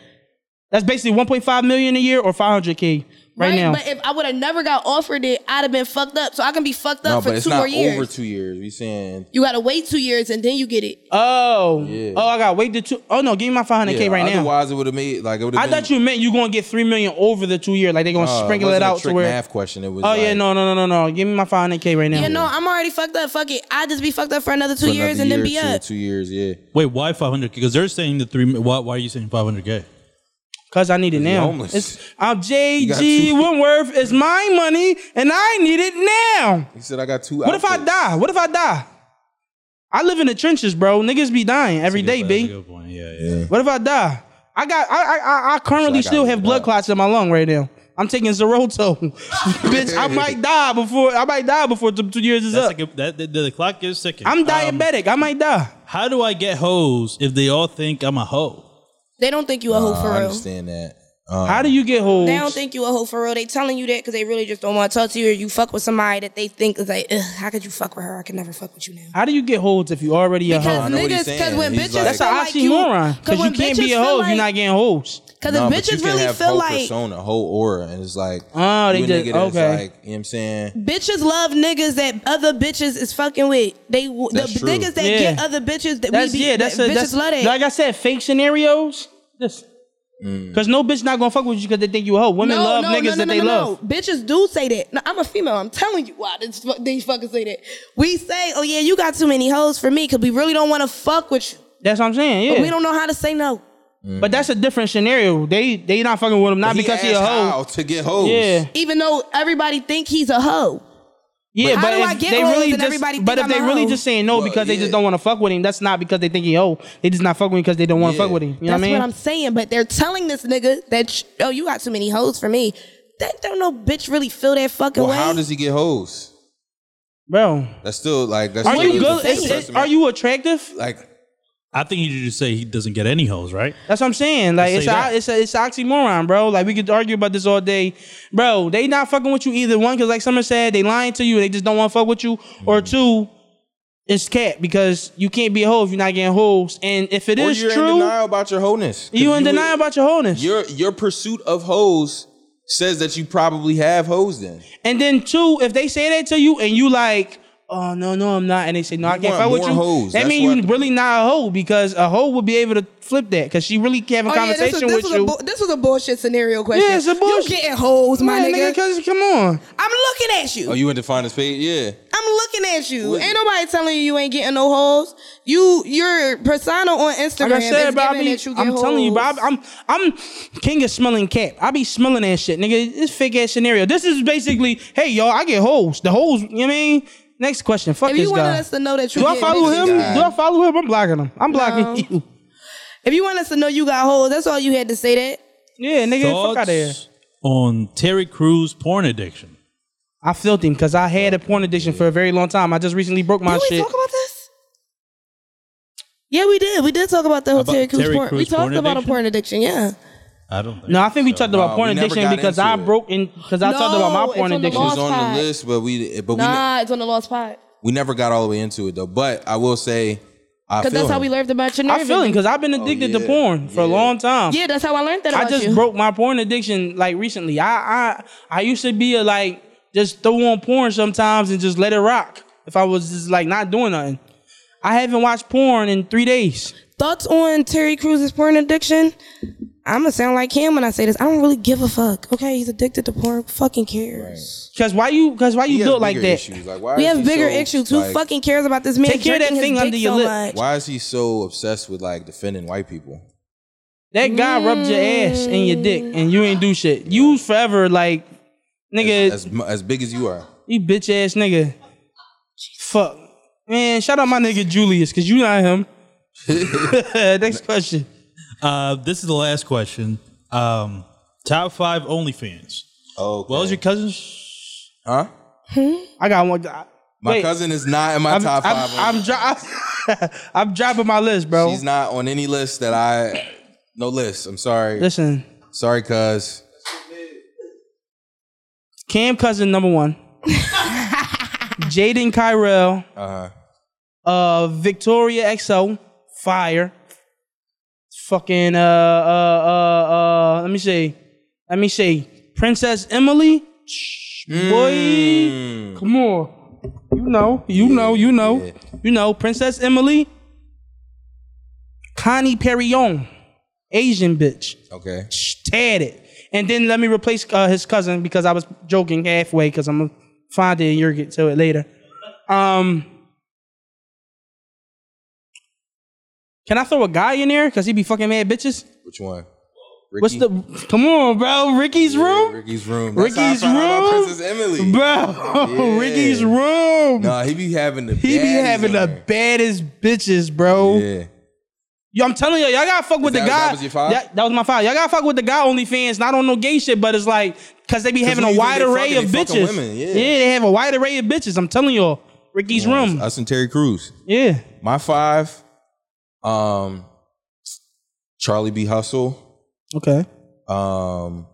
Speaker 3: That's basically one point five million a year or five hundred k right, now.
Speaker 4: But if I would have never got offered it, I'd have been fucked up. So I can be fucked up
Speaker 2: No,
Speaker 4: for
Speaker 2: but it's
Speaker 4: two more
Speaker 2: not
Speaker 4: years.
Speaker 2: over two years. We saying
Speaker 4: you gotta wait two years and then you get it.
Speaker 3: oh,
Speaker 2: Yeah.
Speaker 3: oh, I got to wait the two. Oh no, give me my five hundred
Speaker 2: yeah,
Speaker 3: k right now.
Speaker 2: Otherwise, it would have made like it would have.
Speaker 3: I thought you meant you gonna get three million over the two year. Like they gonna sprinkle it out
Speaker 2: a
Speaker 3: to
Speaker 2: trick
Speaker 3: where.
Speaker 2: math question. It was.
Speaker 3: Oh
Speaker 2: like,
Speaker 3: yeah, no, no, no, no, no. Give me my five hundred k right now.
Speaker 4: Yeah, no, I'm already fucked up. Fuck it. I just be fucked up for another
Speaker 2: for
Speaker 4: two years
Speaker 2: another
Speaker 4: and then
Speaker 2: year,
Speaker 4: be
Speaker 2: two,
Speaker 4: up.
Speaker 2: Two years, yeah.
Speaker 5: Wait, why five hundred? Because they're saying the three. Why, why are you saying five hundred k?
Speaker 3: Cause I need it now.
Speaker 2: homeless.
Speaker 3: It's, I'm
Speaker 2: got
Speaker 3: JG
Speaker 2: two-
Speaker 3: Wentworth. It's my money, and I need it now.
Speaker 2: He said I got two.
Speaker 3: What if I
Speaker 2: outfits.
Speaker 3: die? What if I die? I live in the trenches, bro. Niggas be dying every day, b.
Speaker 5: Yeah, yeah.
Speaker 3: What if I die? I got. I. I. I, I currently
Speaker 2: So I gotta
Speaker 3: still
Speaker 2: live
Speaker 3: have
Speaker 2: it
Speaker 3: blood
Speaker 2: up.
Speaker 3: clots in my lung right now. I'm I'm taking Zeroto. Bitch, I might die before I might die before the two years is
Speaker 5: That's
Speaker 3: up.
Speaker 5: like a, that, the, the clock is ticking.
Speaker 3: I'm
Speaker 5: Um,
Speaker 3: diabetic. I might die.
Speaker 5: how do I get hoes if they all think I'm a hoe?
Speaker 4: They don't think you a hoe for
Speaker 2: I
Speaker 4: real.
Speaker 2: understand that. Um,
Speaker 3: How do you get hoes?
Speaker 4: They don't think you a hoe for real. They telling you that because they really just don't want to talk to you, or you fuck with somebody that they think is like, Ugh, how could you fuck with her? I could never fuck with you now.
Speaker 3: How do you get hoes if you already a hoe?
Speaker 4: Because
Speaker 2: know what he's
Speaker 4: niggas,
Speaker 2: saying.
Speaker 4: because when
Speaker 2: He's
Speaker 4: bitches
Speaker 2: like-
Speaker 3: That's
Speaker 4: feel
Speaker 3: an
Speaker 4: like you,
Speaker 3: oxymoron. Because you
Speaker 4: when
Speaker 3: can't be
Speaker 4: bitches
Speaker 3: a
Speaker 4: feel
Speaker 3: hoe if
Speaker 4: like-
Speaker 3: you're not getting hoes.
Speaker 4: Cause
Speaker 2: No,
Speaker 4: if
Speaker 2: but you
Speaker 4: bitches
Speaker 2: can
Speaker 4: really
Speaker 2: have
Speaker 4: feel
Speaker 2: whole
Speaker 4: like
Speaker 2: persona, whole aura, and it's like,
Speaker 3: Oh, they
Speaker 2: you a
Speaker 3: just-
Speaker 2: nigga that's
Speaker 3: okay.
Speaker 2: like, you know what I'm saying?
Speaker 4: bitches love niggas that other bitches is fucking with. They the
Speaker 2: That's true.
Speaker 4: niggas that
Speaker 3: Yeah.
Speaker 4: get other bitches that
Speaker 3: That's
Speaker 4: we be
Speaker 3: yeah. That's
Speaker 4: that
Speaker 3: a,
Speaker 4: bitches
Speaker 3: that's
Speaker 4: love that.
Speaker 3: like I said. Fake scenarios. This.
Speaker 5: Mm.
Speaker 3: Cause no bitch not gonna fuck with you because they think you a hoe. Women love niggas that they love.
Speaker 4: Bitches do say that. No, I'm a female. I'm telling you why this, fu- these fuckers say that. We say, oh yeah, you got too many hoes for me because we really don't want to fuck with you.
Speaker 3: That's what I'm saying. Yeah.
Speaker 4: We don't know how to say no.
Speaker 3: But that's a different scenario. They they not fucking with him not because he a
Speaker 2: asked
Speaker 3: hoe.
Speaker 2: how to get hoes.
Speaker 3: Yeah.
Speaker 4: Even though everybody think he's a hoe.
Speaker 3: Yeah,
Speaker 4: How
Speaker 3: but
Speaker 4: do
Speaker 3: if
Speaker 4: I get
Speaker 3: they
Speaker 4: hoes
Speaker 3: really
Speaker 4: and
Speaker 3: just,
Speaker 4: everybody
Speaker 3: but if
Speaker 4: think
Speaker 3: they
Speaker 4: I'm a
Speaker 3: really
Speaker 4: hoe?
Speaker 3: just saying no
Speaker 2: Well,
Speaker 3: because they
Speaker 2: yeah.
Speaker 3: just don't want to fuck with him, that's not because they think he oh they just not fucking with him because they don't want to
Speaker 2: Yeah.
Speaker 3: fuck with him. You know what I
Speaker 4: That's
Speaker 3: mean?
Speaker 4: what I'm saying. But they're telling this nigga that sh- oh you got too many hoes for me. That don't no bitch really feel that fucking
Speaker 2: Well,
Speaker 4: way.
Speaker 2: how does he get hoes?
Speaker 3: Bro,
Speaker 2: That's still like, that's
Speaker 3: are
Speaker 2: still
Speaker 3: you
Speaker 2: the
Speaker 3: good?
Speaker 2: full
Speaker 3: It's- it's-
Speaker 2: testament.
Speaker 3: are you attractive?
Speaker 2: like,
Speaker 5: I think you should just say he doesn't get any hoes, right?
Speaker 3: That's what I'm saying. Like
Speaker 5: Say
Speaker 3: it's a,
Speaker 5: that.
Speaker 3: it's a, it's oxymoron, bro. Like we could argue about this all day, bro. They not fucking with you either. One, because like someone said, they lying to you. They just don't want to fuck with you. Or two, it's cat because you can't be a hoe if you're not getting hoes. And if it
Speaker 2: or
Speaker 3: is
Speaker 2: you're in
Speaker 3: true,
Speaker 2: denial about your wholeness. 'Cause
Speaker 3: you in denial about your wholeness.
Speaker 2: Your, your pursuit of hoes says that you probably have hoes then.
Speaker 3: And then two, if they say that to you and you like, oh no, no, I'm not, and they say no, I can't
Speaker 2: want
Speaker 3: fuck with
Speaker 2: more
Speaker 3: you.
Speaker 2: hoes.
Speaker 3: That
Speaker 2: That's
Speaker 3: means you
Speaker 2: what-
Speaker 3: really not a hoe because a hoe would be able to flip that because she really can have a conversation with
Speaker 4: Oh, was
Speaker 3: you.
Speaker 4: A bu- this was a bullshit scenario question.
Speaker 3: Yeah, it's a bullshit-
Speaker 4: You getting hoes, my
Speaker 3: Yeah,
Speaker 4: nigga.
Speaker 3: Cause come on,
Speaker 4: I'm looking at you.
Speaker 2: Oh, you in Defiance Page? Yeah.
Speaker 4: I'm looking at you.
Speaker 2: What-
Speaker 4: Ain't nobody telling you you ain't getting no hoes. You, your persona on Instagram
Speaker 3: like I said,
Speaker 4: is
Speaker 3: bro, I
Speaker 4: giving
Speaker 3: be,
Speaker 4: that you get
Speaker 3: I'm telling you, bro,
Speaker 4: hoes.
Speaker 3: I- I'm I'm king of smelling cap. I be smelling that shit, nigga. This fake ass scenario. This is basically, hey y'all, I get hoes. The hoes, you know what I mean? Next question. Fuck
Speaker 4: If
Speaker 3: this
Speaker 4: you wanted
Speaker 3: guy.
Speaker 4: us to know that you,
Speaker 3: Do I
Speaker 4: getting
Speaker 3: follow
Speaker 4: bitches-
Speaker 3: him?
Speaker 2: guy.
Speaker 3: Do I follow him? I'm blocking him. I'm blocking you.
Speaker 4: If you want us to know you got hoes, that's all you had to say. That
Speaker 3: Yeah, nigga, fuck out of here.
Speaker 5: Thoughts on Terry Crews' porn addiction.
Speaker 3: I filled him because I had a porn addiction for a very long time. I just recently broke my
Speaker 4: did we
Speaker 3: shit.
Speaker 4: talk about this? Yeah, we did. We did talk about the whole
Speaker 5: About
Speaker 4: Terry Crews
Speaker 5: Terry
Speaker 4: porn. we
Speaker 5: Crews
Speaker 4: talked
Speaker 5: porn
Speaker 4: about a
Speaker 5: addiction?
Speaker 4: porn addiction. Yeah.
Speaker 5: I don't think.
Speaker 3: no, I think we talked about
Speaker 2: No,
Speaker 3: porn
Speaker 2: we never
Speaker 3: addiction
Speaker 2: got
Speaker 3: because
Speaker 2: into
Speaker 3: I
Speaker 2: it.
Speaker 3: broke in because I talked about my
Speaker 4: No, it's
Speaker 3: porn
Speaker 4: on the
Speaker 2: It
Speaker 3: addiction.
Speaker 2: was
Speaker 4: Lost
Speaker 2: on
Speaker 4: Pod.
Speaker 2: the list, but we but we,
Speaker 4: Nah, it's on the lost pot.
Speaker 2: we never got all the way into it though. But I will say, I feel
Speaker 4: Because that's how
Speaker 2: him.
Speaker 4: we learned about your nerve.
Speaker 3: I feel it because I've been addicted to
Speaker 2: Oh, yeah,
Speaker 3: porn for a
Speaker 2: yeah.
Speaker 3: long time.
Speaker 4: Yeah, that's how I learned that about
Speaker 3: I just
Speaker 4: you.
Speaker 3: broke my porn addiction like recently. I I I used to be a like just throw on porn sometimes and just let it rock if I was just like not doing nothing. I haven't watched porn in three days.
Speaker 4: Thoughts on Terry Crews' porn addiction? I'm gonna sound like him when I say this. I don't really give a fuck. Okay, he's addicted to porn. Who Fucking cares.
Speaker 3: Cause why you? Cause why
Speaker 2: He
Speaker 3: you
Speaker 2: has
Speaker 3: built like
Speaker 2: bigger
Speaker 3: that?
Speaker 2: Issues. Like, why
Speaker 4: We
Speaker 2: is
Speaker 4: have
Speaker 2: he
Speaker 4: bigger
Speaker 2: so,
Speaker 4: issues. Who
Speaker 2: like,
Speaker 4: fucking cares about this man?
Speaker 3: Take care of that
Speaker 4: jerking his
Speaker 3: thing
Speaker 4: dick
Speaker 3: under your
Speaker 4: so
Speaker 3: lip.
Speaker 4: much?
Speaker 2: Why is he so obsessed with like defending white people?
Speaker 3: That guy rubbed your ass and your dick, and you ain't do shit. You forever like, nigga,
Speaker 2: As mu- as big as you are,
Speaker 3: you bitch ass nigga. Fuck, man. Shout out my nigga Julius, cause you not him. Next question.
Speaker 5: Uh, this is the last question. Um, top five OnlyFans.
Speaker 2: oh okay.
Speaker 5: Well, is your cousin's
Speaker 2: huh?
Speaker 3: I got one. I-
Speaker 2: My
Speaker 3: wait,
Speaker 2: cousin is not in my
Speaker 3: I'm,
Speaker 2: top
Speaker 3: I'm,
Speaker 2: 5
Speaker 3: I'm, dro- I'm dropping my list, bro.
Speaker 2: She's not on any list that I. No list. I'm sorry.
Speaker 3: Listen,
Speaker 2: Sorry, cuz.
Speaker 3: Cam cousin number one. Jaden Kyrell.
Speaker 2: Uh,
Speaker 3: uh Victoria XO, fire. Fucking uh uh uh uh let me see. Let me see. Princess Emily. Shh, Boy, come on. You know, you know, you know. You know, Princess Emily. Connie Perrion. Asian bitch.
Speaker 2: okay.
Speaker 3: Shh, Tad it. And then let me replace uh, his cousin because I was joking halfway because I'm gonna find it and you'll get to it later. Um, can I throw a guy in there because he be fucking mad bitches?
Speaker 2: Which one?
Speaker 3: What's
Speaker 2: Ricky?
Speaker 3: the? Come on, bro. Ricky's
Speaker 2: Yeah,
Speaker 3: room,
Speaker 2: Ricky's room. That's how I
Speaker 3: Ricky's
Speaker 2: found out about
Speaker 3: room?
Speaker 2: Princess Emily.
Speaker 3: bro.
Speaker 2: Yeah.
Speaker 3: Ricky's room.
Speaker 2: Nah, he be having the.
Speaker 3: he be
Speaker 2: baddies
Speaker 3: having
Speaker 2: on
Speaker 3: the
Speaker 2: there.
Speaker 3: baddest bitches, bro.
Speaker 2: Yeah.
Speaker 3: Yo, I'm telling you, y'all gotta fuck with
Speaker 2: that-
Speaker 3: the guy.
Speaker 2: that was your five?
Speaker 3: Yeah, that was my five. Y'all gotta fuck with the guy OnlyFans, not on no gay shit, but it's like because they be having
Speaker 2: who
Speaker 3: a
Speaker 2: you think
Speaker 3: wide
Speaker 2: they
Speaker 3: array
Speaker 2: fucking?
Speaker 3: of
Speaker 2: They fucking
Speaker 3: bitches.
Speaker 2: women, yeah.
Speaker 3: they have a wide array of bitches. I'm telling y'all, Ricky's room.
Speaker 2: Us and Terry Crews.
Speaker 3: yeah,
Speaker 2: My five, um, Charlie B. Hustle,
Speaker 3: okay.
Speaker 2: um,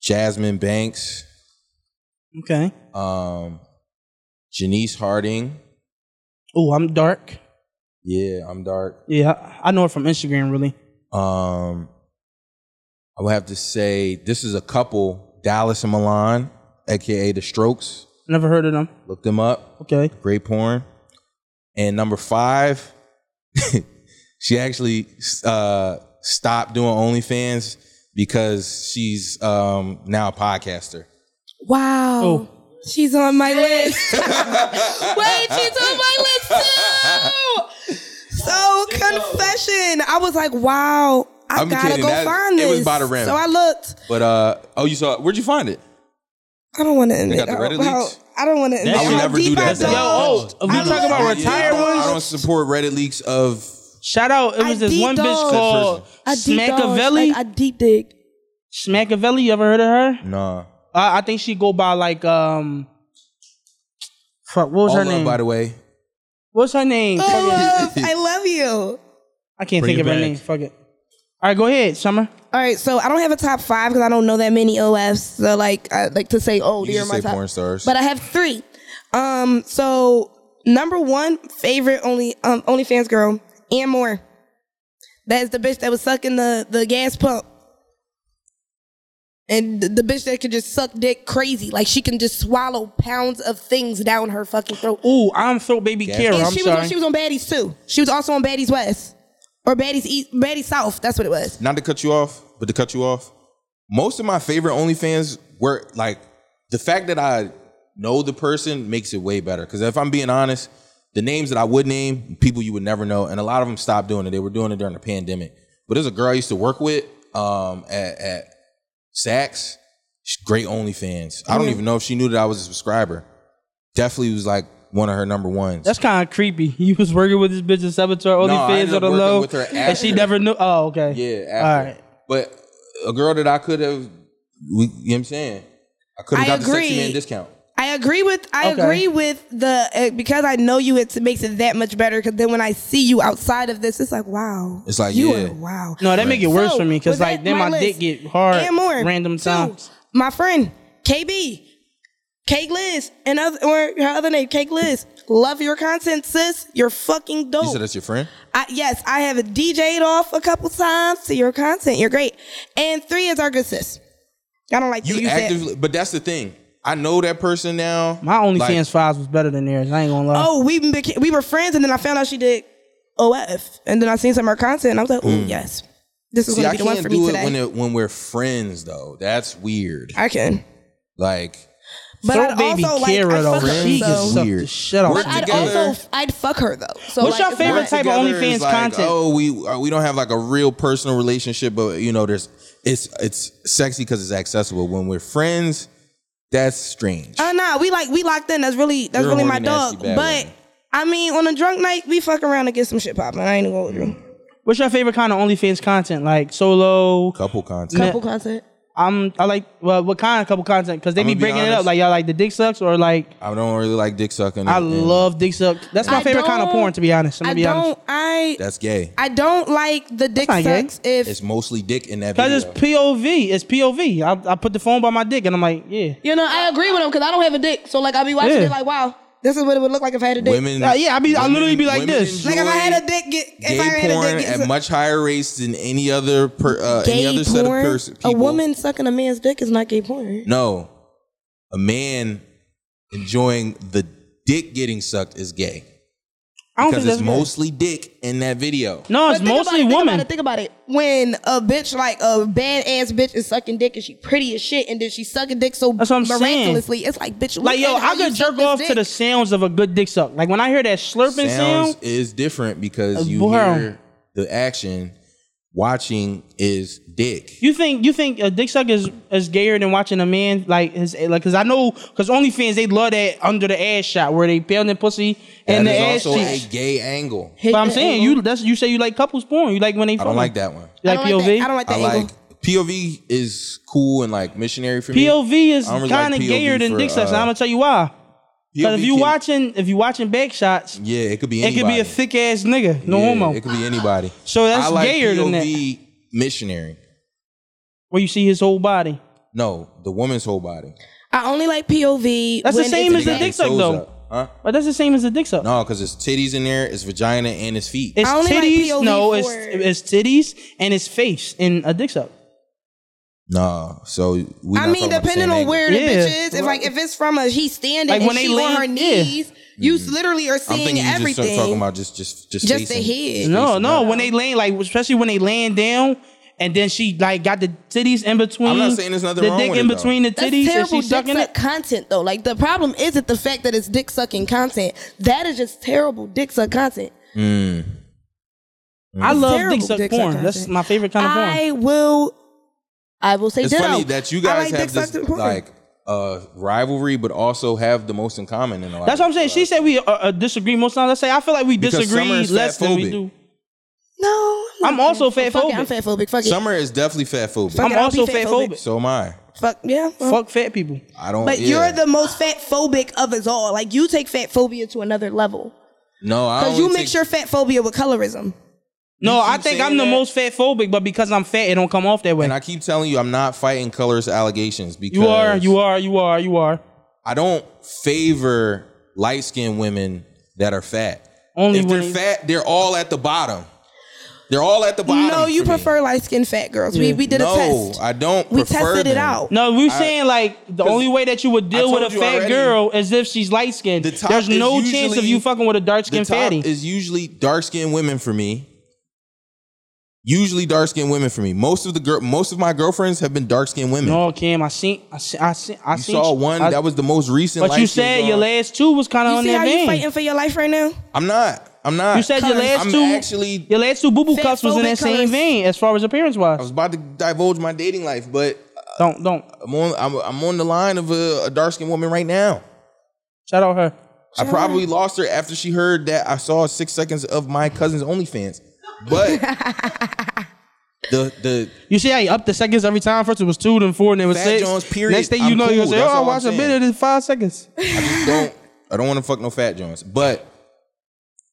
Speaker 2: Jasmine Banks,
Speaker 3: Okay.
Speaker 2: um, Janice Harding.
Speaker 3: Oh, I'm dark.
Speaker 2: Yeah, I'm dark.
Speaker 3: Yeah, I- I know her from Instagram. Really.
Speaker 2: Um, I would have to say this is a couple, Dallas and Milan, aka the Strokes.
Speaker 3: Never heard of them.
Speaker 2: Look them up.
Speaker 3: Okay.
Speaker 2: Great porn. And number five, she actually uh, stopped doing OnlyFans because she's um, now a podcaster.
Speaker 4: Wow.
Speaker 3: Oh.
Speaker 4: She's on my list. Wait, she's on my list too. So confession. I was like, wow. I
Speaker 2: I'm
Speaker 4: gotta
Speaker 2: kidding.
Speaker 4: go
Speaker 2: That-
Speaker 4: find
Speaker 2: it
Speaker 4: this.
Speaker 2: was by the rim.
Speaker 4: So I looked.
Speaker 2: But uh, oh, you saw? Where'd you find it?
Speaker 4: I don't want to admit
Speaker 2: got the
Speaker 4: how-
Speaker 2: Reddit
Speaker 4: how-
Speaker 2: leaks?
Speaker 4: I don't want to admit
Speaker 5: I would
Speaker 4: how
Speaker 2: never
Speaker 4: deep
Speaker 2: do
Speaker 4: I
Speaker 2: that.
Speaker 4: dug.
Speaker 2: Yo,
Speaker 3: oh, if we
Speaker 4: I
Speaker 3: talking about
Speaker 4: dug-
Speaker 3: retired
Speaker 2: I don't- I don't
Speaker 3: ones,
Speaker 2: support Reddit leaks of.
Speaker 3: shout out. It
Speaker 4: I
Speaker 3: was this one
Speaker 4: deep
Speaker 3: bitch
Speaker 4: dog.
Speaker 3: called
Speaker 4: I deep dug,
Speaker 3: Smackavelli.
Speaker 4: like, I deep dig.
Speaker 3: Smackavelli. You ever heard of her?
Speaker 2: Nah.
Speaker 3: I, I think she go by like um. Fuck, what was
Speaker 2: All
Speaker 3: her
Speaker 2: up,
Speaker 3: name?
Speaker 2: by the way.
Speaker 3: What's her name?
Speaker 4: I love, I love you.
Speaker 3: I can't
Speaker 5: Bring
Speaker 3: think
Speaker 5: it
Speaker 3: of her
Speaker 5: back.
Speaker 3: name. Fuck it. All right, go ahead, Summer.
Speaker 4: All right, so I don't have a top five because I don't know that many OFs. So like, I like to say, oh,
Speaker 2: You
Speaker 4: they're
Speaker 2: just
Speaker 4: my
Speaker 2: say
Speaker 4: top.
Speaker 2: porn stars.
Speaker 4: But I have three. Um, so number one favorite only um OnlyFans girl, Ann Moore. That is the bitch that was sucking the the gas pump. And the, the bitch that can just suck dick crazy, like she can just swallow pounds of things down her fucking throat.
Speaker 3: Ooh, I'm so baby Kara.
Speaker 4: And
Speaker 3: I'm
Speaker 4: she was
Speaker 3: sorry.
Speaker 4: on, she was on Baddies too. She was also on Baddies West or Baddies East, Baddies South. That's what it was.
Speaker 2: not to cut you off, but to cut you off, most of my favorite OnlyFans were like the fact that I know the person makes it way better. Because if I'm being honest, the names that I would name, people you would never know, and a lot of them stopped doing it. They were doing it during the pandemic. But there's a girl I used to work with um, at, at Saks. She's great OnlyFans. I don't even know if she knew that I was a subscriber. Definitely was like one of her number ones.
Speaker 3: That's kind of creepy. You was working with this bitch in Saboteur
Speaker 2: No, I
Speaker 3: OnlyFans
Speaker 2: ended
Speaker 3: on the
Speaker 2: up working
Speaker 3: low,
Speaker 2: with her
Speaker 3: and she
Speaker 2: after.
Speaker 3: never knew. Oh, okay.
Speaker 2: yeah.
Speaker 3: All
Speaker 2: After.
Speaker 3: right.
Speaker 2: But a girl that I could have, we, you know what I'm saying? I could have
Speaker 4: I
Speaker 2: got the
Speaker 4: agree.
Speaker 2: sexy man discount.
Speaker 4: I agree with I
Speaker 3: Okay.
Speaker 4: agree with the uh, because I know you. It makes it that much better because then when I see you outside of this, it's like wow.
Speaker 2: It's like,
Speaker 4: you
Speaker 2: yeah.
Speaker 4: are wow.
Speaker 3: No, that make it worse for me because
Speaker 4: with that,
Speaker 3: like then my, dick
Speaker 4: list.
Speaker 3: get hard
Speaker 4: and more
Speaker 3: random
Speaker 4: Two,
Speaker 3: times.
Speaker 4: My friend KB, Cake Liz, and other or her other name, Cake Liz. Love your content, sis. You're fucking dope.
Speaker 2: You said that's your friend?
Speaker 4: I, yes, I have DJ'd off a couple times to your content. You're great. And three is our good sis. I don't like to
Speaker 2: You
Speaker 4: use that.
Speaker 2: actively, but that's the thing. I know that person now.
Speaker 3: My OnlyFans
Speaker 2: Like,
Speaker 3: fives was better than theirs. I ain't gonna lie.
Speaker 4: oh, we beca- we were friends, and then I found out she did OF, and then I seen some of her content, and I was like, oh yes, this is
Speaker 2: Mm. See,
Speaker 4: gonna
Speaker 2: I
Speaker 4: be the one
Speaker 2: can't
Speaker 4: for me
Speaker 2: do it
Speaker 4: today.
Speaker 2: when, it when we're friends, though. That's weird.
Speaker 4: I can,
Speaker 2: Like,
Speaker 4: but
Speaker 3: Throw
Speaker 4: I'd
Speaker 3: baby
Speaker 4: also
Speaker 3: Kara
Speaker 4: like I'd
Speaker 3: though.
Speaker 4: fuck her,
Speaker 2: She
Speaker 3: She
Speaker 2: gets
Speaker 3: can
Speaker 4: so.
Speaker 2: weird.
Speaker 3: suck the shit out
Speaker 2: We're
Speaker 3: of
Speaker 4: I'd
Speaker 3: that
Speaker 2: together.
Speaker 3: dick.
Speaker 4: also I'd fuck her though. So
Speaker 3: What's
Speaker 4: like,
Speaker 3: your
Speaker 4: it's
Speaker 3: favorite
Speaker 2: we're
Speaker 4: not-
Speaker 3: type of
Speaker 2: together,
Speaker 3: OnlyFans
Speaker 2: it's like,
Speaker 3: content?
Speaker 2: Oh, we uh, we don't have like a real personal relationship, but you know, there's it's it's sexy because it's accessible. When we're friends, that's strange.
Speaker 4: Oh nah, we like we locked in. That's really that's
Speaker 2: You're a
Speaker 4: really my
Speaker 2: horny, nasty,
Speaker 4: dog.
Speaker 2: bad
Speaker 4: But
Speaker 2: woman.
Speaker 4: I mean, on a drunk night, we fuck around and get some shit popping. I ain't gonna go with you.
Speaker 3: What's your favorite kind of OnlyFans content? Like solo?
Speaker 2: Couple content.
Speaker 4: Couple content.
Speaker 3: I'm I like well, what kind of couple content? Because they
Speaker 2: I'ma
Speaker 3: be
Speaker 2: be
Speaker 3: breaking it up
Speaker 2: honest.
Speaker 3: like y'all like the dick sucks or like
Speaker 2: I don't really like dick sucking.
Speaker 3: I
Speaker 2: and- and
Speaker 3: love dick suck. That's my
Speaker 4: I
Speaker 3: favorite kind of
Speaker 4: don't-
Speaker 3: porn, to be honest. I'm
Speaker 4: I
Speaker 3: gonna be honest.
Speaker 4: don't. I
Speaker 2: That's gay.
Speaker 4: I don't like the dick
Speaker 3: not gay.
Speaker 4: sucks. If
Speaker 2: It's mostly dick in that
Speaker 3: Cause it's
Speaker 2: video.
Speaker 3: POV. It's POV. I, I put the phone by my dick and I'm like, yeah,
Speaker 4: You know, I agree with him because I don't have a dick. So like, I'll be watching
Speaker 3: Yeah.
Speaker 4: it like, wow, this is what it would look like if I had a dick.
Speaker 2: Women,
Speaker 3: Uh, yeah. I be I
Speaker 2: women-
Speaker 3: literally be like
Speaker 2: women
Speaker 3: this.
Speaker 4: like if I
Speaker 2: enjoy
Speaker 4: had a dick, get
Speaker 2: gay
Speaker 4: if I had
Speaker 2: porn
Speaker 4: a dick,
Speaker 2: at much higher rates than any other per, uh, any other set of pers- people.
Speaker 4: a woman sucking a man's dick is not gay porn.
Speaker 2: no, a man enjoying the dick getting sucked is gay
Speaker 3: I don't
Speaker 2: because
Speaker 3: think that's
Speaker 2: it's
Speaker 3: good.
Speaker 2: mostly dick in that video.
Speaker 3: No,
Speaker 4: But
Speaker 3: it's
Speaker 4: think about
Speaker 3: mostly
Speaker 4: it, think About
Speaker 3: women.
Speaker 4: it, think about it. When a bitch, like a bad ass bitch, is sucking dick and she pretty as shit, and then she sucking dick so
Speaker 3: That's what I'm saying.
Speaker 4: miraculously, it's like bitch. look
Speaker 3: Like yo,
Speaker 4: at how
Speaker 3: I could
Speaker 4: you suck
Speaker 3: jerk
Speaker 4: this
Speaker 3: off to
Speaker 4: dick.
Speaker 3: the sounds of a good dick suck. Like when I hear that slurping
Speaker 2: Sounds
Speaker 3: sound,
Speaker 2: is different because you
Speaker 3: Bro.
Speaker 2: hear the action. watching is dick.
Speaker 3: You think you think a dick sucker is, is gayer than watching a man like his like? Because I know because OnlyFans they love that under the ass shot where they peel their pussy and
Speaker 2: That
Speaker 3: the
Speaker 2: is
Speaker 3: ass
Speaker 2: also
Speaker 3: cheeks.
Speaker 2: a gay angle.
Speaker 3: But I'm saying you that's you say you like couples porn. You like when they
Speaker 2: I don't like that one.
Speaker 3: You
Speaker 4: I
Speaker 3: like
Speaker 4: don't
Speaker 3: POV.
Speaker 4: like that. I don't like that
Speaker 2: I
Speaker 4: angle.
Speaker 2: like POV is cool and like missionary for
Speaker 3: POV
Speaker 2: me.
Speaker 3: is
Speaker 2: I don't really like
Speaker 3: kind of
Speaker 2: POV
Speaker 3: gayer than
Speaker 2: for,
Speaker 3: dick sucks. and
Speaker 2: uh,
Speaker 3: I'm gonna tell you why. Because if
Speaker 2: POV
Speaker 3: you
Speaker 2: can-
Speaker 3: watching if you watching back shots,
Speaker 2: yeah, it could be
Speaker 3: it
Speaker 2: anybody.
Speaker 3: could be a thick ass nigga. No
Speaker 2: Yeah,
Speaker 3: homo.
Speaker 2: It could be anybody.
Speaker 3: So that's
Speaker 2: I like
Speaker 3: gayer than that.
Speaker 2: POV missionary.
Speaker 3: where you see his whole body.
Speaker 2: No, the woman's whole body.
Speaker 4: I only like POV.
Speaker 3: That's the
Speaker 4: when
Speaker 3: same
Speaker 4: it's-
Speaker 3: as the
Speaker 2: Got their
Speaker 3: dick suck
Speaker 2: toes
Speaker 3: though.
Speaker 2: up. Huh?
Speaker 3: But that's the same as the dick suck.
Speaker 2: No, because it's titties in there, it's vagina, and it's feet.
Speaker 3: It's
Speaker 4: I only like
Speaker 3: titties.
Speaker 4: POV
Speaker 3: no,
Speaker 4: for-
Speaker 3: it's it's titties and it's face in a dick suck.
Speaker 2: no, so we.
Speaker 4: I mean, depending on where the
Speaker 3: Yeah.
Speaker 4: bitch is, if like if it's from a she's standing
Speaker 3: Like,
Speaker 4: and
Speaker 3: when they
Speaker 4: she
Speaker 3: land-
Speaker 4: on her
Speaker 3: yeah.
Speaker 4: knees, you
Speaker 2: Mm-hmm.
Speaker 4: literally are
Speaker 2: I'm
Speaker 4: seeing
Speaker 2: thinking you just start
Speaker 4: everything.
Speaker 2: talking about just just just
Speaker 4: Just the
Speaker 2: facing-
Speaker 4: head.
Speaker 2: just
Speaker 3: No,
Speaker 2: facing
Speaker 3: no.
Speaker 2: up.
Speaker 3: When they laying like, especially when they laying down, and then she like got the titties in between.
Speaker 2: I'm not saying there's nothing
Speaker 3: the
Speaker 2: wrong
Speaker 3: dick
Speaker 2: with
Speaker 3: in
Speaker 2: it, though.
Speaker 3: between the
Speaker 4: That's
Speaker 3: titties and
Speaker 4: terrible
Speaker 3: she
Speaker 4: dick
Speaker 3: sucking
Speaker 4: suck
Speaker 3: it.
Speaker 4: content though. Like the problem isn't the fact that it's dick sucking content. That is just terrible dick suck content.
Speaker 3: I love dick
Speaker 4: Terrible
Speaker 3: suck
Speaker 4: dick suck
Speaker 3: porn.
Speaker 4: content.
Speaker 3: That's my favorite kind of porn.
Speaker 4: I will. I will say
Speaker 2: It's
Speaker 4: ditto.
Speaker 2: funny that you
Speaker 4: I
Speaker 2: guys
Speaker 4: like dick
Speaker 2: have this
Speaker 4: sucking porn.
Speaker 2: like uh, rivalry, but also have the most in common in a lot.
Speaker 3: That's
Speaker 2: of
Speaker 3: what I'm saying. She said we uh, uh, disagree most times. I say I feel like we
Speaker 2: Because Summer
Speaker 3: disagree
Speaker 2: is
Speaker 3: less than we
Speaker 2: fatphobic.
Speaker 3: do.
Speaker 4: No,
Speaker 3: I'm also
Speaker 4: fat Fuck it, I'm
Speaker 3: fatphobic.
Speaker 4: fatphobic. Fuck it.
Speaker 2: Summer is definitely fat phobic.
Speaker 4: Fuck
Speaker 3: I'm
Speaker 4: it, I'll be
Speaker 3: also fatphobic.
Speaker 2: So am I.
Speaker 4: Fuck yeah. well.
Speaker 3: Fuck fat people.
Speaker 2: I don't.
Speaker 4: But
Speaker 2: Oh, yeah.
Speaker 4: you're the most fat phobic of us all. Like you take fat phobia to another level
Speaker 2: no. I
Speaker 4: because
Speaker 2: only
Speaker 4: you
Speaker 2: take-
Speaker 4: mix your fat phobia with colorism.
Speaker 3: No,
Speaker 2: You
Speaker 3: I
Speaker 2: keep
Speaker 3: think
Speaker 2: saying
Speaker 3: I'm the
Speaker 2: that.
Speaker 3: most fat phobic, but because I'm fat, it don't come off that way.
Speaker 2: And I keep telling you, I'm not fighting colorist allegations because
Speaker 3: you are, you are, you are, you are.
Speaker 2: I don't favor light skinned women that are fat.
Speaker 3: Only
Speaker 2: if they're
Speaker 3: when-
Speaker 2: fat, they're all at the bottom. They're all at the bottom.
Speaker 4: No, you
Speaker 2: for me.
Speaker 4: prefer light skinned fat girls. We we did a
Speaker 2: No,
Speaker 4: test.
Speaker 2: I don't.
Speaker 4: We
Speaker 2: prefer
Speaker 4: tested it
Speaker 2: them.
Speaker 4: out.
Speaker 3: No, we're saying like the only way that you would deal with a
Speaker 2: told you
Speaker 3: fat
Speaker 2: already,
Speaker 3: girl is if she's light skinned.
Speaker 2: the top
Speaker 3: There's
Speaker 2: is
Speaker 3: no chance of
Speaker 2: usually-
Speaker 3: you fucking with a dark
Speaker 2: The
Speaker 3: skinned
Speaker 2: top
Speaker 3: fatty.
Speaker 2: is usually dark skinned women for me. Usually dark skinned women for me. Most of the girl, most of my girlfriends have been dark skinned women.
Speaker 3: no, Cam, I seen, I seen, I seen, I
Speaker 2: you
Speaker 3: seen
Speaker 2: saw one
Speaker 3: I-
Speaker 2: that was the most recent.
Speaker 3: But you
Speaker 2: light-skinned
Speaker 3: said your
Speaker 2: girl.
Speaker 3: last two was kind of
Speaker 4: You
Speaker 3: on
Speaker 4: see how
Speaker 3: that
Speaker 4: you
Speaker 3: vein.
Speaker 4: fighting for your life right now?
Speaker 2: I'm not. I'm not.
Speaker 3: You said your
Speaker 4: Colours.
Speaker 3: last
Speaker 2: I'm
Speaker 3: two,
Speaker 2: actually.
Speaker 3: your last two boo boo cuffs was in that
Speaker 4: Fatphobic
Speaker 3: same
Speaker 4: colours.
Speaker 3: vein as far as appearance
Speaker 2: I
Speaker 3: wise.
Speaker 2: was about to divulge my dating life, but
Speaker 3: Don't, don't.
Speaker 2: I'm on. I'm, I'm on the line of a, a dark skinned woman right now.
Speaker 3: Shout out her.
Speaker 2: I probably lost her after she heard that I saw six seconds of my cousin's OnlyFans. But the the
Speaker 3: You see how you up the seconds every time? First it was two, then four, and then it was
Speaker 2: Fat
Speaker 3: six.
Speaker 2: Jones, period.
Speaker 3: Next thing you
Speaker 2: I'm
Speaker 3: know, you
Speaker 2: cool.
Speaker 3: say,
Speaker 2: That's
Speaker 3: "Oh, I
Speaker 2: all I'm
Speaker 3: watched a
Speaker 2: saying.
Speaker 3: minute in five seconds."
Speaker 2: I just don't I don't want to fuck no fat joints. But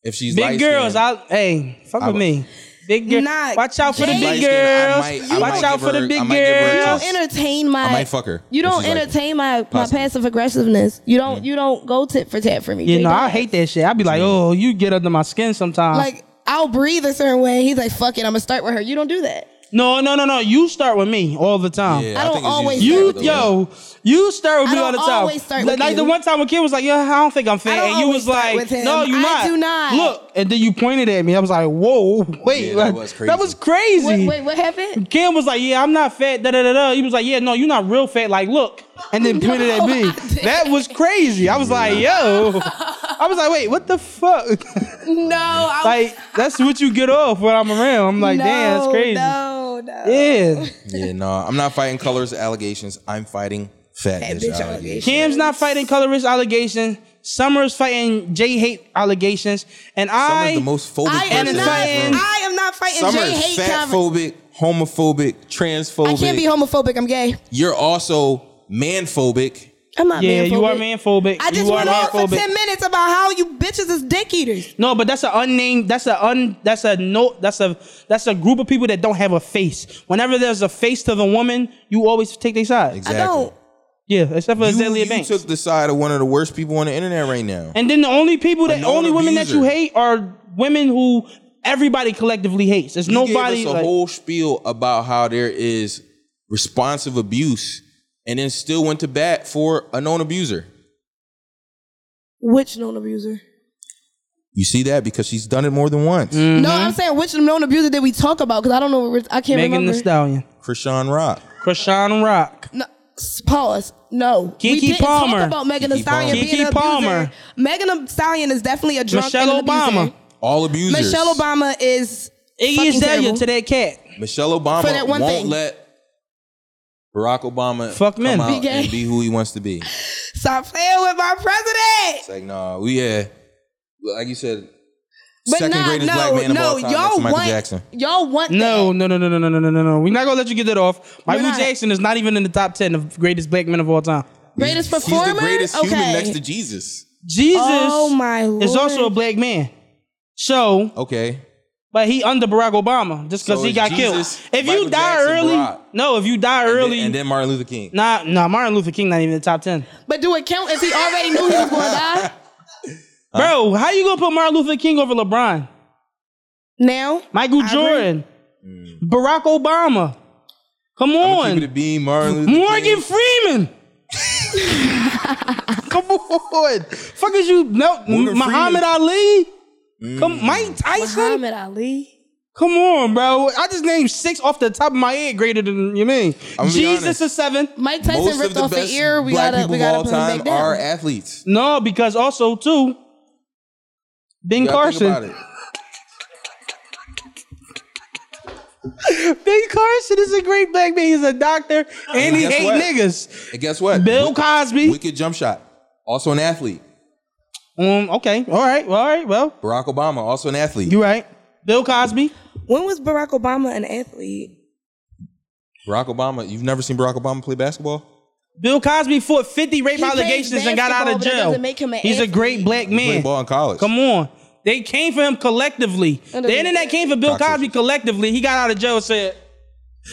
Speaker 2: if she's
Speaker 3: Big
Speaker 2: light-skinned,
Speaker 3: girls, I hey, fuck
Speaker 2: I
Speaker 3: with
Speaker 2: would-
Speaker 3: me. Big girl,
Speaker 4: Nah,
Speaker 3: watch out for the
Speaker 4: Jay.
Speaker 3: big
Speaker 2: Light-skinned, I
Speaker 3: girls.
Speaker 2: might- I
Speaker 3: watch
Speaker 2: might
Speaker 3: out
Speaker 2: give
Speaker 3: for the
Speaker 2: her- I
Speaker 3: big
Speaker 2: might give her a
Speaker 4: You
Speaker 2: chance.
Speaker 3: girls.
Speaker 4: don't entertain my.
Speaker 2: I might fuck her.
Speaker 4: You
Speaker 2: if
Speaker 4: don't
Speaker 2: she's light-skinned.
Speaker 4: entertain my, my
Speaker 2: Possibly.
Speaker 4: passive aggressiveness. You don't you don't go tit for tat for me.
Speaker 3: You
Speaker 4: Jay.
Speaker 3: know,
Speaker 4: Don't-
Speaker 3: I hate that shit. I be like, "Oh, you get under my skin sometimes."
Speaker 4: Like I'll breathe a certain way. He's like, "Fuck it, I'm gonna start with her." You don't do that.
Speaker 3: no, no, no, no. You start with me all the time.
Speaker 2: Yeah,
Speaker 4: I don't
Speaker 2: think it's
Speaker 4: always
Speaker 2: usually
Speaker 3: You
Speaker 2: the other way.
Speaker 3: yo, you start with
Speaker 4: I
Speaker 3: me all
Speaker 4: don't
Speaker 3: the time.
Speaker 4: always start with
Speaker 3: like
Speaker 4: you.
Speaker 3: the one time when kid was like, "Yeah, I don't think I'm fat,"
Speaker 4: I don't
Speaker 3: and you
Speaker 4: always
Speaker 3: was
Speaker 4: start
Speaker 3: like,
Speaker 4: with him.
Speaker 3: "No, you
Speaker 4: I
Speaker 3: not."
Speaker 4: do not.
Speaker 3: Look, and then you pointed at me. I was like, "Whoa, wait,
Speaker 2: Yeah,
Speaker 3: like,
Speaker 2: that was crazy.
Speaker 3: That was crazy."
Speaker 4: What, wait, what happened?
Speaker 3: Kim was like, "Yeah, I'm not fat." Da da da da. He was like, "Yeah, no, you're not real fat." Like, look, and then pointed at me. That was crazy. I was like, "Yo," I was like, "Wait, what the fuck?"
Speaker 4: No, I
Speaker 3: like, that's what you get off when I'm around. I'm like,
Speaker 4: no,
Speaker 3: "Damn, that's crazy."
Speaker 4: No, no.
Speaker 3: Yeah,
Speaker 2: Yeah, no, I'm not fighting colors allegations. I'm fighting fat
Speaker 4: Fat
Speaker 2: bitch
Speaker 4: bitch
Speaker 2: allegations.
Speaker 3: Cam's not fighting colorist allegations. Summer's fighting J hate allegations, and
Speaker 2: Summer's
Speaker 3: I
Speaker 2: the most phobic
Speaker 4: I am
Speaker 2: person in
Speaker 4: not.
Speaker 2: this room.
Speaker 4: I am not fighting Jay
Speaker 2: Summer's
Speaker 4: hate
Speaker 2: fat
Speaker 4: conver-
Speaker 2: phobic, homophobic, transphobic.
Speaker 4: I can't be homophobic. I'm gay.
Speaker 2: You're also man phobic.
Speaker 4: I'm not.
Speaker 3: yeah,
Speaker 4: manphobic.
Speaker 3: you are manphobic.
Speaker 4: I just
Speaker 3: you are
Speaker 4: went on for
Speaker 3: manphobic.
Speaker 4: ten minutes about how you bitches is dick eaters.
Speaker 3: No, but that's an unnamed. That's a un. That's a no. That's a that's a group of people that don't have a face. Whenever there's a face to the woman, you always take their side.
Speaker 4: I
Speaker 2: Exactly.
Speaker 4: don't.
Speaker 3: Yeah, except for
Speaker 2: You,
Speaker 3: Azalea
Speaker 2: you
Speaker 3: Banks.
Speaker 2: took the side of one of the worst people on the internet right now.
Speaker 3: and then the only people that
Speaker 2: A known
Speaker 3: only women that you
Speaker 2: abuser.
Speaker 3: hate are women who everybody collectively hates. There's
Speaker 2: You
Speaker 3: nobody.
Speaker 2: gave us a
Speaker 3: like-
Speaker 2: whole spiel about how there is responsive abuse, and then still went to bat for a known abuser.
Speaker 4: Which known abuser?
Speaker 2: You see that because she's done it more than once.
Speaker 3: Mm. Mm-hmm.
Speaker 4: No, I'm saying which known abuser did we talk about? Because I don't know. what we're- I can't
Speaker 3: Megan
Speaker 4: remember.
Speaker 3: the Stallion,
Speaker 2: Krishan Rock.
Speaker 3: Krishan Rock.
Speaker 4: No, s- pause. No, we
Speaker 3: Keke
Speaker 4: didn't
Speaker 3: Palmer.
Speaker 4: talk about Megan Thee
Speaker 2: Keke
Speaker 4: Stallion
Speaker 2: Palmer.
Speaker 4: being an
Speaker 3: Keke
Speaker 4: abuser.
Speaker 3: Palmer.
Speaker 4: Megan Thee Stallion is definitely a drunk
Speaker 3: Michelle
Speaker 4: and an abuser.
Speaker 3: Obama.
Speaker 2: All abusers.
Speaker 4: Michelle Obama is
Speaker 3: Iggy
Speaker 4: Fucking
Speaker 3: Azalea
Speaker 4: terrible.
Speaker 3: to that cat.
Speaker 2: Michelle Obama
Speaker 4: For that one
Speaker 2: won't
Speaker 4: thing.
Speaker 2: let Barack Obama
Speaker 3: Fuck
Speaker 2: come
Speaker 3: men. Be
Speaker 2: out
Speaker 4: gay.
Speaker 2: and be who he wants to be.
Speaker 4: Stop playing with my president.
Speaker 2: It's like, nah, we yeah. Like you said,
Speaker 4: But
Speaker 2: second
Speaker 4: nah,
Speaker 2: greatest
Speaker 4: no,
Speaker 2: black man
Speaker 4: no,
Speaker 2: of all time next
Speaker 4: y'all
Speaker 2: to Michael
Speaker 4: want,
Speaker 2: Jackson.
Speaker 4: Y'all want
Speaker 3: No,
Speaker 4: that.
Speaker 3: no, no, no, no, no, no, no, no, no. We're not gonna let you get that off. Michael
Speaker 4: not.
Speaker 3: Jackson is not even in the top ten of greatest black men of all time.
Speaker 4: Greatest
Speaker 2: He's
Speaker 4: performer.
Speaker 2: the greatest
Speaker 4: okay.
Speaker 2: human next to Jesus.
Speaker 3: Jesus
Speaker 4: Oh my lord.
Speaker 3: is also a black man. So,
Speaker 2: Okay.
Speaker 3: but he under Barack Obama just because
Speaker 2: So
Speaker 3: he
Speaker 2: it's
Speaker 3: got
Speaker 2: Jesus,
Speaker 3: killed. If
Speaker 2: Michael
Speaker 3: you die
Speaker 2: Jackson,
Speaker 3: early,
Speaker 2: Barack.
Speaker 3: no, if you die early,
Speaker 2: And then Martin Luther King.
Speaker 3: nah, nah, Martin Luther King not even in the top ten.
Speaker 4: But do it count if he already knew he was gonna die?
Speaker 3: Bro, how you gonna put Martin Luther King over LeBron?
Speaker 4: Now
Speaker 3: Michael
Speaker 4: agree.
Speaker 3: Jordan, Barack Obama. Come
Speaker 2: Mm. I'ma keep it a
Speaker 3: on,
Speaker 2: beam, Martin Luther
Speaker 3: Morgan
Speaker 2: King.
Speaker 3: Freeman. Come on, fuck is you? No,
Speaker 2: Morgan Freeman.
Speaker 3: Muhammad
Speaker 2: Mm.
Speaker 3: Ali. Come, Mike Tyson.
Speaker 4: Muhammad Ali.
Speaker 3: Come on, bro. I just named six off the top of my head greater than you mean.
Speaker 2: I'ma be
Speaker 3: Jesus
Speaker 2: honest.
Speaker 3: is seven.
Speaker 4: Mike Tyson
Speaker 2: Most of
Speaker 4: ripped
Speaker 2: the
Speaker 4: off
Speaker 2: best
Speaker 4: the ear. We
Speaker 2: black
Speaker 4: gotta
Speaker 2: people
Speaker 4: we
Speaker 2: of
Speaker 4: gotta
Speaker 2: all
Speaker 4: put him
Speaker 2: time
Speaker 4: back down.
Speaker 2: are athletes.
Speaker 3: No, because also too, Ben
Speaker 2: You gotta think
Speaker 3: Carson.
Speaker 2: about it.
Speaker 3: Ben Carson is a great black man. He's a doctor and he
Speaker 2: guess
Speaker 3: hate
Speaker 2: what?
Speaker 3: niggas.
Speaker 2: And guess what?
Speaker 3: Bill
Speaker 2: Wick-
Speaker 3: Cosby.
Speaker 2: Wicked jump shot. Also an athlete.
Speaker 3: Um, okay, all right, well, all right, well,
Speaker 2: Barack Obama, also an athlete.
Speaker 3: you right. Bill Cosby.
Speaker 4: When was Barack Obama an athlete?
Speaker 2: Barack Obama, you've never seen Barack Obama play basketball?
Speaker 3: Bill Cosby fought 50 rape
Speaker 4: He plays
Speaker 3: allegations and got out of
Speaker 4: basketball, but that
Speaker 3: jail.
Speaker 4: doesn't make him an
Speaker 3: He's a
Speaker 4: athlete.
Speaker 3: great black
Speaker 2: He played
Speaker 3: man.
Speaker 2: ball in college.
Speaker 3: Come on. They came for him collectively.
Speaker 4: doesn't
Speaker 3: The internet came for Bill
Speaker 2: Toxic.
Speaker 3: Cosby collectively. He got out of jail and said,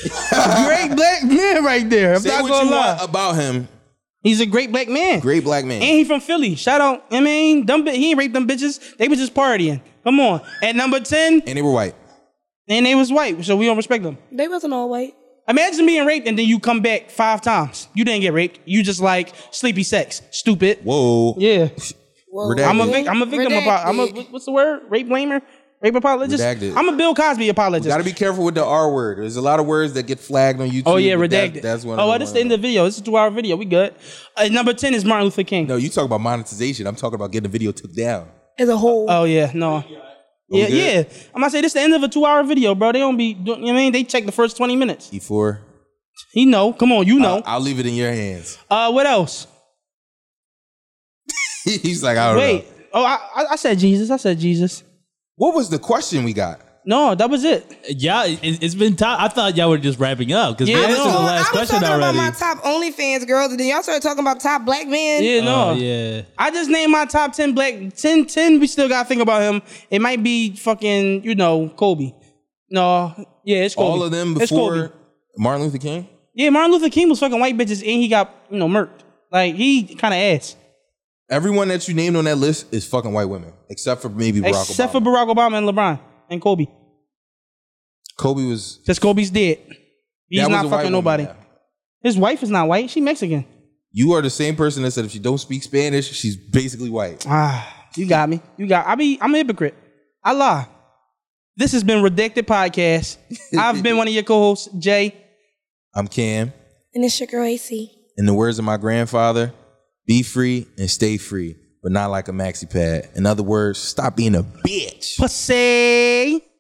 Speaker 3: Great black man right there. I'm
Speaker 2: Say
Speaker 3: not
Speaker 2: what
Speaker 3: gonna
Speaker 2: you
Speaker 3: lie.
Speaker 2: want about him.
Speaker 3: He's a great black man.
Speaker 2: Great black man.
Speaker 3: And he from Philly. Shout out. I mean, dumb bi- he ain't raped them bitches. They was just partying. Come on. At number 10,
Speaker 2: and they were white.
Speaker 3: and they was white, so we don't respect them.
Speaker 4: They wasn't all white.
Speaker 3: Imagine being raped and then you come back five times. You didn't get raped. You just like sleepy sex. Stupid.
Speaker 2: Whoa.
Speaker 3: Yeah.
Speaker 2: Redacted.
Speaker 3: I'm a, vic- I'm a victim
Speaker 4: Redacted.
Speaker 3: apo- I'm a wh- what's the word? Rape blamer? Rape apologist?
Speaker 2: Redacted.
Speaker 3: I'm a Bill Cosby apologist.
Speaker 2: Gotta be careful with the R word. There's a lot of words that get flagged on YouTube.
Speaker 3: oh yeah,
Speaker 2: but that-
Speaker 3: redacted.
Speaker 2: that's one.
Speaker 3: oh,
Speaker 2: of
Speaker 3: well, this the end of the video. This is a two hour video. We good. Uh, number ten is Martin Luther King.
Speaker 2: No, you talk about monetization. I'm talking about getting the video took down.
Speaker 4: As a whole.
Speaker 5: Uh,
Speaker 3: Oh yeah, no. Yeah,
Speaker 2: we good?
Speaker 3: yeah. I'm gonna say this is the end of a two hour video, bro. They don't be. doing- You know what I mean, they check the first twenty minutes.
Speaker 2: E4.
Speaker 3: He know. Come on, you know.
Speaker 2: I'll, I'll leave it in your hands.
Speaker 3: Uh, what else?
Speaker 2: He's like, I don't
Speaker 3: Wait.
Speaker 2: know.
Speaker 3: Oh, I, I- I said Jesus. I said Jesus.
Speaker 2: What was the question we got?
Speaker 3: No, that was it.
Speaker 5: Yeah, it, it's been time. I thought y'all were just wrapping up because
Speaker 3: Yeah, I
Speaker 5: this is
Speaker 3: was
Speaker 5: the
Speaker 3: going-
Speaker 4: I was
Speaker 5: last
Speaker 4: talking
Speaker 5: question
Speaker 4: about
Speaker 5: already.
Speaker 4: my top OnlyFans girls, and then y'all started talking about top black men.
Speaker 3: Yeah, no.
Speaker 5: Oh,
Speaker 2: Uh,
Speaker 5: yeah.
Speaker 3: I just named my top 10 black 10 10 we still got to think about him. It might be fucking, you know, Kobe. No, yeah, it's Kobe.
Speaker 2: All of them
Speaker 3: It's Kobe.
Speaker 2: before Martin Luther King?
Speaker 3: Yeah, Martin Luther King was fucking white bitches and he got, you know, murked. Like he kind of ass.
Speaker 2: Everyone that you named on that list is fucking white women, except for maybe Barack Obama.
Speaker 3: Except for Barack Obama and LeBron and Kobe.
Speaker 2: Kobe was.
Speaker 3: Cuz Kobe's dead. He's
Speaker 2: that was
Speaker 3: not
Speaker 2: a white woman,
Speaker 3: fucking nobody.
Speaker 2: yeah.
Speaker 3: His wife is not white. She Mexican.
Speaker 2: You are the same person that said if she don't speak Spanish, she's basically white.
Speaker 3: Ah, you got me. You got. I be. I'm a hypocrite. I lie. This has been Redacted Podcast. I've been one of your co-hosts, Jay.
Speaker 2: I'm Cam.
Speaker 4: And it's your girl AC.
Speaker 2: In the words of my grandfather, be free and stay free, but not like a maxi pad. In other words, stop being a bitch.
Speaker 3: Pussy.